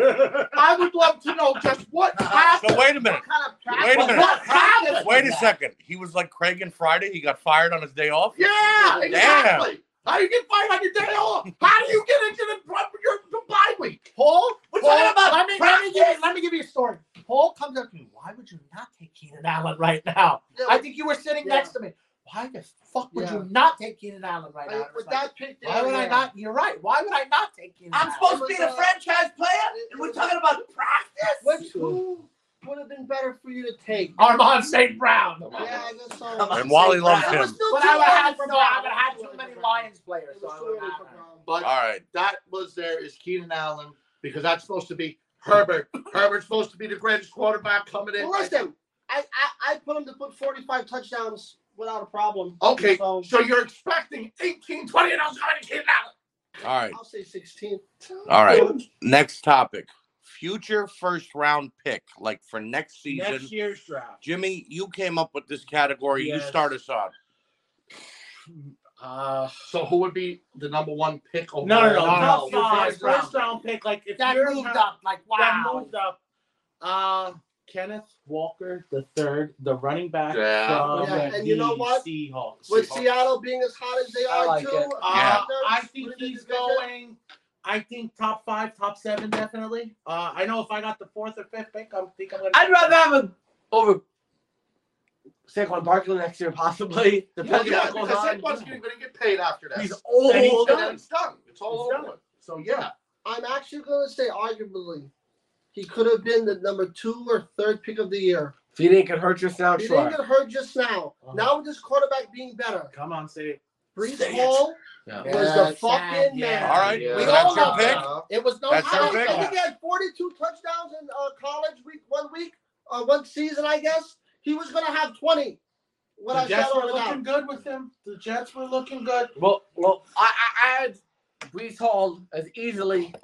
[SPEAKER 5] I would love to know just what happened.
[SPEAKER 7] So wait a minute.
[SPEAKER 11] What kind of practice?
[SPEAKER 7] Wait a minute.
[SPEAKER 11] What happened?
[SPEAKER 7] Wait a second. He was like Craig and Friday. He got fired on his day off.
[SPEAKER 5] Yeah, exactly. How do you get fired on your day off? How do you get into the prep for your the bye week?
[SPEAKER 15] Paul,
[SPEAKER 2] We're
[SPEAKER 15] Paul,
[SPEAKER 2] talking about
[SPEAKER 15] let me, let me give you, let me give you a story. Paul comes up to me. Why would you not take Keenan Allen right now? I think you were sitting
[SPEAKER 11] Yeah.
[SPEAKER 15] next to me. Why the fuck would
[SPEAKER 11] Yeah.
[SPEAKER 15] you not take Keenan Allen right
[SPEAKER 11] I,
[SPEAKER 15] now?
[SPEAKER 11] with
[SPEAKER 15] It's like,
[SPEAKER 11] that pick,
[SPEAKER 15] why would I not? You're right. Why would I not take Keenan?
[SPEAKER 2] I'm
[SPEAKER 15] Allen?
[SPEAKER 2] supposed to be the franchise player, and we're talking about practice.
[SPEAKER 11] Which who would have been better for you to take?
[SPEAKER 15] Armand St. Brown. But
[SPEAKER 11] Yeah, I guess so.
[SPEAKER 2] Come on.
[SPEAKER 7] And Wally loves
[SPEAKER 11] It was
[SPEAKER 7] him.
[SPEAKER 11] still too
[SPEAKER 15] I would
[SPEAKER 11] early
[SPEAKER 15] have
[SPEAKER 11] for
[SPEAKER 15] had, no,
[SPEAKER 11] Brown.
[SPEAKER 15] I would have had too many Lions
[SPEAKER 11] It
[SPEAKER 15] players. So
[SPEAKER 11] was
[SPEAKER 15] I
[SPEAKER 11] too
[SPEAKER 15] would
[SPEAKER 11] early
[SPEAKER 15] not.
[SPEAKER 11] for Brown.
[SPEAKER 5] But
[SPEAKER 7] All right.
[SPEAKER 5] that was there is Keenan Allen because that's supposed to be Herbert. Herbert's supposed to be the greatest quarterback coming in.
[SPEAKER 11] Well, listen, I, I, I put him to put 45 touchdowns without a problem.
[SPEAKER 5] Okay,
[SPEAKER 11] So
[SPEAKER 5] so you're expecting 18, 20 and I was going to Keenan Allen.
[SPEAKER 7] All right.
[SPEAKER 11] I'll say 16.
[SPEAKER 7] All right. Next topic. Future first round pick, like for next season.
[SPEAKER 4] next year's draft.
[SPEAKER 7] Jimmy, you came up with this category. You
[SPEAKER 3] Yes.
[SPEAKER 7] start us on.
[SPEAKER 3] Uh,
[SPEAKER 5] So who would be the number one pick?
[SPEAKER 4] No, no, no,
[SPEAKER 5] overall?
[SPEAKER 4] top
[SPEAKER 15] no,
[SPEAKER 4] five,
[SPEAKER 15] first round.
[SPEAKER 4] first round pick. Like if
[SPEAKER 15] That
[SPEAKER 4] you're
[SPEAKER 15] moved
[SPEAKER 4] not-
[SPEAKER 15] up like
[SPEAKER 4] that
[SPEAKER 15] wow.
[SPEAKER 4] moved up. Uh, Kenneth Walker the third, the running back
[SPEAKER 5] Yeah.
[SPEAKER 4] from
[SPEAKER 11] Yeah,
[SPEAKER 4] the
[SPEAKER 11] and you know what?
[SPEAKER 4] Seahawks.
[SPEAKER 11] With Seattle being as hot as they
[SPEAKER 3] I
[SPEAKER 11] are,
[SPEAKER 3] like
[SPEAKER 11] too.
[SPEAKER 3] it.
[SPEAKER 11] I'm
[SPEAKER 7] Yeah.
[SPEAKER 4] Uh,
[SPEAKER 11] nervous
[SPEAKER 4] I think
[SPEAKER 11] with the
[SPEAKER 4] he's
[SPEAKER 11] division.
[SPEAKER 4] going. I think top five, top seven, definitely. Uh, I know if I got the fourth or fifth pick, I think I'm gonna.
[SPEAKER 3] I'd rather have him over Saquon Barkley next year, possibly.
[SPEAKER 5] Well,
[SPEAKER 3] Depending
[SPEAKER 5] yeah,
[SPEAKER 3] on what
[SPEAKER 5] because
[SPEAKER 3] goes
[SPEAKER 5] Saquon's
[SPEAKER 3] on.
[SPEAKER 5] going to get paid after that.
[SPEAKER 3] He's old.
[SPEAKER 5] and
[SPEAKER 4] he's
[SPEAKER 5] he's
[SPEAKER 4] done.
[SPEAKER 5] done. It's done. It's all
[SPEAKER 4] He's
[SPEAKER 5] over. with. So yeah,
[SPEAKER 11] I'm actually going to say, arguably, he could have been the number two or third pick of the year.
[SPEAKER 3] If you think it hurt yourself,
[SPEAKER 11] He
[SPEAKER 3] sure.
[SPEAKER 11] didn't get hurt just now.
[SPEAKER 4] Uh-huh.
[SPEAKER 11] Now with this quarterback being better,
[SPEAKER 4] Come on, say it.
[SPEAKER 11] Brees
[SPEAKER 2] Say it.
[SPEAKER 11] Hall
[SPEAKER 5] Yeah.
[SPEAKER 11] was the
[SPEAKER 15] Yes,
[SPEAKER 11] fucking
[SPEAKER 15] yeah.
[SPEAKER 11] man.
[SPEAKER 7] All right.
[SPEAKER 5] Yeah.
[SPEAKER 7] so
[SPEAKER 15] We
[SPEAKER 7] that's
[SPEAKER 15] all
[SPEAKER 7] your
[SPEAKER 15] know
[SPEAKER 7] pick.
[SPEAKER 5] Uh,
[SPEAKER 15] It was no.
[SPEAKER 7] That's
[SPEAKER 11] I
[SPEAKER 7] our
[SPEAKER 11] don't
[SPEAKER 7] pick.
[SPEAKER 11] think he had 42 touchdowns in uh, college week one week, uh, one season, I guess. He was going to have 20 when
[SPEAKER 4] The
[SPEAKER 11] I
[SPEAKER 4] Jets
[SPEAKER 11] shot
[SPEAKER 4] were
[SPEAKER 11] over
[SPEAKER 4] looking
[SPEAKER 11] down.
[SPEAKER 4] good with him. The Jets were looking good.
[SPEAKER 3] Well, well, I, I, I had Brees Hall as easily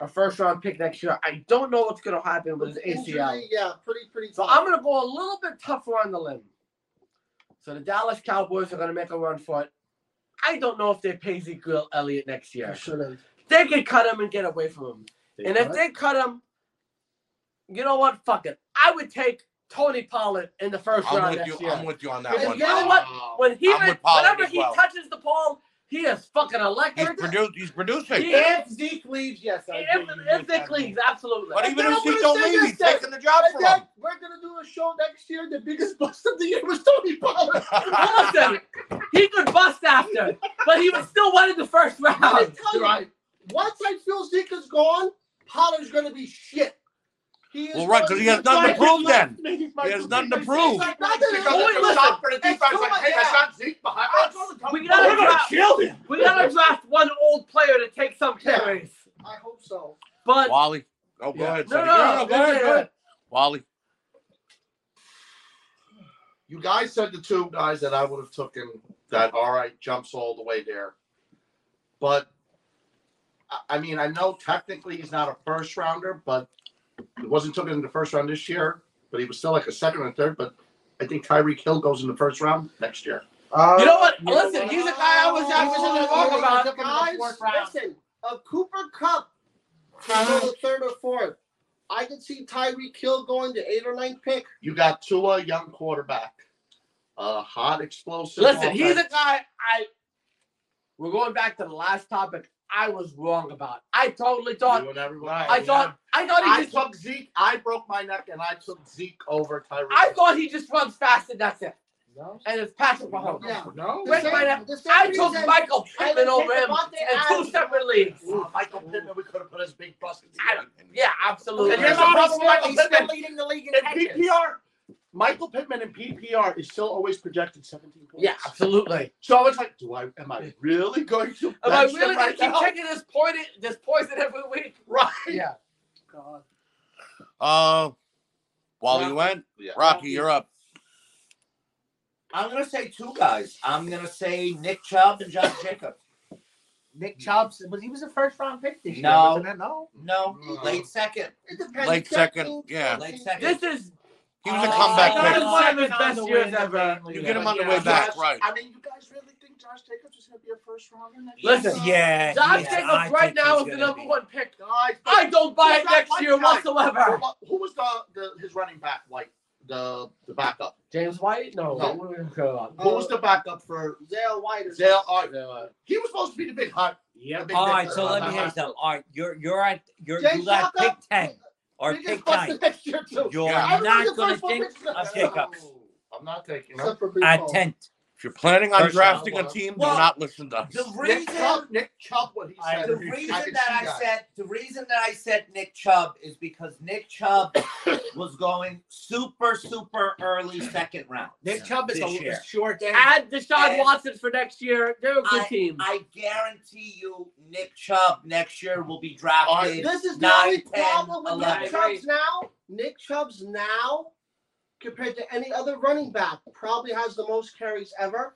[SPEAKER 3] a first round pick next year. I don't know what's going to happen with his ACL.
[SPEAKER 11] Injury, yeah, pretty, pretty
[SPEAKER 3] So
[SPEAKER 11] tough.
[SPEAKER 3] I'm going to go a little bit tougher on the limb. So the Dallas Cowboys are going to make a run for it. I don't know if they pay Zeke Elliott next year.
[SPEAKER 11] I shouldn't.
[SPEAKER 3] They could cut him and get away from him. and if
[SPEAKER 5] could.
[SPEAKER 3] they cut him, you know what? Fuck it. I would take Tony Pollard in the 1st
[SPEAKER 7] I'm
[SPEAKER 3] round
[SPEAKER 7] with
[SPEAKER 3] next
[SPEAKER 7] you.
[SPEAKER 3] year.
[SPEAKER 7] I'm with you on that
[SPEAKER 3] Because
[SPEAKER 7] one.
[SPEAKER 3] you know what? When he
[SPEAKER 7] I'm
[SPEAKER 3] re-
[SPEAKER 7] with Pollard
[SPEAKER 3] whenever
[SPEAKER 7] as
[SPEAKER 3] he
[SPEAKER 7] well.
[SPEAKER 3] touches the ball, he is fucking
[SPEAKER 7] He's
[SPEAKER 3] electric.
[SPEAKER 7] produced. He's producing.
[SPEAKER 3] Yeah.
[SPEAKER 4] If Zeke leaves, yes, I
[SPEAKER 3] If,
[SPEAKER 4] agree.
[SPEAKER 3] if they cleans, absolutely.
[SPEAKER 7] But
[SPEAKER 11] And
[SPEAKER 7] even
[SPEAKER 11] then
[SPEAKER 7] if
[SPEAKER 11] I'm
[SPEAKER 7] he
[SPEAKER 11] gonna
[SPEAKER 7] don't
[SPEAKER 11] say
[SPEAKER 7] leave,
[SPEAKER 11] this
[SPEAKER 7] he's
[SPEAKER 11] then.
[SPEAKER 7] taking the job
[SPEAKER 11] And
[SPEAKER 7] from
[SPEAKER 11] then
[SPEAKER 7] him.
[SPEAKER 11] we're gonna do a show next year. The biggest bust of the year was Tony Pollard.
[SPEAKER 3] Listen, he could bust after, but he was still one in the first
[SPEAKER 11] Let
[SPEAKER 3] round.
[SPEAKER 11] me tell you, once I feel Zeke is gone, Pollard's gonna be shit. He is
[SPEAKER 7] Well, right, 'cause he has nothing to prove then. He has nothing to prove.
[SPEAKER 11] Like, not that
[SPEAKER 5] Because
[SPEAKER 3] Wait,
[SPEAKER 11] it-
[SPEAKER 5] it
[SPEAKER 3] listen.
[SPEAKER 5] was up for the defense.
[SPEAKER 11] It's
[SPEAKER 5] Like, hey,
[SPEAKER 11] too
[SPEAKER 5] I
[SPEAKER 11] much-
[SPEAKER 5] got Zeke behind us.
[SPEAKER 3] We
[SPEAKER 1] We're
[SPEAKER 3] gotta
[SPEAKER 1] gonna
[SPEAKER 3] draft,
[SPEAKER 1] kill him.
[SPEAKER 3] we gotta draft one old player to take some carries.
[SPEAKER 11] I hope so.
[SPEAKER 3] But
[SPEAKER 7] Wally. Oh, go
[SPEAKER 3] Yeah.
[SPEAKER 7] ahead.
[SPEAKER 3] No,
[SPEAKER 7] Sonny.
[SPEAKER 3] no,
[SPEAKER 7] go
[SPEAKER 3] no, no,
[SPEAKER 7] ahead. Go
[SPEAKER 3] no.
[SPEAKER 7] ahead. Wally.
[SPEAKER 5] You guys said the two guys that I would have taken that all right jumps all the way there, but I- I mean I know technically he's not a first rounder, but he wasn't taken in the first round this year, but he was still like a second and third. But I think Tyreek Hill goes in the first round next year.
[SPEAKER 3] you know what?
[SPEAKER 11] Uh,
[SPEAKER 3] Listen, he's a guy I was I was oh, in the talk about.
[SPEAKER 11] guys, listen, a Cooper Cup can go to third or fourth. I could see Tyree Kill going to eight or ninth pick.
[SPEAKER 5] You got Tua, young quarterback, a hot explosive.
[SPEAKER 3] Listen, he's
[SPEAKER 5] offense.
[SPEAKER 3] a guy I. We're going back to the last topic I was wrong about. I totally thought.
[SPEAKER 5] You and everybody.
[SPEAKER 3] I thought. I thought he
[SPEAKER 5] I
[SPEAKER 3] just.
[SPEAKER 5] took Zeke. I broke my neck and I took Zeke over Tyreek.
[SPEAKER 3] I thought he just runs fast and that's it.
[SPEAKER 11] No.
[SPEAKER 3] And it's Patrick Mahomes.
[SPEAKER 11] Yeah.
[SPEAKER 5] no.
[SPEAKER 3] Wait,
[SPEAKER 11] The
[SPEAKER 3] wait,
[SPEAKER 11] same- the same
[SPEAKER 3] I took
[SPEAKER 11] reason-
[SPEAKER 3] Michael Pittman over him
[SPEAKER 11] Devontae
[SPEAKER 3] in two
[SPEAKER 11] Adams.
[SPEAKER 3] separate leagues.
[SPEAKER 5] Ooh, Michael Pittman, we could have put his big bust.
[SPEAKER 3] I don't- Yeah, absolutely.
[SPEAKER 5] And here's the problem with Michael
[SPEAKER 6] He's still
[SPEAKER 5] Pittman.
[SPEAKER 6] leading the league in
[SPEAKER 5] In
[SPEAKER 6] catches.
[SPEAKER 5] PPR, Michael Pittman in PPR is still always projected 17 points.
[SPEAKER 3] Yeah, absolutely.
[SPEAKER 5] So it's like, do I? Am I really going to?
[SPEAKER 3] Am I
[SPEAKER 5] bench him
[SPEAKER 3] really gonna
[SPEAKER 5] right
[SPEAKER 3] keep
[SPEAKER 5] now?
[SPEAKER 3] taking this poison, this poison every week?
[SPEAKER 5] Right.
[SPEAKER 3] Yeah.
[SPEAKER 11] God.
[SPEAKER 7] Uh, Wally went.
[SPEAKER 5] Yeah.
[SPEAKER 7] Rocky, you're up.
[SPEAKER 2] I'm gonna say two guys. I'm gonna say Nick Chubb and Josh Jacobs.
[SPEAKER 6] Nick Chubb, was he was a first round pick this year?
[SPEAKER 2] No.
[SPEAKER 6] wasn't it? no.
[SPEAKER 2] No, late second.
[SPEAKER 11] It depends.
[SPEAKER 7] Like second, yeah.
[SPEAKER 2] Late second.
[SPEAKER 3] This is
[SPEAKER 7] He was a
[SPEAKER 3] Uh,
[SPEAKER 7] comeback
[SPEAKER 3] not
[SPEAKER 7] pick.
[SPEAKER 3] as one of his best years ever.
[SPEAKER 7] You get him on the way back, right?
[SPEAKER 5] I mean, you guys really think Josh Jacobs is going to be a first rounder next
[SPEAKER 3] Listen,
[SPEAKER 1] Yeah. yeah,
[SPEAKER 3] Josh
[SPEAKER 1] I
[SPEAKER 3] Jacobs right
[SPEAKER 1] think
[SPEAKER 3] now
[SPEAKER 1] he's
[SPEAKER 3] is the
[SPEAKER 1] gonna
[SPEAKER 3] number
[SPEAKER 1] be-
[SPEAKER 3] one pick.
[SPEAKER 5] year? Guys,
[SPEAKER 3] I don't buy
[SPEAKER 5] Who's
[SPEAKER 3] it
[SPEAKER 5] that
[SPEAKER 3] next
[SPEAKER 5] white
[SPEAKER 3] year
[SPEAKER 5] guy?
[SPEAKER 3] whatsoever.
[SPEAKER 5] who- who was the, the his running back? Like the the backup.
[SPEAKER 3] James White? No.
[SPEAKER 5] No.
[SPEAKER 3] no.
[SPEAKER 5] Who was
[SPEAKER 11] Uh,
[SPEAKER 5] the backup for
[SPEAKER 11] Zale White is
[SPEAKER 5] Zale? all right. He was supposed to be the big hot.
[SPEAKER 4] Yep.
[SPEAKER 5] big
[SPEAKER 1] All
[SPEAKER 5] dick
[SPEAKER 1] right, so
[SPEAKER 5] hot-
[SPEAKER 1] let me hear
[SPEAKER 3] Uh-huh.
[SPEAKER 1] you
[SPEAKER 5] hot-
[SPEAKER 1] something. All right, you're you're at you're
[SPEAKER 11] Jay
[SPEAKER 1] you got pick
[SPEAKER 11] Shaka?
[SPEAKER 1] ten or
[SPEAKER 11] biggest
[SPEAKER 1] pick
[SPEAKER 11] bust
[SPEAKER 1] nine.
[SPEAKER 11] of next year too.
[SPEAKER 1] You're
[SPEAKER 7] Yeah.
[SPEAKER 1] not gonna
[SPEAKER 11] Everybody's the first
[SPEAKER 1] think
[SPEAKER 11] one picked
[SPEAKER 1] of
[SPEAKER 11] up.
[SPEAKER 1] Jacobs
[SPEAKER 5] I'm not taking him.
[SPEAKER 11] Except for Brees
[SPEAKER 1] at
[SPEAKER 11] Hall.
[SPEAKER 1] tenth.
[SPEAKER 7] If you're planning on
[SPEAKER 1] First
[SPEAKER 7] drafting
[SPEAKER 5] round,
[SPEAKER 7] a team, do
[SPEAKER 2] well,
[SPEAKER 7] not listen to us.
[SPEAKER 2] The
[SPEAKER 5] Nick
[SPEAKER 2] reason,
[SPEAKER 5] Chubb, Nick Chubb, what he
[SPEAKER 4] I
[SPEAKER 5] said.
[SPEAKER 2] the
[SPEAKER 5] can
[SPEAKER 2] reason
[SPEAKER 5] see
[SPEAKER 2] that I said, the reason that I said Nick Chubb is because Nick Chubb was going super, super early second round.
[SPEAKER 6] Nick Chubb is
[SPEAKER 2] This
[SPEAKER 6] a,
[SPEAKER 2] year.
[SPEAKER 6] a short game.
[SPEAKER 3] Add Deshaun
[SPEAKER 2] And-
[SPEAKER 3] Watson for next year. They're a good team.
[SPEAKER 2] I guarantee you, Nick Chubb next year will be
[SPEAKER 5] All
[SPEAKER 2] drafted.
[SPEAKER 5] right.
[SPEAKER 11] This is the
[SPEAKER 2] Nine,
[SPEAKER 11] only
[SPEAKER 2] 10,
[SPEAKER 11] problem with
[SPEAKER 2] 11.
[SPEAKER 11] Nick Chubb's now. Nick Chubb's now, compared to any other running back, probably has the most carries ever.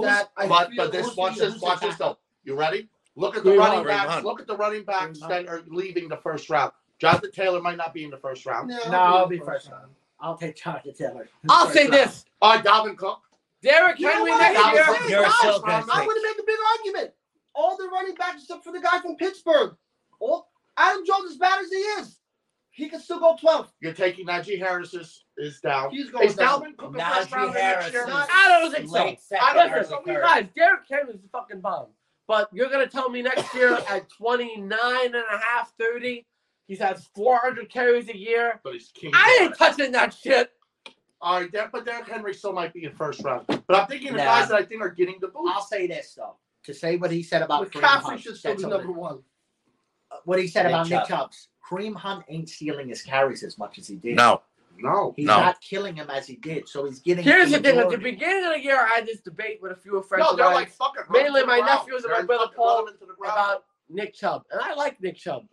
[SPEAKER 11] that I
[SPEAKER 5] but
[SPEAKER 11] feel-
[SPEAKER 5] but this
[SPEAKER 11] who's
[SPEAKER 5] watch
[SPEAKER 11] the-
[SPEAKER 5] this
[SPEAKER 11] who's the
[SPEAKER 5] watch this
[SPEAKER 11] back?
[SPEAKER 5] though. You ready? Look at the
[SPEAKER 3] Green
[SPEAKER 5] running
[SPEAKER 7] Hunt, Green
[SPEAKER 5] backs.
[SPEAKER 7] Hunt.
[SPEAKER 5] Look at the running backs that are leaving the first round. Jonathan Taylor might not be in the first round.
[SPEAKER 11] No,
[SPEAKER 15] No, it'll be
[SPEAKER 11] the
[SPEAKER 15] first round. I'll take Jonathan Taylor.
[SPEAKER 3] I'll
[SPEAKER 15] First
[SPEAKER 3] say
[SPEAKER 15] round.
[SPEAKER 3] this.
[SPEAKER 5] All right, Dalvin Cook.
[SPEAKER 3] Derrick
[SPEAKER 11] You know
[SPEAKER 3] Henry
[SPEAKER 11] what?
[SPEAKER 3] next
[SPEAKER 11] That
[SPEAKER 3] year.
[SPEAKER 11] was-
[SPEAKER 1] You're
[SPEAKER 11] guys,
[SPEAKER 1] still gonna
[SPEAKER 11] I
[SPEAKER 1] think.
[SPEAKER 11] would have made a big argument. All the running backs except for the guy from Pittsburgh. All Adam Jones, as bad as he is, he can still go 12.
[SPEAKER 5] You're taking Najee Harris is, is down.
[SPEAKER 11] He's going
[SPEAKER 5] Is
[SPEAKER 11] down.
[SPEAKER 5] Dalvin Cook a first
[SPEAKER 2] Najee
[SPEAKER 5] rounder
[SPEAKER 2] Harris
[SPEAKER 5] next
[SPEAKER 2] is
[SPEAKER 5] year?
[SPEAKER 3] I don't think so.
[SPEAKER 2] late second.
[SPEAKER 3] I
[SPEAKER 2] early
[SPEAKER 3] listen,
[SPEAKER 2] third.
[SPEAKER 3] guys, Derrick Henry is a fucking bomb. But you're going to tell me next year at 29 and a half, 30, he's had 400 carries a year.
[SPEAKER 5] But he's king.
[SPEAKER 3] I ain't touching that shit.
[SPEAKER 5] All right, Der- but Derrick Henry still might be in first round. But I'm thinking the
[SPEAKER 6] Nah.
[SPEAKER 5] guys that I think are getting the
[SPEAKER 6] I'll
[SPEAKER 5] boost.
[SPEAKER 6] say this though, to say what he said about Kareem
[SPEAKER 11] McCaffrey
[SPEAKER 6] Hunt,
[SPEAKER 11] should still
[SPEAKER 6] that's
[SPEAKER 11] be
[SPEAKER 6] a- Uh,
[SPEAKER 11] number one.
[SPEAKER 6] what he said
[SPEAKER 2] Nick
[SPEAKER 6] about Nick
[SPEAKER 2] Chubb.
[SPEAKER 6] Chubb's. Kareem Hunt ain't stealing his carries as much as he did.
[SPEAKER 7] No.
[SPEAKER 5] No.
[SPEAKER 6] He's
[SPEAKER 7] No.
[SPEAKER 6] not killing him as he did, so he's getting.
[SPEAKER 3] Here's the thing. At the
[SPEAKER 6] majority.
[SPEAKER 3] beginning of the year, I had this debate with a few friends
[SPEAKER 5] No,
[SPEAKER 3] of
[SPEAKER 5] they're
[SPEAKER 3] mine
[SPEAKER 5] like fucking. run
[SPEAKER 3] mainly
[SPEAKER 5] to the
[SPEAKER 3] my
[SPEAKER 5] ground.
[SPEAKER 3] nephews and
[SPEAKER 5] They're
[SPEAKER 3] my brother
[SPEAKER 5] fucking run
[SPEAKER 3] Paul
[SPEAKER 5] them to the ground.
[SPEAKER 3] about Nick Chubb. And I like Nick Chubb.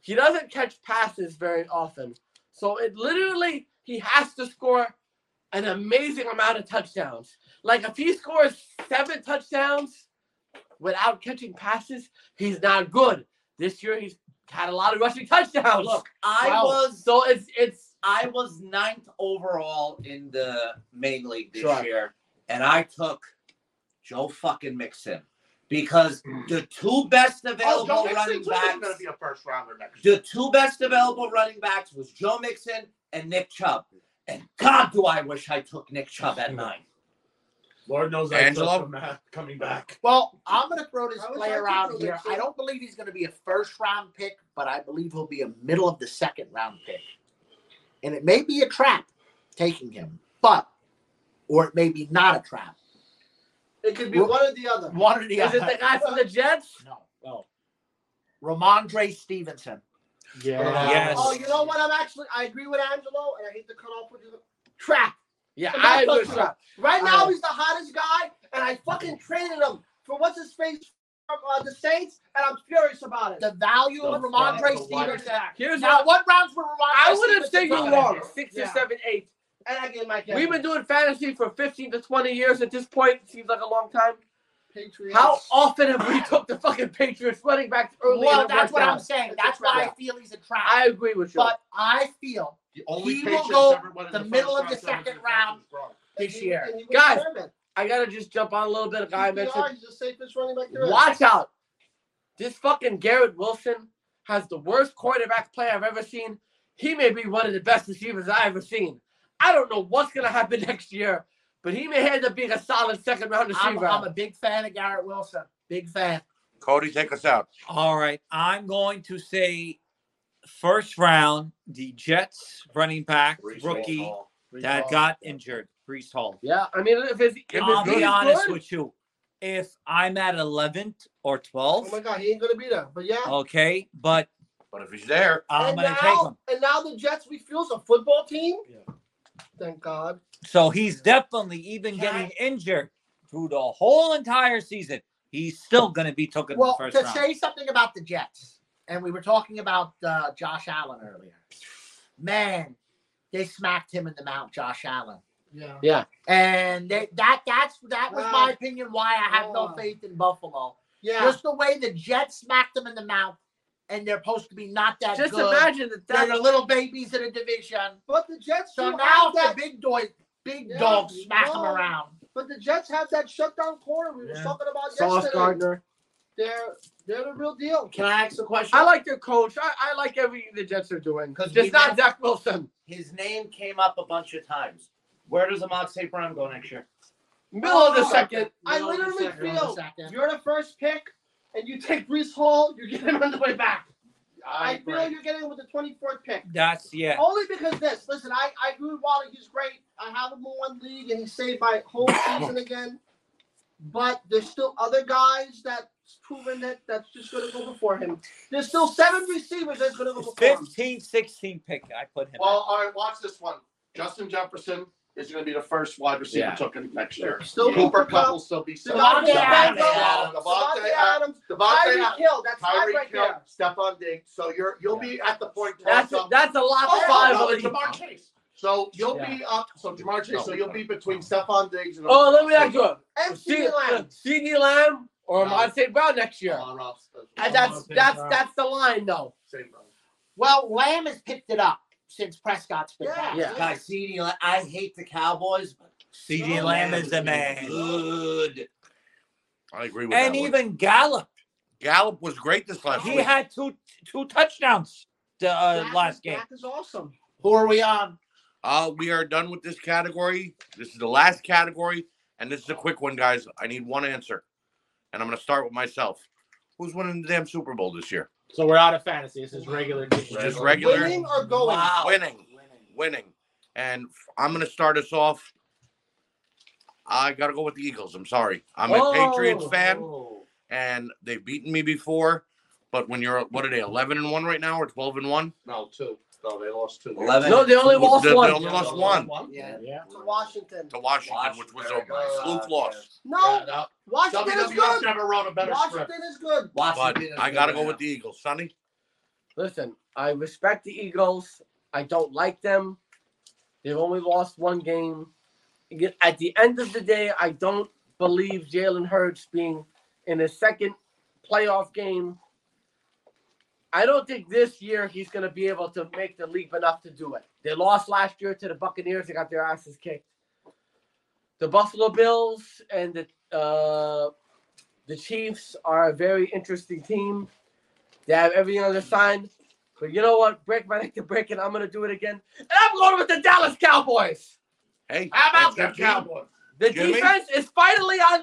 [SPEAKER 3] He doesn't catch passes very often. So it literally, he has to score an amazing amount of touchdowns. Like if he scores seven touchdowns without catching passes, he's not good. This year he's had a lot of rushing touchdowns.
[SPEAKER 2] Look, I
[SPEAKER 3] Wow.
[SPEAKER 2] was
[SPEAKER 3] So it's it's
[SPEAKER 2] I was ninth overall in the main league this
[SPEAKER 3] Sure.
[SPEAKER 2] year, and I took Joe fucking Mixon because the two best
[SPEAKER 5] Oh,
[SPEAKER 2] available
[SPEAKER 5] Joe Mixon
[SPEAKER 2] running
[SPEAKER 5] too is going
[SPEAKER 2] backs,
[SPEAKER 5] to be a first rounder next year.
[SPEAKER 2] the two best available running backs was Joe Mixon and Nick Chubb. And God, do I wish I took Nick Chubb at nine.
[SPEAKER 3] Lord knows I
[SPEAKER 7] Angelo?
[SPEAKER 3] took him at- coming back.
[SPEAKER 15] Well, I'm going to throw this
[SPEAKER 11] I wish I
[SPEAKER 15] player
[SPEAKER 11] could
[SPEAKER 15] out
[SPEAKER 11] do
[SPEAKER 15] here.
[SPEAKER 11] that, too.
[SPEAKER 15] I don't believe he's going to be a first round pick, but I believe he'll be a middle of the second round pick. And it may be a trap taking him, but, or it may be not a trap.
[SPEAKER 11] It could be
[SPEAKER 15] Well-
[SPEAKER 11] one or the other.
[SPEAKER 15] One or the
[SPEAKER 3] Is it
[SPEAKER 15] other.
[SPEAKER 3] the guy from the Jets?
[SPEAKER 15] No.
[SPEAKER 3] No.
[SPEAKER 15] Ramondre Stevenson.
[SPEAKER 3] Yeah.
[SPEAKER 1] Yes.
[SPEAKER 11] Oh, you know what? I'm actually I agree with Angelo, and I hate to cut off with you. Trap.
[SPEAKER 3] Yeah,
[SPEAKER 11] The
[SPEAKER 3] I
[SPEAKER 11] Buffalo
[SPEAKER 3] was.
[SPEAKER 11] trap. Right now
[SPEAKER 3] I-
[SPEAKER 11] he's the hottest guy, and I fucking traded him for what's his face from uh, the Saints, and I'm furious about it.
[SPEAKER 15] The value of
[SPEAKER 3] The
[SPEAKER 15] Ramondre
[SPEAKER 3] fuck, the wide
[SPEAKER 15] Stevenson.
[SPEAKER 3] Here's
[SPEAKER 15] Now,
[SPEAKER 3] what
[SPEAKER 15] what rounds were Ramondre
[SPEAKER 3] I would have
[SPEAKER 15] Stevenson
[SPEAKER 3] taken
[SPEAKER 15] taken?
[SPEAKER 3] long six or
[SPEAKER 11] Yeah.
[SPEAKER 3] seven, eight.
[SPEAKER 11] And I gave my
[SPEAKER 3] We've been doing fantasy for 15 to 20 years at this point. Seems like a long time.
[SPEAKER 11] Patriots.
[SPEAKER 3] How often have we took the fucking Patriots running back early?
[SPEAKER 15] Well,
[SPEAKER 3] and it
[SPEAKER 15] that's
[SPEAKER 3] worked
[SPEAKER 15] what I'm
[SPEAKER 3] out?
[SPEAKER 15] saying.
[SPEAKER 11] It's a
[SPEAKER 15] That's why I
[SPEAKER 3] trap.
[SPEAKER 15] feel he's a trap.
[SPEAKER 3] I agree with you.
[SPEAKER 15] but I feel
[SPEAKER 5] The only
[SPEAKER 15] He will
[SPEAKER 5] Patriots
[SPEAKER 15] go
[SPEAKER 5] ever went in
[SPEAKER 15] the
[SPEAKER 5] first
[SPEAKER 15] middle of
[SPEAKER 5] round
[SPEAKER 15] the
[SPEAKER 5] ever was
[SPEAKER 15] second
[SPEAKER 5] the
[SPEAKER 15] round.
[SPEAKER 5] Broncos.
[SPEAKER 15] this year.
[SPEAKER 11] And he was
[SPEAKER 3] Guys,
[SPEAKER 11] determined.
[SPEAKER 3] I gotta just jump on a little bit. A guy I mentioned.
[SPEAKER 11] PPR, He's the safest running back there is.
[SPEAKER 3] Watch out. This fucking Garrett Wilson has the worst quarterback play I've ever seen. He may be one of the best receivers I've ever seen. I don't know what's going to happen next year, but he may end up being a solid second round
[SPEAKER 15] I'm,
[SPEAKER 3] receiver.
[SPEAKER 15] I'm a big fan of Garrett Wilson. Big fan.
[SPEAKER 7] Cody, take us out.
[SPEAKER 1] All right. I'm going to say first round, the Jets running back
[SPEAKER 5] Brees Hall.
[SPEAKER 1] rookie that got injured, Brees Hall.
[SPEAKER 3] yeah, I mean, if it's, if it's
[SPEAKER 1] I'll
[SPEAKER 3] good,
[SPEAKER 1] be
[SPEAKER 3] it's
[SPEAKER 1] honest
[SPEAKER 3] good.
[SPEAKER 1] with you. If I'm at 11th or
[SPEAKER 11] Oh my
[SPEAKER 1] 12th,
[SPEAKER 11] god, he ain't gonna be there. But yeah.
[SPEAKER 1] okay, but
[SPEAKER 7] But if he's there,
[SPEAKER 1] I'm
[SPEAKER 11] and
[SPEAKER 1] going
[SPEAKER 11] now,
[SPEAKER 1] to take him.
[SPEAKER 11] and now the Jets refuels a football team.
[SPEAKER 3] Yeah.
[SPEAKER 11] Thank God.
[SPEAKER 1] So he's definitely, even
[SPEAKER 15] Can
[SPEAKER 1] getting injured through the whole entire season, he's still going to be taken
[SPEAKER 15] Well,
[SPEAKER 1] in the
[SPEAKER 15] to
[SPEAKER 1] first round.
[SPEAKER 15] say something about the Jets, and we were talking about uh, Josh Allen earlier. Man, they smacked him in the mouth, Josh Allen.
[SPEAKER 11] Yeah.
[SPEAKER 15] And they, that that's that was my
[SPEAKER 3] Ah.
[SPEAKER 11] Wow.
[SPEAKER 15] opinion why I have no
[SPEAKER 11] Wow.
[SPEAKER 15] faith in Buffalo.
[SPEAKER 11] Yeah.
[SPEAKER 15] Just the way the Jets smacked them in the mouth, and they're supposed to be not that
[SPEAKER 3] Just
[SPEAKER 15] good.
[SPEAKER 3] imagine that
[SPEAKER 15] They're
[SPEAKER 3] that
[SPEAKER 15] the little babies in a division.
[SPEAKER 11] but the Jets
[SPEAKER 15] So
[SPEAKER 11] do
[SPEAKER 15] now
[SPEAKER 11] have
[SPEAKER 15] the
[SPEAKER 11] that.
[SPEAKER 15] big dog, big
[SPEAKER 11] Yeah,
[SPEAKER 15] dogs smack them
[SPEAKER 11] no.
[SPEAKER 15] around.
[SPEAKER 11] But the Jets have that shutdown corner we were
[SPEAKER 1] Yeah.
[SPEAKER 11] talking about
[SPEAKER 3] Sauce
[SPEAKER 11] yesterday.
[SPEAKER 3] Gardner.
[SPEAKER 11] They're they're the real deal.
[SPEAKER 15] Can I ask a question?
[SPEAKER 3] I like their coach. I, I like everything the Jets are doing.
[SPEAKER 2] 'Cause
[SPEAKER 3] Just
[SPEAKER 2] we
[SPEAKER 3] not
[SPEAKER 2] have-
[SPEAKER 3] Zach Wilson.
[SPEAKER 2] His name came up a bunch of times. Where does Amon St. Brown go next year?
[SPEAKER 3] Middle of the
[SPEAKER 11] Oh.
[SPEAKER 3] second.
[SPEAKER 11] I literally feel you're the first pick, and you take Brees Hall. You get him on the way back. I, feel you're getting him with the 24th pick.
[SPEAKER 1] That's, yeah.
[SPEAKER 11] Only because this. Listen, I, I agree with Wally. He's great. I have him in one league, and he saved my whole season again. But there's still other guys that's proven that that's just going to go before him. There's still seven receivers that's going to go before him.
[SPEAKER 1] 15, 16 pick, I put him.
[SPEAKER 5] Well, all right, watch this one. Justin Jefferson is going to be the first wide receiver
[SPEAKER 3] Yeah.
[SPEAKER 5] taken next year.
[SPEAKER 11] Still
[SPEAKER 5] Cooper
[SPEAKER 11] Cooper
[SPEAKER 5] Cup
[SPEAKER 11] Cup.
[SPEAKER 5] will still be second.
[SPEAKER 11] Devontae
[SPEAKER 15] Devontae
[SPEAKER 5] Adams.
[SPEAKER 11] Adams. Devontae
[SPEAKER 5] Devontae uh,
[SPEAKER 11] Adams.
[SPEAKER 5] Devontae
[SPEAKER 11] Tyreek Hill. That's five
[SPEAKER 5] Tyreek
[SPEAKER 11] right
[SPEAKER 5] Hill,
[SPEAKER 11] there.
[SPEAKER 5] Stephon Diggs. So you're you'll be at the point.
[SPEAKER 3] That's
[SPEAKER 5] Tom,
[SPEAKER 3] that's a lot
[SPEAKER 5] oh,
[SPEAKER 3] of
[SPEAKER 5] no, no,
[SPEAKER 3] liability.
[SPEAKER 5] Jamar Chase. So you'll be up. So Jamar Chase. So you'll be between Stephon Diggs and.
[SPEAKER 3] Oh, let me ask you.
[SPEAKER 11] And CeeDee Lamb.
[SPEAKER 3] CD Lamb or
[SPEAKER 5] No.
[SPEAKER 3] Amon St. Brown next year.
[SPEAKER 5] Come on, Ross.
[SPEAKER 3] And that's that's that's the line though.
[SPEAKER 5] Same brother.
[SPEAKER 15] Well, Lamb has picked it up since Prescott's been back. Oh,
[SPEAKER 3] Yeah.
[SPEAKER 2] Guy, CD, Lam- I hate the Cowboys, but
[SPEAKER 1] CJ Lamb is the man.
[SPEAKER 2] good.
[SPEAKER 7] I agree with
[SPEAKER 1] And
[SPEAKER 7] that one.
[SPEAKER 1] even Gallup,
[SPEAKER 7] Gallup was great this last
[SPEAKER 1] he
[SPEAKER 7] week.
[SPEAKER 1] had two two touchdowns the uh,
[SPEAKER 11] Dak-
[SPEAKER 1] last game.
[SPEAKER 11] Dak is awesome.
[SPEAKER 15] Who are we on?
[SPEAKER 7] Uh, we are done with this category. This is the last category, and this is a quick one, guys. I need one answer, and I'm going to start with myself. Who's winning the damn Super Bowl this year?
[SPEAKER 4] So we're out of fantasy. This is regular.
[SPEAKER 7] Just regular
[SPEAKER 11] Winning or going?
[SPEAKER 1] Oh,
[SPEAKER 2] Wow.
[SPEAKER 7] winning, winning. And f- I'm going to start us off. I got to go with the Eagles. I'm sorry. I'm a Patriots
[SPEAKER 3] Oh.
[SPEAKER 7] fan, and they've beaten me before. But when you're what are they 11 and one right now or 12 and one?
[SPEAKER 5] No, two. No, they lost two.
[SPEAKER 2] Eleven.
[SPEAKER 3] No, they only
[SPEAKER 7] They-
[SPEAKER 3] lost
[SPEAKER 7] they
[SPEAKER 3] one.
[SPEAKER 7] only lost one
[SPEAKER 11] Yeah.
[SPEAKER 4] Yeah.
[SPEAKER 11] To Washington.
[SPEAKER 7] to Washington, which was a fluke loss.
[SPEAKER 11] No, Oh, Washington is
[SPEAKER 5] WWF
[SPEAKER 11] good.
[SPEAKER 5] never wrote a better script.
[SPEAKER 11] Washington is good.
[SPEAKER 7] But
[SPEAKER 2] Washington.
[SPEAKER 7] I got to go with the Eagles, Sonny.
[SPEAKER 3] Listen, I respect the Eagles. I don't like them. They've only lost one game. Again, At the end of the day, I don't believe Jalen Hurts being in his second playoff game. I don't think this year he's going to be able to make the leap enough to do it. They lost last year to the Buccaneers. They got their asses kicked. The Buffalo Bills and the uh, the Chiefs are a very interesting team. They have everything on their side. But you know what? Break my neck to break it. I'm gonna do it again. And I'm going with the Dallas Cowboys.
[SPEAKER 7] Hey,
[SPEAKER 3] How about
[SPEAKER 7] that's
[SPEAKER 3] the
[SPEAKER 7] your team.
[SPEAKER 3] Cowboys? The
[SPEAKER 7] Jimmy?
[SPEAKER 3] defense is finally on.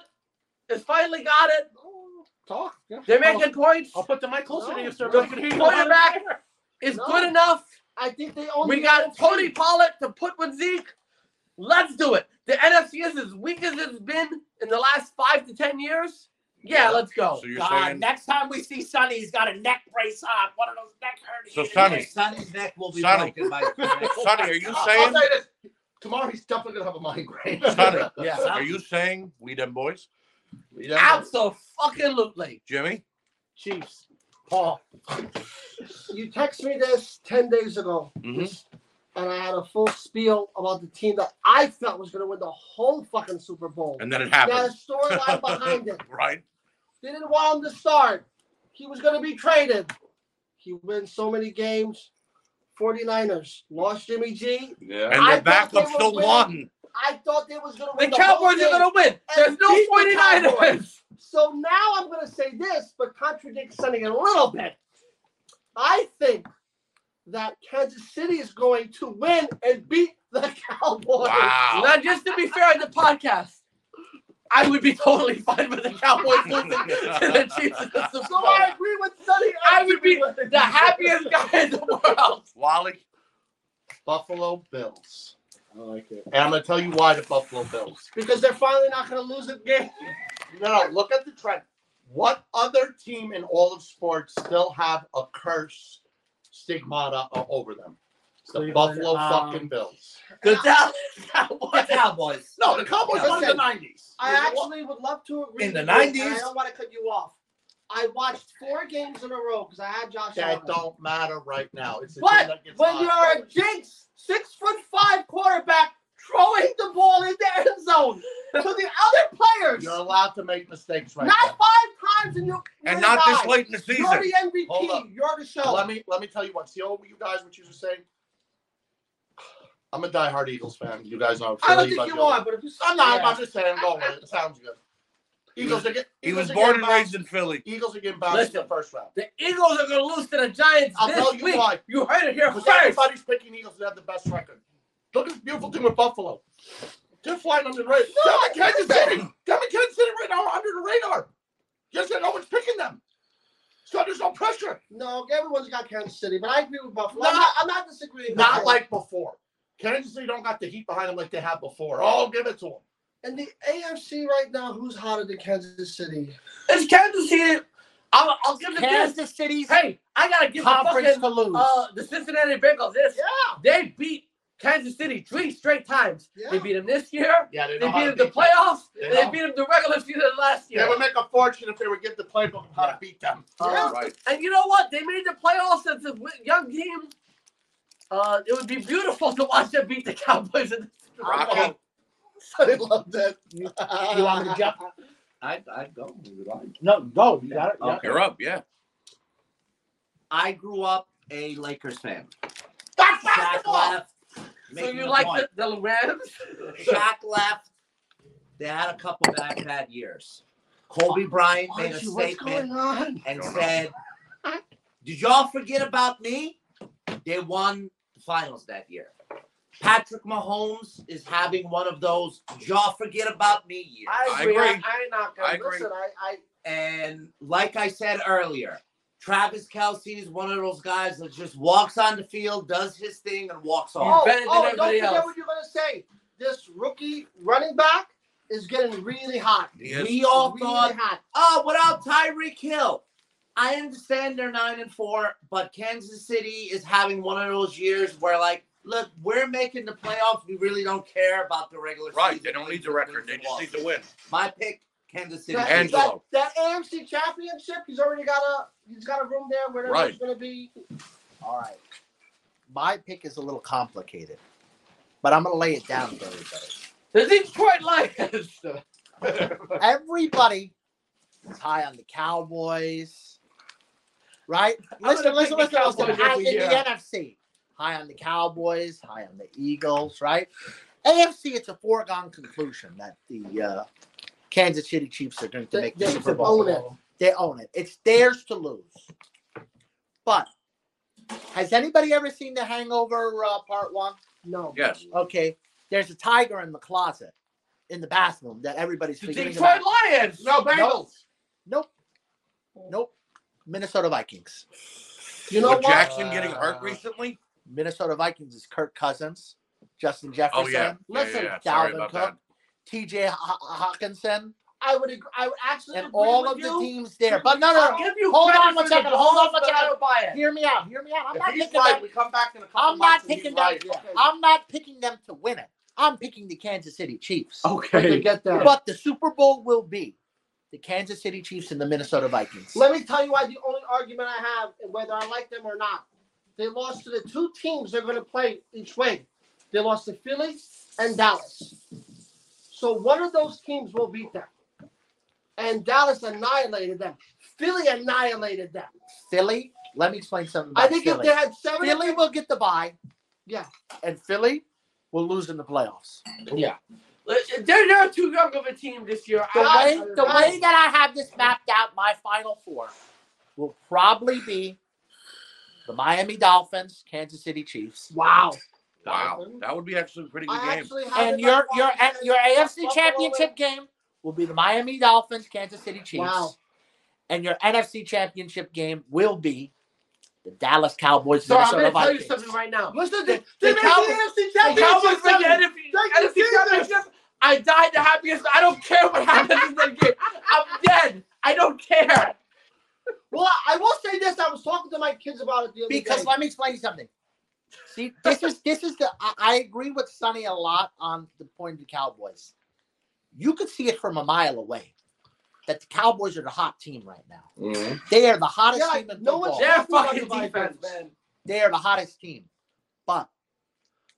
[SPEAKER 3] Is finally got it.
[SPEAKER 4] Talk. Yeah.
[SPEAKER 3] They're making points.
[SPEAKER 4] I'll put the mic closer to you, sir.
[SPEAKER 3] No.
[SPEAKER 4] I can hear you.
[SPEAKER 3] Quarterback is
[SPEAKER 11] No.
[SPEAKER 3] good enough.
[SPEAKER 11] I think they only
[SPEAKER 3] We got
[SPEAKER 11] guarantee-
[SPEAKER 3] Tony Pollard to put with Zeke. Let's do it. The NFC is as weak as it's been in the last five to ten years. Yeah,
[SPEAKER 7] Yeah.
[SPEAKER 3] let's go.
[SPEAKER 7] So you're
[SPEAKER 15] God,
[SPEAKER 7] saying
[SPEAKER 15] next time we see Sonny, he's got a neck brace on. One of those neck hurting.
[SPEAKER 7] So, Sonny.
[SPEAKER 2] Sonny's neck will be
[SPEAKER 7] Sonny.
[SPEAKER 2] broken by the next-
[SPEAKER 7] Sonny, are you
[SPEAKER 5] I'll
[SPEAKER 7] saying?
[SPEAKER 5] tell you this. Tomorrow he's definitely gonna have a migraine.
[SPEAKER 7] Sonny,
[SPEAKER 3] Yeah.
[SPEAKER 7] are you saying we them boys? We them boys.
[SPEAKER 3] Absolutely.
[SPEAKER 7] Jimmy,
[SPEAKER 4] Chiefs. Paul.
[SPEAKER 11] You texted me this ten days ago,
[SPEAKER 7] Mhm.
[SPEAKER 11] and I had a full spiel about the team that I felt was going to win the whole fucking Super Bowl.
[SPEAKER 7] and then it
[SPEAKER 11] Now the
[SPEAKER 7] happened,
[SPEAKER 11] storyline behind it.
[SPEAKER 7] right?
[SPEAKER 11] They didn't want him to start. He was going to be traded. He wins so many games. 49ers lost Jimmy G.
[SPEAKER 5] Yeah.
[SPEAKER 7] And
[SPEAKER 11] I
[SPEAKER 7] their
[SPEAKER 11] thought they
[SPEAKER 7] backup
[SPEAKER 11] were
[SPEAKER 7] still
[SPEAKER 11] winning.
[SPEAKER 7] won.
[SPEAKER 11] I thought they was going to
[SPEAKER 3] The
[SPEAKER 11] win the,
[SPEAKER 3] Cowboys are
[SPEAKER 11] whole
[SPEAKER 3] gonna win. There's
[SPEAKER 11] And
[SPEAKER 3] no
[SPEAKER 11] beat the
[SPEAKER 3] 49ers.
[SPEAKER 11] Cowboys. So now I'm going to say this, but contradict Sonny a little bit. I think that Kansas City is going to win and beat the Cowboys.
[SPEAKER 7] Wow.
[SPEAKER 3] Now, just to be fair on the podcast, I would be totally fine with the Cowboys losing to the Chiefs in the Super
[SPEAKER 11] So
[SPEAKER 3] Bowl.
[SPEAKER 11] I agree with Sonny.
[SPEAKER 3] I would be the happiest guy in the world.
[SPEAKER 7] Wally,
[SPEAKER 5] Buffalo Bills.
[SPEAKER 4] I like it.
[SPEAKER 5] And I'm gonna tell you why the Buffalo Bills.
[SPEAKER 11] because they're finally not going to lose a game.
[SPEAKER 5] No, no, look at the trend. What other team in all of sports still have a curse stigmata o- over them? It's the
[SPEAKER 4] Cleveland,
[SPEAKER 5] Buffalo
[SPEAKER 4] um,
[SPEAKER 5] fucking Bills.
[SPEAKER 3] The Dallas
[SPEAKER 2] The
[SPEAKER 3] Cowboys.
[SPEAKER 2] Cowboys.
[SPEAKER 5] No, the Cowboys
[SPEAKER 11] Yeah,
[SPEAKER 5] won in the
[SPEAKER 11] listen.
[SPEAKER 5] nineties.
[SPEAKER 11] I actually would love to agree
[SPEAKER 2] In the
[SPEAKER 11] with you, and
[SPEAKER 2] 90s?
[SPEAKER 11] I don't want to cut you off. I watched four games in a row because I had Josh.
[SPEAKER 5] That
[SPEAKER 11] Allen.
[SPEAKER 5] don't matter right now. It's a team
[SPEAKER 11] But
[SPEAKER 5] that gets
[SPEAKER 11] when
[SPEAKER 5] hot.
[SPEAKER 11] you're a jinx, six foot five quarterback throwing the ball in the end zone to the other players,
[SPEAKER 5] You're allowed to make mistakes right
[SPEAKER 11] not
[SPEAKER 5] now.
[SPEAKER 11] five times, and you
[SPEAKER 7] and
[SPEAKER 11] you're
[SPEAKER 7] not this
[SPEAKER 11] not.
[SPEAKER 7] late in the
[SPEAKER 11] You're
[SPEAKER 7] season.
[SPEAKER 11] the
[SPEAKER 5] Hold up.
[SPEAKER 11] MVP. You're the show.
[SPEAKER 5] Let me let me tell you what. See all you guys what you were saying. I'm a diehard Eagles fan. You guys know.
[SPEAKER 11] I don't
[SPEAKER 5] Philly,
[SPEAKER 11] think
[SPEAKER 5] but
[SPEAKER 11] you
[SPEAKER 5] you're-
[SPEAKER 11] are, but if you,
[SPEAKER 5] I'm not. I'm just saying. I'm going with it. It sounds good. Eagles are get,
[SPEAKER 7] He
[SPEAKER 5] Eagles
[SPEAKER 7] was
[SPEAKER 5] are
[SPEAKER 7] born
[SPEAKER 5] getting
[SPEAKER 7] and
[SPEAKER 5] bounced.
[SPEAKER 7] raised in Philly.
[SPEAKER 5] Eagles are getting bounced in
[SPEAKER 3] Listen.
[SPEAKER 5] the first round.
[SPEAKER 3] The Eagles are going to lose to the Giants
[SPEAKER 5] I'll
[SPEAKER 3] this
[SPEAKER 5] tell you
[SPEAKER 3] week.
[SPEAKER 5] why.
[SPEAKER 3] You heard it here
[SPEAKER 5] Because
[SPEAKER 3] first.
[SPEAKER 5] everybody's picking Eagles to have the best record. Look at this beautiful team with Buffalo. They're flying under the radar. They're in Kansas City. They're in Kansas City right now under the radar. Just that no one's picking them. So there's no pressure.
[SPEAKER 11] no, everyone's got Kansas City, but I agree with Buffalo.
[SPEAKER 5] Not-
[SPEAKER 11] I'm, not, I'm not disagreeing. with
[SPEAKER 5] Not
[SPEAKER 11] you.
[SPEAKER 5] like before. Kansas City don't got the heat behind them like they had before. Oh, give it to them.
[SPEAKER 11] in the AFC right now. Who's hotter than Kansas City?
[SPEAKER 3] It's Kansas City. I'll, I'll give it this.
[SPEAKER 15] Kansas City's
[SPEAKER 3] Hey, I got to give the
[SPEAKER 15] conference
[SPEAKER 3] fucking
[SPEAKER 15] to lose.
[SPEAKER 3] uh, the Cincinnati Bengals this.
[SPEAKER 11] Yeah.
[SPEAKER 3] They beat Kansas City three straight times.
[SPEAKER 11] Yeah.
[SPEAKER 3] They beat them this year.
[SPEAKER 5] Yeah, they
[SPEAKER 3] They
[SPEAKER 5] know how
[SPEAKER 3] beat
[SPEAKER 5] to
[SPEAKER 3] them the
[SPEAKER 5] beat them.
[SPEAKER 3] playoffs.
[SPEAKER 5] They
[SPEAKER 3] and They
[SPEAKER 5] know.
[SPEAKER 3] beat them the regular season last year.
[SPEAKER 5] They would make a fortune if they would give the playbook of how to beat them.
[SPEAKER 3] Uh,
[SPEAKER 7] Right.
[SPEAKER 3] And you know what? They made the playoffs as a wi- young team. Uh, it would be beautiful to watch them beat the Cowboys. In the
[SPEAKER 7] Rocket.
[SPEAKER 11] I love that.
[SPEAKER 15] You want me to jump?
[SPEAKER 2] I'd, I'd go.
[SPEAKER 15] No, go. You got it.
[SPEAKER 2] Okay.
[SPEAKER 7] You're up, yeah.
[SPEAKER 2] I grew up a Lakers fan.
[SPEAKER 3] That's
[SPEAKER 2] Shaq left.
[SPEAKER 3] So
[SPEAKER 2] making
[SPEAKER 3] you
[SPEAKER 2] a
[SPEAKER 3] like
[SPEAKER 2] point.
[SPEAKER 3] the, the Rams?
[SPEAKER 2] Shaq left. They had a couple bad, bad years. Kobe Bryant made a
[SPEAKER 11] Archie, what's
[SPEAKER 2] statement
[SPEAKER 11] going on?
[SPEAKER 2] and
[SPEAKER 7] Don't know.
[SPEAKER 2] said, Did y'all forget about me? They won the finals that year. Patrick Mahomes is having one of those "Did y'all forget about me years.
[SPEAKER 7] I agree.
[SPEAKER 11] I, I ain't not gonna
[SPEAKER 7] I agree.
[SPEAKER 11] listen. I, I
[SPEAKER 2] And like I said earlier, Travis Kelsey is one of those guys that just walks on the field, does his thing, and walks off.
[SPEAKER 11] oh,
[SPEAKER 3] better than
[SPEAKER 11] oh, don't
[SPEAKER 3] everybody
[SPEAKER 11] forget
[SPEAKER 3] else.
[SPEAKER 11] what you're gonna say. This rookie running back is getting really hot.
[SPEAKER 7] He is.
[SPEAKER 2] We all
[SPEAKER 11] really
[SPEAKER 2] thought,
[SPEAKER 11] hot.
[SPEAKER 2] oh, without Tyreek Hill. I understand they're nine and four, but Kansas City is having one of those years where, like, look, we're making the playoffs. We really don't care about the regular
[SPEAKER 7] Right.
[SPEAKER 2] season.
[SPEAKER 7] They don't need the record. They just need to win.
[SPEAKER 2] My pick, Kansas City.
[SPEAKER 11] That,
[SPEAKER 7] Angelo.
[SPEAKER 11] that, that AMC championship, he's already got a he's got a room there where there's
[SPEAKER 7] Right.
[SPEAKER 11] gonna be
[SPEAKER 15] All right. My pick is a little complicated, but I'm going to lay it down for everybody.
[SPEAKER 3] The Detroit Lions.
[SPEAKER 15] Everybody is high on the Cowboys, right?
[SPEAKER 3] I'm
[SPEAKER 15] Listen,
[SPEAKER 3] gonna
[SPEAKER 15] listen,
[SPEAKER 3] pick the
[SPEAKER 15] listen, listen.
[SPEAKER 3] Cowboys
[SPEAKER 15] High
[SPEAKER 3] every
[SPEAKER 15] in the
[SPEAKER 3] year.
[SPEAKER 15] NFC, high on the Cowboys, high on the Eagles, right? AFC, it's a foregone conclusion that the uh, Kansas City Chiefs are going to
[SPEAKER 11] they,
[SPEAKER 15] make the
[SPEAKER 11] they
[SPEAKER 15] Super
[SPEAKER 11] can
[SPEAKER 15] Bowl.
[SPEAKER 11] own it.
[SPEAKER 15] They own it. It's theirs to lose. But
[SPEAKER 2] Has anybody ever seen The Hangover uh, Part One?
[SPEAKER 11] No.
[SPEAKER 7] Yes.
[SPEAKER 2] Okay, there's a tiger in the closet, in the bathroom that everybody's
[SPEAKER 3] The
[SPEAKER 2] forgetting
[SPEAKER 3] Detroit
[SPEAKER 2] about.
[SPEAKER 3] Lions.
[SPEAKER 5] No, Bengals.
[SPEAKER 2] Nope. Nope. Minnesota Vikings.
[SPEAKER 11] You know
[SPEAKER 7] With
[SPEAKER 11] what?
[SPEAKER 7] Jackson getting hurt recently?
[SPEAKER 2] Minnesota Vikings is Kirk Cousins, Justin Jefferson.
[SPEAKER 7] Oh, yeah. Yeah,
[SPEAKER 2] Listen,
[SPEAKER 7] yeah, yeah. Sorry
[SPEAKER 2] Dalvin
[SPEAKER 7] about
[SPEAKER 2] Cook,
[SPEAKER 7] that.
[SPEAKER 2] T.J. Ho- Ho- Hawkinson,
[SPEAKER 11] I would agree. I would actually
[SPEAKER 2] and
[SPEAKER 11] agree
[SPEAKER 2] all
[SPEAKER 11] with
[SPEAKER 2] of the
[SPEAKER 11] you.
[SPEAKER 2] teams there. But no, no,
[SPEAKER 11] I'll
[SPEAKER 2] no.
[SPEAKER 11] give you
[SPEAKER 2] Hold
[SPEAKER 11] credit
[SPEAKER 2] on one
[SPEAKER 11] for the
[SPEAKER 2] second, hold on one
[SPEAKER 11] Bulls, but I
[SPEAKER 2] second.
[SPEAKER 11] don't buy it.
[SPEAKER 2] Hear me out. Hear me out. I'm
[SPEAKER 5] If
[SPEAKER 2] not
[SPEAKER 5] he's
[SPEAKER 2] picking
[SPEAKER 5] right,
[SPEAKER 2] them.
[SPEAKER 5] we come back in a couple
[SPEAKER 2] I'm
[SPEAKER 5] months
[SPEAKER 2] not
[SPEAKER 5] and he's
[SPEAKER 2] picking them.
[SPEAKER 5] right.
[SPEAKER 11] yeah.
[SPEAKER 2] I'm not picking them to win it. I'm picking the Kansas City Chiefs.
[SPEAKER 11] I could
[SPEAKER 3] Okay.
[SPEAKER 11] get there.
[SPEAKER 2] But the Super Bowl will be the Kansas City Chiefs and the Minnesota Vikings.
[SPEAKER 11] Let me tell you why the only argument I have, and whether I like them or not, they lost to the two teams they're going to play each way. They lost to Philly and Dallas. So one of those teams will beat them. And Dallas annihilated them. Philly annihilated them.
[SPEAKER 2] Philly, let me explain something about
[SPEAKER 11] I think
[SPEAKER 2] Philly.
[SPEAKER 11] if they had seven,
[SPEAKER 2] Philly will get the bye.
[SPEAKER 11] Yeah.
[SPEAKER 2] And Philly will lose in the playoffs.
[SPEAKER 3] They're, they're too young of a team this year.
[SPEAKER 2] The
[SPEAKER 3] I-
[SPEAKER 2] way the way that I have this mapped out, my final four will probably be the Miami Dolphins, Kansas City Chiefs,
[SPEAKER 11] wow.
[SPEAKER 7] Wow. That would be actually a pretty good
[SPEAKER 11] I
[SPEAKER 7] game.
[SPEAKER 11] actually have
[SPEAKER 2] and
[SPEAKER 11] it
[SPEAKER 2] your
[SPEAKER 11] like
[SPEAKER 2] your
[SPEAKER 11] Washington.
[SPEAKER 2] your AFC
[SPEAKER 11] Buffalo
[SPEAKER 2] Championship game will be the Miami Dolphins, Kansas City Chiefs,
[SPEAKER 11] Wow.
[SPEAKER 2] and your NFC Championship game will be the Dallas Cowboys,
[SPEAKER 3] Sorry, I'm
[SPEAKER 2] Minnesota
[SPEAKER 3] gonna tell you
[SPEAKER 2] Vikings.
[SPEAKER 3] something right now.
[SPEAKER 11] Listen, they,
[SPEAKER 3] The
[SPEAKER 11] they made the
[SPEAKER 3] Cowboys-
[SPEAKER 11] AFC
[SPEAKER 3] The Cowboys
[SPEAKER 11] championship.
[SPEAKER 3] win the
[SPEAKER 11] seven.
[SPEAKER 3] NFC
[SPEAKER 11] Thank you,
[SPEAKER 3] NFC Championship. I died the happiest. I don't care what happens in that game. I'm dead. I don't care.
[SPEAKER 11] Well, I will say this. I was talking to my kids about it the other
[SPEAKER 2] Because
[SPEAKER 11] day.
[SPEAKER 2] let me explain you something. See, this is this is the I, I agree with Sonny a lot on the point of the Cowboys. You could see it from a mile away that the Cowboys are the hot team right now. They are the hottest
[SPEAKER 11] Yeah,
[SPEAKER 2] team in
[SPEAKER 11] no
[SPEAKER 2] football.
[SPEAKER 11] one's-
[SPEAKER 3] Their
[SPEAKER 11] Talking about
[SPEAKER 3] fucking
[SPEAKER 11] the Vikings,
[SPEAKER 3] defense, man.
[SPEAKER 2] They are the hottest team, but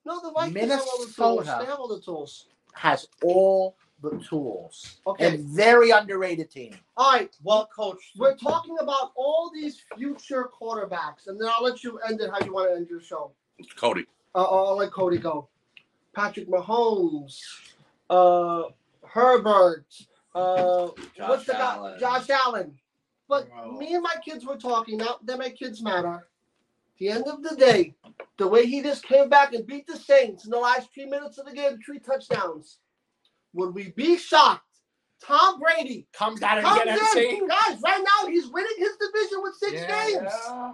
[SPEAKER 11] No, the Vikings have all the tools.
[SPEAKER 2] Minnesota.
[SPEAKER 11] They have all the tools.
[SPEAKER 2] has all the tools.
[SPEAKER 11] Okay.
[SPEAKER 2] And very underrated team.
[SPEAKER 11] All right,
[SPEAKER 2] Well coached.
[SPEAKER 11] we're talking about all these future quarterbacks, and then I'll let you end it how you want to end your show.
[SPEAKER 7] It's Cody.
[SPEAKER 11] Uh, I'll let Cody go. Patrick Mahomes, uh, Herbert, uh, what's the guy? Josh Allen. But me and my kids were talking. Not that my kids matter. The end of the day, the way he just came back and beat the Saints in the last three minutes of the game, three touchdowns. Would we be shocked? Tom Brady
[SPEAKER 2] Comes out of
[SPEAKER 11] comes
[SPEAKER 2] the
[SPEAKER 11] in, guys. Right now, he's winning his division with six games.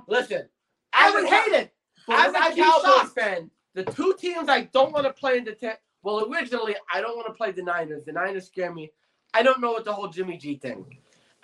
[SPEAKER 3] Listen,
[SPEAKER 11] I
[SPEAKER 3] as
[SPEAKER 11] would
[SPEAKER 3] a,
[SPEAKER 11] hate it. but
[SPEAKER 3] as
[SPEAKER 11] would I
[SPEAKER 3] a
[SPEAKER 11] be
[SPEAKER 3] Cowboys
[SPEAKER 11] shocked?
[SPEAKER 3] fan, the two teams I don't want to play in the ten. Well, originally I don't want to play the Niners. The Niners scare me. I don't know what the whole Jimmy G thing,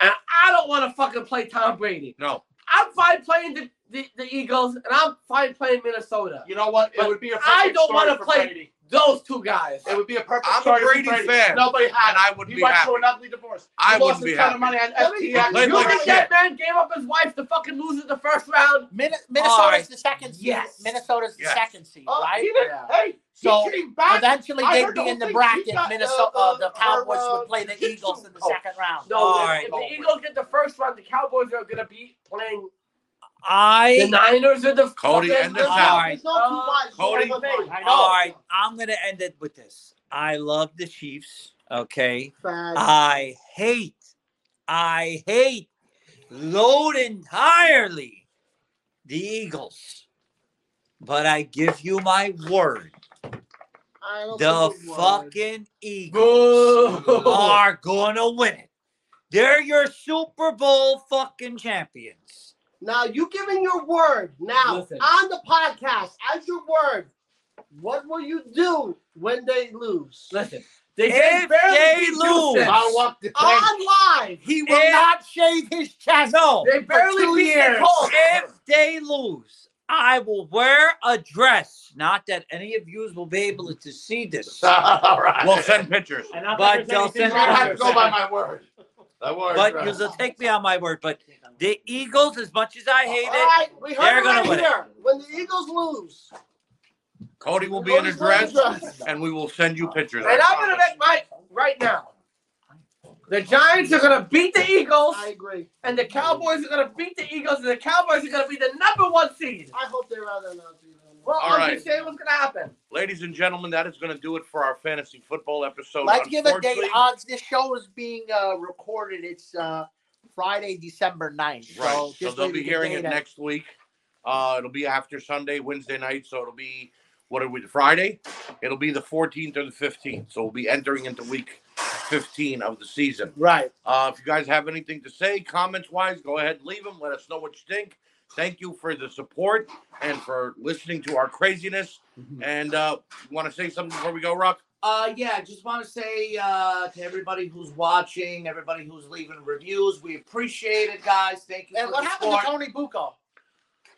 [SPEAKER 3] and I don't want to fucking play Tom Brady.
[SPEAKER 7] No.
[SPEAKER 3] I'm fine playing the, the, the Eagles, and I'm fine playing Minnesota.
[SPEAKER 5] You know what? It
[SPEAKER 3] But
[SPEAKER 5] would be a perfect
[SPEAKER 3] I don't
[SPEAKER 5] want
[SPEAKER 3] wanna
[SPEAKER 5] to
[SPEAKER 3] play-
[SPEAKER 5] Brady.
[SPEAKER 3] Those two guys.
[SPEAKER 5] It would be a perfect
[SPEAKER 7] I'm a
[SPEAKER 5] story
[SPEAKER 7] Brady
[SPEAKER 5] for Brady.
[SPEAKER 7] fan,
[SPEAKER 5] Nobody had
[SPEAKER 7] and
[SPEAKER 5] him.
[SPEAKER 7] I would
[SPEAKER 5] he
[SPEAKER 7] be
[SPEAKER 5] went
[SPEAKER 7] happy.
[SPEAKER 5] to an ugly divorce.
[SPEAKER 7] I
[SPEAKER 5] he lost
[SPEAKER 7] wouldn't
[SPEAKER 5] his
[SPEAKER 7] be
[SPEAKER 5] ton
[SPEAKER 7] happy.
[SPEAKER 5] of money on
[SPEAKER 11] Let me-
[SPEAKER 5] FTX.
[SPEAKER 7] He played
[SPEAKER 3] You
[SPEAKER 7] like
[SPEAKER 3] think
[SPEAKER 7] shit.
[SPEAKER 3] that man gave up his wife to fucking lose in the first round?
[SPEAKER 2] Min- Minnesota's
[SPEAKER 3] right.
[SPEAKER 2] the second seed.
[SPEAKER 3] Yes.
[SPEAKER 2] Minnesota's the
[SPEAKER 7] Yes.
[SPEAKER 2] second seed,
[SPEAKER 11] Oh,
[SPEAKER 2] right?
[SPEAKER 11] even-
[SPEAKER 3] Yeah.
[SPEAKER 11] Hey,
[SPEAKER 2] So
[SPEAKER 11] he came back.
[SPEAKER 2] eventually
[SPEAKER 11] I
[SPEAKER 2] they'd
[SPEAKER 11] heard the
[SPEAKER 2] be
[SPEAKER 11] whole
[SPEAKER 2] in the
[SPEAKER 11] thing. He
[SPEAKER 2] bracket.
[SPEAKER 11] got,
[SPEAKER 2] Minnesota,
[SPEAKER 11] uh, Oh. uh,
[SPEAKER 2] the Cowboys
[SPEAKER 11] uh,
[SPEAKER 2] would play the
[SPEAKER 11] Houston
[SPEAKER 2] Eagles in the
[SPEAKER 11] Colts.
[SPEAKER 2] second round.
[SPEAKER 3] No,
[SPEAKER 1] All
[SPEAKER 3] if,
[SPEAKER 1] right.
[SPEAKER 3] if the Eagles get the first round, the Cowboys are gonna be playing the
[SPEAKER 1] I
[SPEAKER 3] Niners or the
[SPEAKER 7] Cody,
[SPEAKER 3] fucking-
[SPEAKER 7] end this
[SPEAKER 1] All
[SPEAKER 7] out.
[SPEAKER 1] right.
[SPEAKER 11] There's no two
[SPEAKER 3] Uh,
[SPEAKER 11] wives, no
[SPEAKER 7] Cody.
[SPEAKER 11] one mate.
[SPEAKER 3] I know.
[SPEAKER 1] All right, I'm gonna end it with this. I love the Chiefs. Okay.
[SPEAKER 11] Facts.
[SPEAKER 1] I hate, I hate, load entirely the Eagles. But I give you my word,
[SPEAKER 11] I don't
[SPEAKER 1] the
[SPEAKER 11] think it was.
[SPEAKER 1] fucking Eagles
[SPEAKER 3] Boo.
[SPEAKER 1] are gonna win it. They're your Super Bowl fucking champions.
[SPEAKER 11] Now you giving your word now
[SPEAKER 3] Listen.
[SPEAKER 11] on the podcast as your word. What will you do when they lose?
[SPEAKER 3] Listen, they
[SPEAKER 1] If
[SPEAKER 3] just barely
[SPEAKER 1] they
[SPEAKER 3] beat
[SPEAKER 1] lose-
[SPEAKER 3] Houston.
[SPEAKER 5] I want the thing.
[SPEAKER 11] On live.
[SPEAKER 2] He will
[SPEAKER 1] will And-
[SPEAKER 2] not shave his chest.
[SPEAKER 1] No,
[SPEAKER 3] They barely
[SPEAKER 2] two
[SPEAKER 3] beat
[SPEAKER 2] years.
[SPEAKER 3] the Colts.
[SPEAKER 1] if they lose, I will wear a dress. Not that any of yous will be able to see this.
[SPEAKER 5] All right.
[SPEAKER 7] We'll send pictures.
[SPEAKER 19] And not
[SPEAKER 1] But
[SPEAKER 19] that
[SPEAKER 1] they'll
[SPEAKER 19] there's anything
[SPEAKER 1] send
[SPEAKER 5] I
[SPEAKER 19] wrong
[SPEAKER 5] have to
[SPEAKER 19] with
[SPEAKER 5] go
[SPEAKER 19] that.
[SPEAKER 5] by my word. That word.
[SPEAKER 1] But
[SPEAKER 5] right.
[SPEAKER 1] you'll take me on my word. But the Eagles, as much as I hate
[SPEAKER 11] All
[SPEAKER 1] it,
[SPEAKER 11] right, we heard
[SPEAKER 1] They're
[SPEAKER 11] it
[SPEAKER 1] gonna
[SPEAKER 11] right
[SPEAKER 1] win it.
[SPEAKER 11] here. When the Eagles lose,
[SPEAKER 7] Cody will be in a
[SPEAKER 11] Cody's wearing
[SPEAKER 7] dress, and we will send you pictures.
[SPEAKER 3] And I'm gonna make my right now. The Giants are gonna beat the Eagles,
[SPEAKER 11] I agree.
[SPEAKER 3] and the Cowboys are gonna beat the Eagles, and the Cowboys are gonna be the number one seed.
[SPEAKER 11] I hope they rather not do that.
[SPEAKER 3] Well,
[SPEAKER 7] All
[SPEAKER 3] I'm
[SPEAKER 7] right.
[SPEAKER 3] just saying what's gonna happen.
[SPEAKER 7] Ladies and gentlemen, that is going to do it for our fantasy football episode.
[SPEAKER 2] Let's give a date.
[SPEAKER 7] Unfortunately-
[SPEAKER 2] Odds. This show is being uh, recorded. It's uh, Friday, December 9th.
[SPEAKER 7] Right. So
[SPEAKER 2] just
[SPEAKER 7] they'll
[SPEAKER 2] leave
[SPEAKER 7] be
[SPEAKER 2] the
[SPEAKER 7] hearing it
[SPEAKER 2] data.
[SPEAKER 7] next week. Uh, it'll be after Sunday, Wednesday night, so it'll be what are we? Friday. It'll be the 14th or the 15th, so we'll be entering into week 15 of the season.
[SPEAKER 4] Right.
[SPEAKER 7] Uh, if you guys have anything to say, comments wise, go ahead, leave them. Let us know what you think. Thank you for the support and for listening to our craziness. And uh, want to say something before we go, Rock?
[SPEAKER 2] Uh, yeah, just want to say uh, to everybody who's watching, everybody who's leaving reviews, we appreciate it, guys. Thank you.
[SPEAKER 15] And
[SPEAKER 2] for
[SPEAKER 15] what
[SPEAKER 2] the
[SPEAKER 15] happened to
[SPEAKER 2] support.
[SPEAKER 15] Tony Bucco?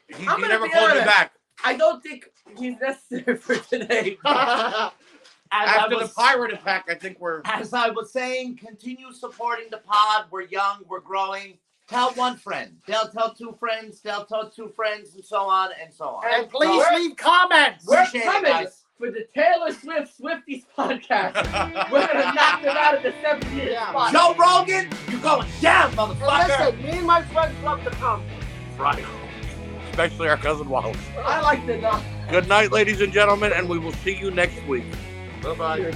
[SPEAKER 7] He,
[SPEAKER 3] I'm
[SPEAKER 7] he
[SPEAKER 3] gonna
[SPEAKER 7] never
[SPEAKER 3] be
[SPEAKER 7] called me
[SPEAKER 3] honest.
[SPEAKER 7] back.
[SPEAKER 3] I don't think he's necessary for today.
[SPEAKER 15] I
[SPEAKER 2] As I
[SPEAKER 7] After
[SPEAKER 2] was-
[SPEAKER 7] the pirate attack, I think we're
[SPEAKER 2] As I was saying, continue supporting the pod. We're young, we're growing. Tell one friend, they'll tell two friends, they'll tell two friends, and so on and so on.
[SPEAKER 15] And please leave comments.
[SPEAKER 3] We're
[SPEAKER 2] Appreciate it,
[SPEAKER 3] coming
[SPEAKER 2] guys.
[SPEAKER 3] for the Taylor Swift Swifties podcast. We're gonna knock them out of the 70th
[SPEAKER 11] Yeah.
[SPEAKER 3] spot.
[SPEAKER 2] Joe Rogan, you're going down,
[SPEAKER 11] And
[SPEAKER 2] motherfucker.
[SPEAKER 11] listen, me and my friends love to come.
[SPEAKER 7] right. Especially our cousin Wallace.
[SPEAKER 3] I like the knock.
[SPEAKER 7] Good night, ladies and gentlemen, and we will see you next week. Bye bye.